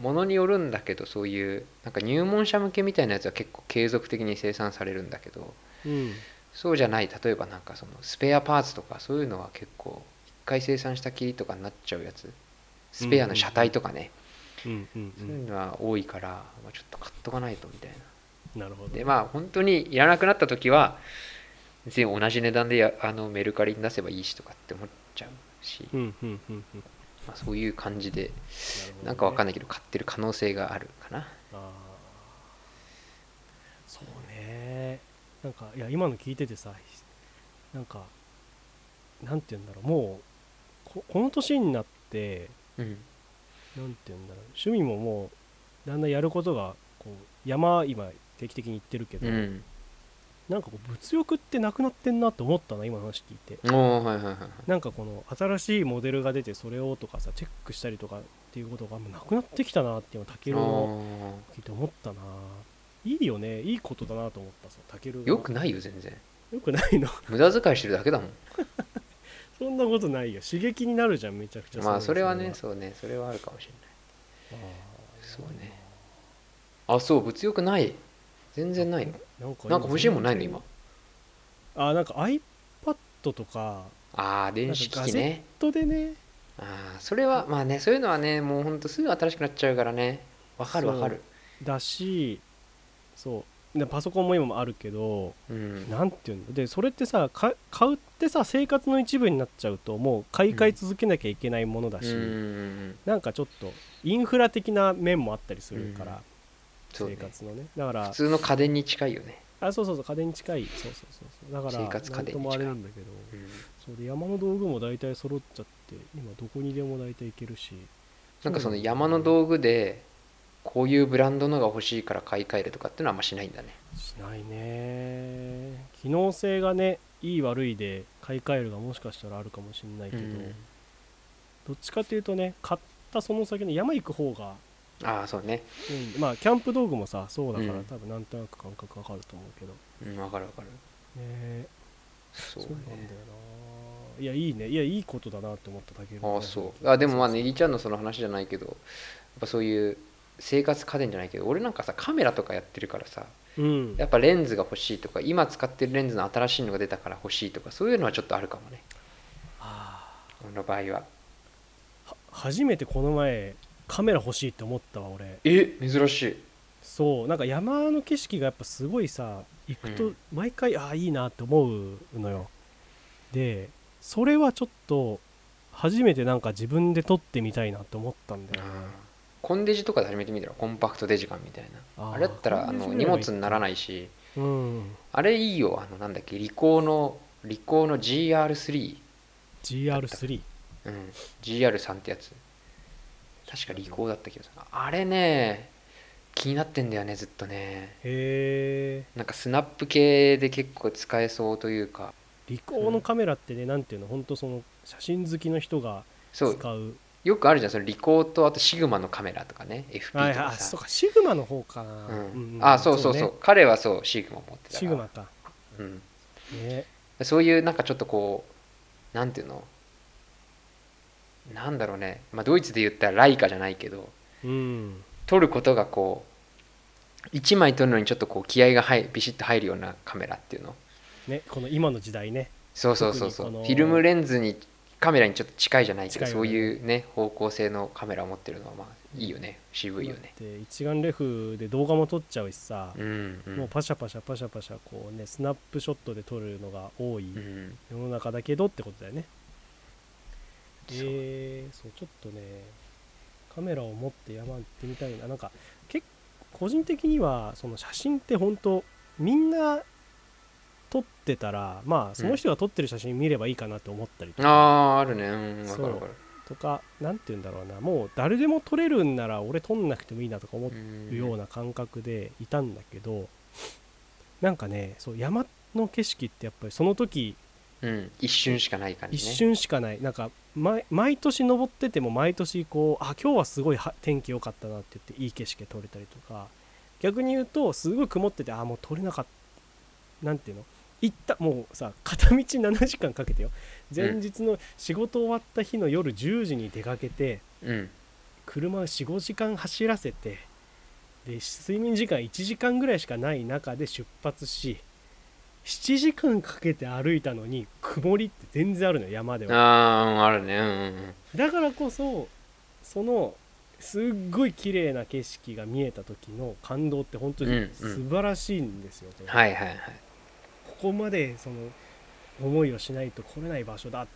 S1: ものによるんだけどそういうなんか入門者向けみたいなやつは結構継続的に生産されるんだけど
S2: うん
S1: そうじゃない例えばなんかそのスペアパーツとかそういうのは結構一回生産したきりとかになっちゃうやつスペアの車体とかね、
S2: うんうんう
S1: そうい
S2: ん
S1: うのは多いから、まあ、ちょっと買っとかないとみたいな
S2: なるほど
S1: でまあ本当にいらなくなった時は別に同じ値段でやあのメルカリに出せばいいしとかって思っちゃうし、
S2: うんうんうんうん
S1: まあ、そういう感じでなんかわかん
S2: ない
S1: ないけど買ってる可能性があるかな
S2: あーそうねなんかいや今の聞いててさひなんかなんて言うんだろうもうここの年になって
S1: うん
S2: なんて言うんだろう趣味ももうだんだんやることがこう山今定期的に行ってるけど、
S1: うん
S2: なんかこう物欲ってなくなってんなって思ったな今の話聞いて
S1: おおはいはいはいはい
S2: なんかこの新しいモデルが出てそれをとかさチェックしたりとかっていうことがもうなくなってきたなって今タケルの
S1: あ
S2: 聞いて思ったないいよねいいことだなと思ったさタケル
S1: ー
S2: が
S1: よくないよ全然
S2: よくないの
S1: 無駄遣いしてるだけだもん
S2: そんなことないよ刺激になるじゃんめちゃくちゃ
S1: まあそれはね
S2: そ
S1: そうねそれはあるかもしれない
S2: れは
S1: そうねあそう物欲ない全然ないの
S2: あーなんか今
S1: なんか欲しいもんないの今
S2: あーなんか iPad とか
S1: ああ電子機器ね
S2: とでね
S1: ああそれはまあねそういうのはねもうほんとすぐ新しくなっちゃうからねわかるわかる
S2: だしそうでパソコンも今もあるけど
S1: うん
S2: なんていうのでそれってさか買うってさ生活の一部になっちゃうともう買い替え続けなきゃいけないものだし、
S1: うん
S2: なんかちょっとインフラ的な面もあったりするから、
S1: そうね
S2: 生活のねだか
S1: 普
S2: ら
S1: 通の家電に近いよね、
S2: あそうそうそう家電に近いそうそうそうそうだから
S1: 生活家電に
S2: なんともあれなんだけどそうで山の道具も大体揃っちゃって今どこにでも大体行けるし
S1: なんかその
S2: そうなんだよね
S1: 山の道具でこういうブランドのが欲しいから買い替えるとかっていうのはあんましないんだね
S2: しないね機能性がねいい悪いで買い替えるがもしかしたらあるかもしれないけど、どっちかというとね買ったその先の山行く方が
S1: ああそうね
S2: 多いんでまあキャンプ道具もさそうだから、
S1: うん
S2: 多分なんとなく感覚わかると思うけど
S1: うん
S2: ね
S1: 分かる分かる
S2: え
S1: そ
S2: そう
S1: ね
S2: うなんだよないやいいねいやいいことだなって思っただけだね
S1: ああそうあでもまあねりちゃんのその話じゃないけどやっぱそういう生活家電じゃないけど俺なんかさカメラとかやってるからさ
S2: うん
S1: やっぱレンズが欲しいとか今使ってるレンズの新しいのが出たから欲しいとかそういうのはちょっとあるかもね
S2: あー
S1: 俺の場合は
S2: は初めてこの前カメラ欲しいって思ったわ俺
S1: え珍しい
S2: そうなんか山の景色がやっぱすごいさ行く
S1: う
S2: と
S1: ん
S2: 毎回、ああいいなって思うのよでそれはちょっと初めてなんか自分で撮ってみたいなって思ったんだよね
S1: コンデジとかで始めてみたらコンパクトデジカンみたい
S2: あ
S1: な
S2: ー
S1: あれだったらあ
S2: コンデジ
S1: の
S2: ぐらい
S1: 荷
S2: がいい
S1: 物にならないし
S2: うん
S1: あれいいよあのなんだっけリコーのリコーの GR3、
S2: GR3
S1: うん、GR3 ってやつ確かリコーだった気がするあれね気になってんだよねずっとね
S2: へえ
S1: なんかスナップ系で結構使えそうというか
S2: リコーのカメラってね、なんていうの本当その写真好きの人が使
S1: そう
S2: う
S1: よくあるじゃんそのリコーとあとシグマのカメラとかね FP
S2: はい
S1: と
S2: はいあ
S1: かさ
S2: そうかシグマの方かな、
S1: うん
S2: ん
S1: あそうそう
S2: ね
S1: そう彼はそうシグマ持ってたから
S2: シグマか
S1: うん
S2: ね
S1: そういうなんかちょっとこうなんていうのなんだろうね、まあ、ドイツで言ったらライカじゃないけど
S2: うん
S1: 撮ることがこう1枚撮るのにちょっとこう気合が入ビシッと入るようなカメラっていうの
S2: ねこの今の時代ね
S1: そうそうそうそう、
S2: 特にこの
S1: フィルムレンズにカメラにちょっと近いじゃないけど、
S2: 近いよ
S1: そう
S2: ね
S1: いうね方向性のカメラを持ってるのはまあいいよね渋いよね
S2: だって一眼レフで動画も撮っちゃうしさ、
S1: うんうん
S2: もうパシャパシャパシャパシャこうねスナップショットで撮るのが多い
S1: うん
S2: 世の中だけどってことだよね、
S1: そう
S2: えーそうちょっとねカメラを持って山行ってみたいななんか結構個人的にはその写真って本当みんな撮ってたらまあその人が撮ってる写真見ればいいかなって思ったりと
S1: あ
S2: か,、
S1: ああるねうんわかるわかる
S2: とかなんて言うんだろうなもう誰でも撮れるんなら俺撮んなくてもいいなとか思っ
S1: うん
S2: ような感覚でいたんだけどなんかねそう山の景色ってやっぱりその時
S1: うん、一瞬しかない感じ
S2: 一
S1: ね
S2: 瞬しかないなんか毎毎年登ってても毎年こうあ今日はすごいは天気良かったなって言っていい景色が撮れたりとか逆に言うとすごい曇っててあもう撮れなかったなんていうの行ったもうさ片道7時間かけてよ前日の仕事終わった日の夜10時に出かけて、
S1: うん
S2: 車を45時間走らせてで睡眠時間1時間ぐらいしかない中で出発し7時間かけて歩いたのに曇りって全然あるのよ山では
S1: あああるねうんうん
S2: だからこそそのすっごい綺麗な景色が見えた時の感動って本当
S1: うんう
S2: に
S1: ん
S2: 素晴らしいんですよ、こ
S1: うん
S2: れ
S1: はいはいはい
S2: ここまでその思いをしないと来れない場所だ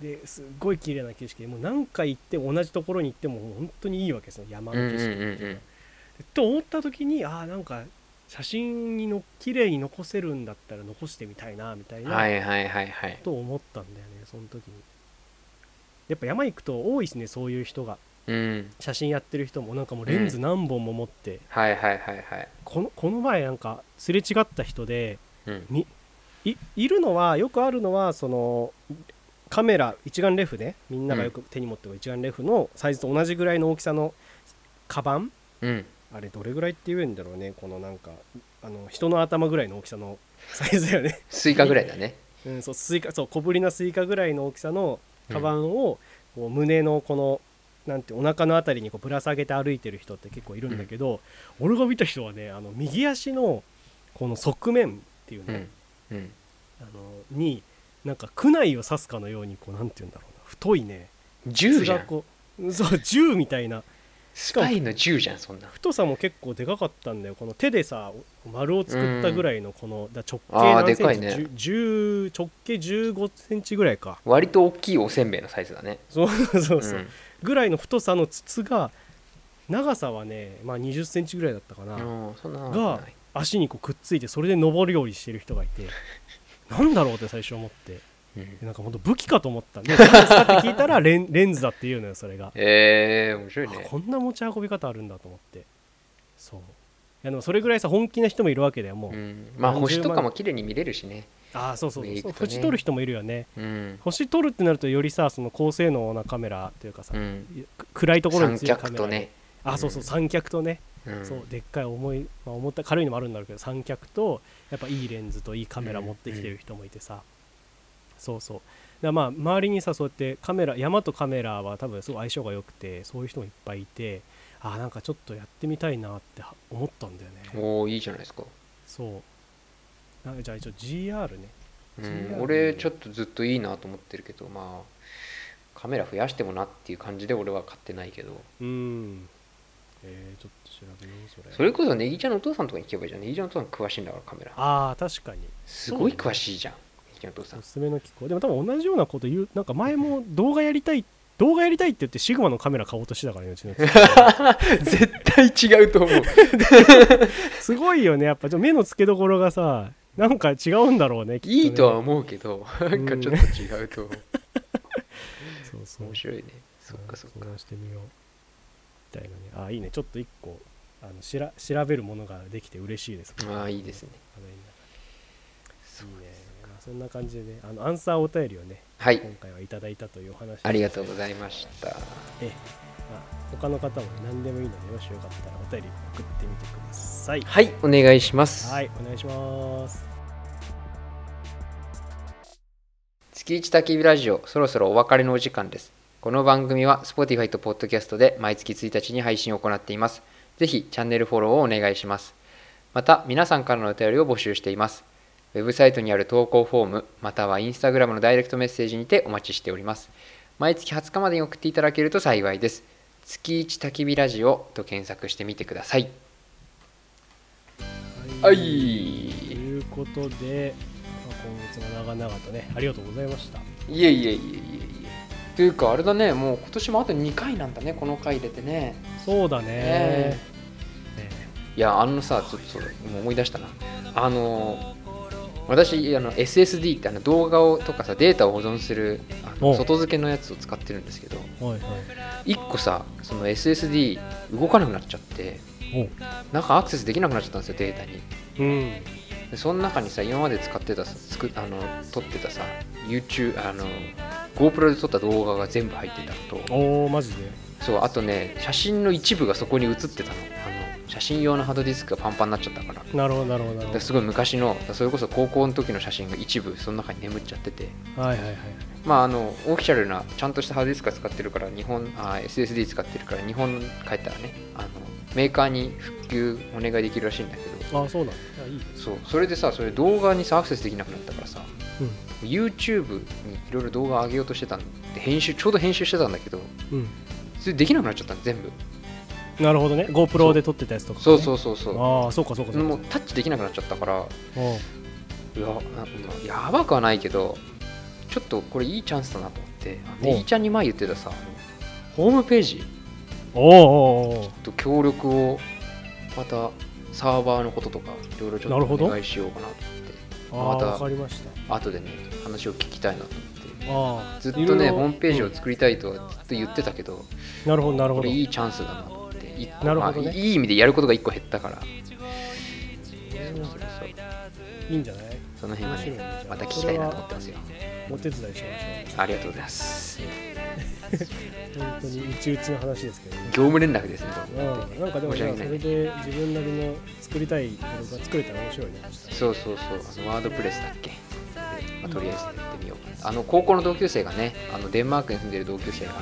S2: ですっごい綺麗な景色でもう何回行っても同じところに行ってももう本当にいいわけですよ山
S1: うん
S2: の
S1: うん
S2: 景
S1: う
S2: 色
S1: んうん
S2: と思った時にああんか写真にの綺麗に残せるんだったら残してみたいなみたい
S1: は
S2: ない
S1: はいはいはい
S2: と思ったんだよねその時にやっぱ山行くと多いですねそういう人が
S1: うん
S2: 写真やってる人もなんかもうレンズ何本も持って、
S1: はいはいはいはい
S2: このこの前なんかすれ違った人で
S1: うん
S2: いいるのはよくあるのはそのカメラ一眼レフねみんながよく手に持ってる一眼レフのサイズと同じぐらいの大きさのカバン
S1: うん
S2: あれどれぐらいって言うんだろうねこのなんかあの人の頭ぐらいの大きさの サイズだよね、
S1: スイカぐらいだね
S2: うん、そうスイカそう小ぶりなスイカぐらいの大きさのカバンを、こう胸のこのなんてお腹のあたりにこうぶら下げて歩いてる人って結構いるんだけど、俺が見た人はねあの右足のこの側面っていう
S1: う
S2: ね
S1: ん、うん
S2: あのになんか区内を刺すかのようにこうなんて言うんだろうな太いね
S1: 銃じゃ
S2: 筒が
S1: ん
S2: こうそう銃みたいな
S1: スパイの銃じゃんそんな
S2: 太さも結構でかかったんだよこの手でさ丸を作ったぐらいのこの、だ直
S1: あー
S2: 径何センチ
S1: でかいね
S2: 10直径15センチぐらいか
S1: 割と大きいおせんべいのサイズだね
S2: そうそうそう、
S1: うん
S2: ぐらいの太さの筒が長さはね、まあ、20センチぐらいだったかな、
S1: うんそんなの
S2: が
S1: ない
S2: 足にこうくっついてそれで登るようにしてる人がいてなんだろうって最初思って
S1: ううん
S2: なんか本当武器かと思ったんで何ですかって聞いたらレン レンズだっていうのよそれが、
S1: えー、面白い
S2: あ
S1: ね
S2: こんな持ち運び方あるんだと思ってそういやでもそれぐらいさ本気な人もいるわけだよもう、
S1: うん、まあ星とかも綺麗に見れるしね
S2: ああそうそうそう、
S1: 上行くとね
S2: 星撮る人もいるよね
S1: うん、
S2: 星撮るってなるとよりさその高性能なカメラというかさ、
S1: うん、
S2: いやく暗いところに
S1: 三
S2: 強いカ
S1: 脚
S2: メラ
S1: とね、
S2: あそうそう三脚とね、
S1: うん、
S2: そうでっかい重い、まあ、重た軽いのもあるんだろうけど三脚とやっぱいいレンズといいカメラ持ってきてる人もいてさ、そうそうだからまあ周りにさそうやってカメラ山とカメラは多分すごい相性が良くてそういう人もいっぱいいてあなんかちょっとやってみたいなっては思ったんだよね
S1: おおいいじゃないですか、
S2: そうなんかじゃあ一応 GR ね
S1: う
S2: 違うんね、
S1: 俺ちょっとずっといいなと思ってるけどまあカメラ増やしてもなっていう感じで俺は買ってないけど
S2: うんえー、ちょっと調べようそれ
S1: それこそネギちゃんのお父さんとかに聞けばいいじゃんネギちゃんのお父さん詳しいんだからカメラ
S2: ああ確かに
S1: すごい詳しいじゃんネギちゃんのお父さん
S2: おすすめの機構でも多分同じようなこと言うなんか前も動画やりたい動画やりたいって言ってシグマのカメラ買おうとしてたからねうちの父
S1: 絶対違うと 思う
S2: すごいよねやっぱちょ目の付けどころがさなんか違うんだろうねきっね
S1: いいとは思うけどなんかちょっと違うと思う
S2: そうそう
S1: 面白いねそっかそっ
S2: 相
S1: か
S2: 談してみようみたいなねああいいねちょっと一個あのしら調べるものができて嬉しいです
S1: ああいいですね
S2: あのいいねまあそんな感じでねあのアンサーお便りをね
S1: はい
S2: 今回はいただいたというお話
S1: ありがと
S2: う
S1: うございました
S2: ええまあ、他の方も何でもいいのでもしよかったらお便り送ってみてください。
S1: はいお願いします
S2: はい、お願いします。
S1: 月一焚き火ラジオそろそろお別れのお時間ですこの番組は Spotify と Podcast で毎月1日に配信を行っていますぜひチャンネルフォローをお願いしますまた皆さんからのお便りを募集していますウェブサイトにある投稿フォームまたは Instagram のダイレクトメッセージにてお待ちしております毎月20日までに送っていただけると幸いです月一焚き火ラジオと検索してみてくださいはい
S2: ということで、まあ、今月も長々とね、ありがとうございました。
S1: いえいえいえいえいえというかあれだねもう今年もあと2回なんだねこの回入れてね
S2: そうだね。
S1: え
S2: ね
S1: いやあのさちょっとそうだ今思い出したなあの私あの SSD ってあの動画をとかさデータを保存するあ
S2: お
S1: の
S2: う
S1: 外付けのやつを使ってるんですけど
S2: はいは
S1: 1個さその SSD 動かなくなっちゃって
S2: い。
S1: なんかアクセスできなくなっちゃったんですよデータに
S2: おうん。
S1: でその中にさ今まで使ってたさつくあの撮ってたさ YouTube あの GoPro で撮った動画が全部入ってたのと
S2: おお、マジで。
S1: そうあとね写真の一部がそこに写ってたのあの写真用のハードディスクがパンパンになっちゃったから
S2: なるほど、なるほど、な
S1: だか
S2: る
S1: らすごい昔のだからそれこそ高校の時の写真が一部その中に眠っちゃってて
S2: ほど。はいはいはい。
S1: まああのオフィシャルなちゃんとしたハードディスクは使ってるから日本あ SSD 使ってるから日本帰ったらねあのメーカーに復旧お願いできるらしいんだけど
S2: ああ、そうなんだ。いいね。
S1: そうそれでさそれ動画にさアクセスできなくなったからさ
S2: う
S1: YouTube にいろいろ動画上げようとしてたんで編集ちょうど編集してたんだけど
S2: ん。
S1: それできなくなっちゃったの全部
S2: うん。なるほどね。GoPro で撮ってたやつとか、ね。
S1: そうそううそうそ
S2: ああ、そうかそうか
S1: う
S2: そうか。
S1: もうタッチできなくなっちゃったから
S2: おう
S1: いやなまあやばくはないけどちょっとこれいいチャンスだなと思ってあの
S2: おう
S1: ねいいちゃんに前言ってたさあのホームページ
S2: おうおうおう
S1: と協力をまたサーバーのこととかいろいろちょ
S2: なるほ
S1: っと
S2: ど
S1: お願いしようかなと
S2: あ
S1: 思
S2: あ
S1: って
S2: ー、わ
S1: ま
S2: かりました。
S1: た後でね話を聞きたいなと思って
S2: ああ
S1: ずっとねホームページ
S2: う
S1: を
S2: ん
S1: 作りたいとはずっと言ってたけど
S2: なるほどなるほ
S1: こ
S2: ど
S1: れいいチャンスだなと思って一個
S2: なるほどね
S1: まあいい意味でやることが1個減ったからそうそうそう
S2: いいんじゃない
S1: その辺は
S2: 面白いね
S1: ねまた聞きたいなと思ってますよ
S2: お手伝いしまし
S1: ありがとうございます
S2: ょう本当にうちうちの話ですけどね
S1: 業務連絡ですね
S2: うん、なんかでも
S1: 申し
S2: じゃあ
S1: 訳
S2: そ
S1: ない
S2: れで自分なりの作りたい動画作れたら面白いね
S1: そうそうそうあのワードプレスだっけ、まあとりあえずやってみようあの高校の同級生がねあのデンマークに住んでる同級生が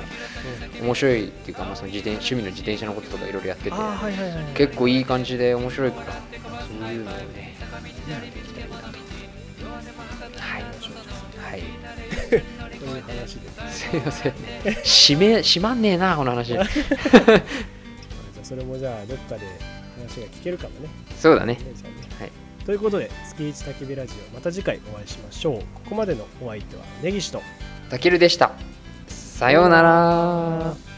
S1: 面白いっていうか、まあ、その自転趣味の自転車のこととかいろいろやってて
S2: ああはいはいはい
S1: 結構いい感じで面白いからそういうのをねやっていきたいなとはいはい
S2: 構いい話ですね
S1: すいません締め締まんねえなこの 話
S2: じゃあそれもじゃあどっかで話が聞けるかもね
S1: そうだね
S2: お姉ちゃんね
S1: はい
S2: ということで月一焚き火ラジオまた次回お会いしましょうここまでのお相手は根岸と
S1: たけるでしたさようなら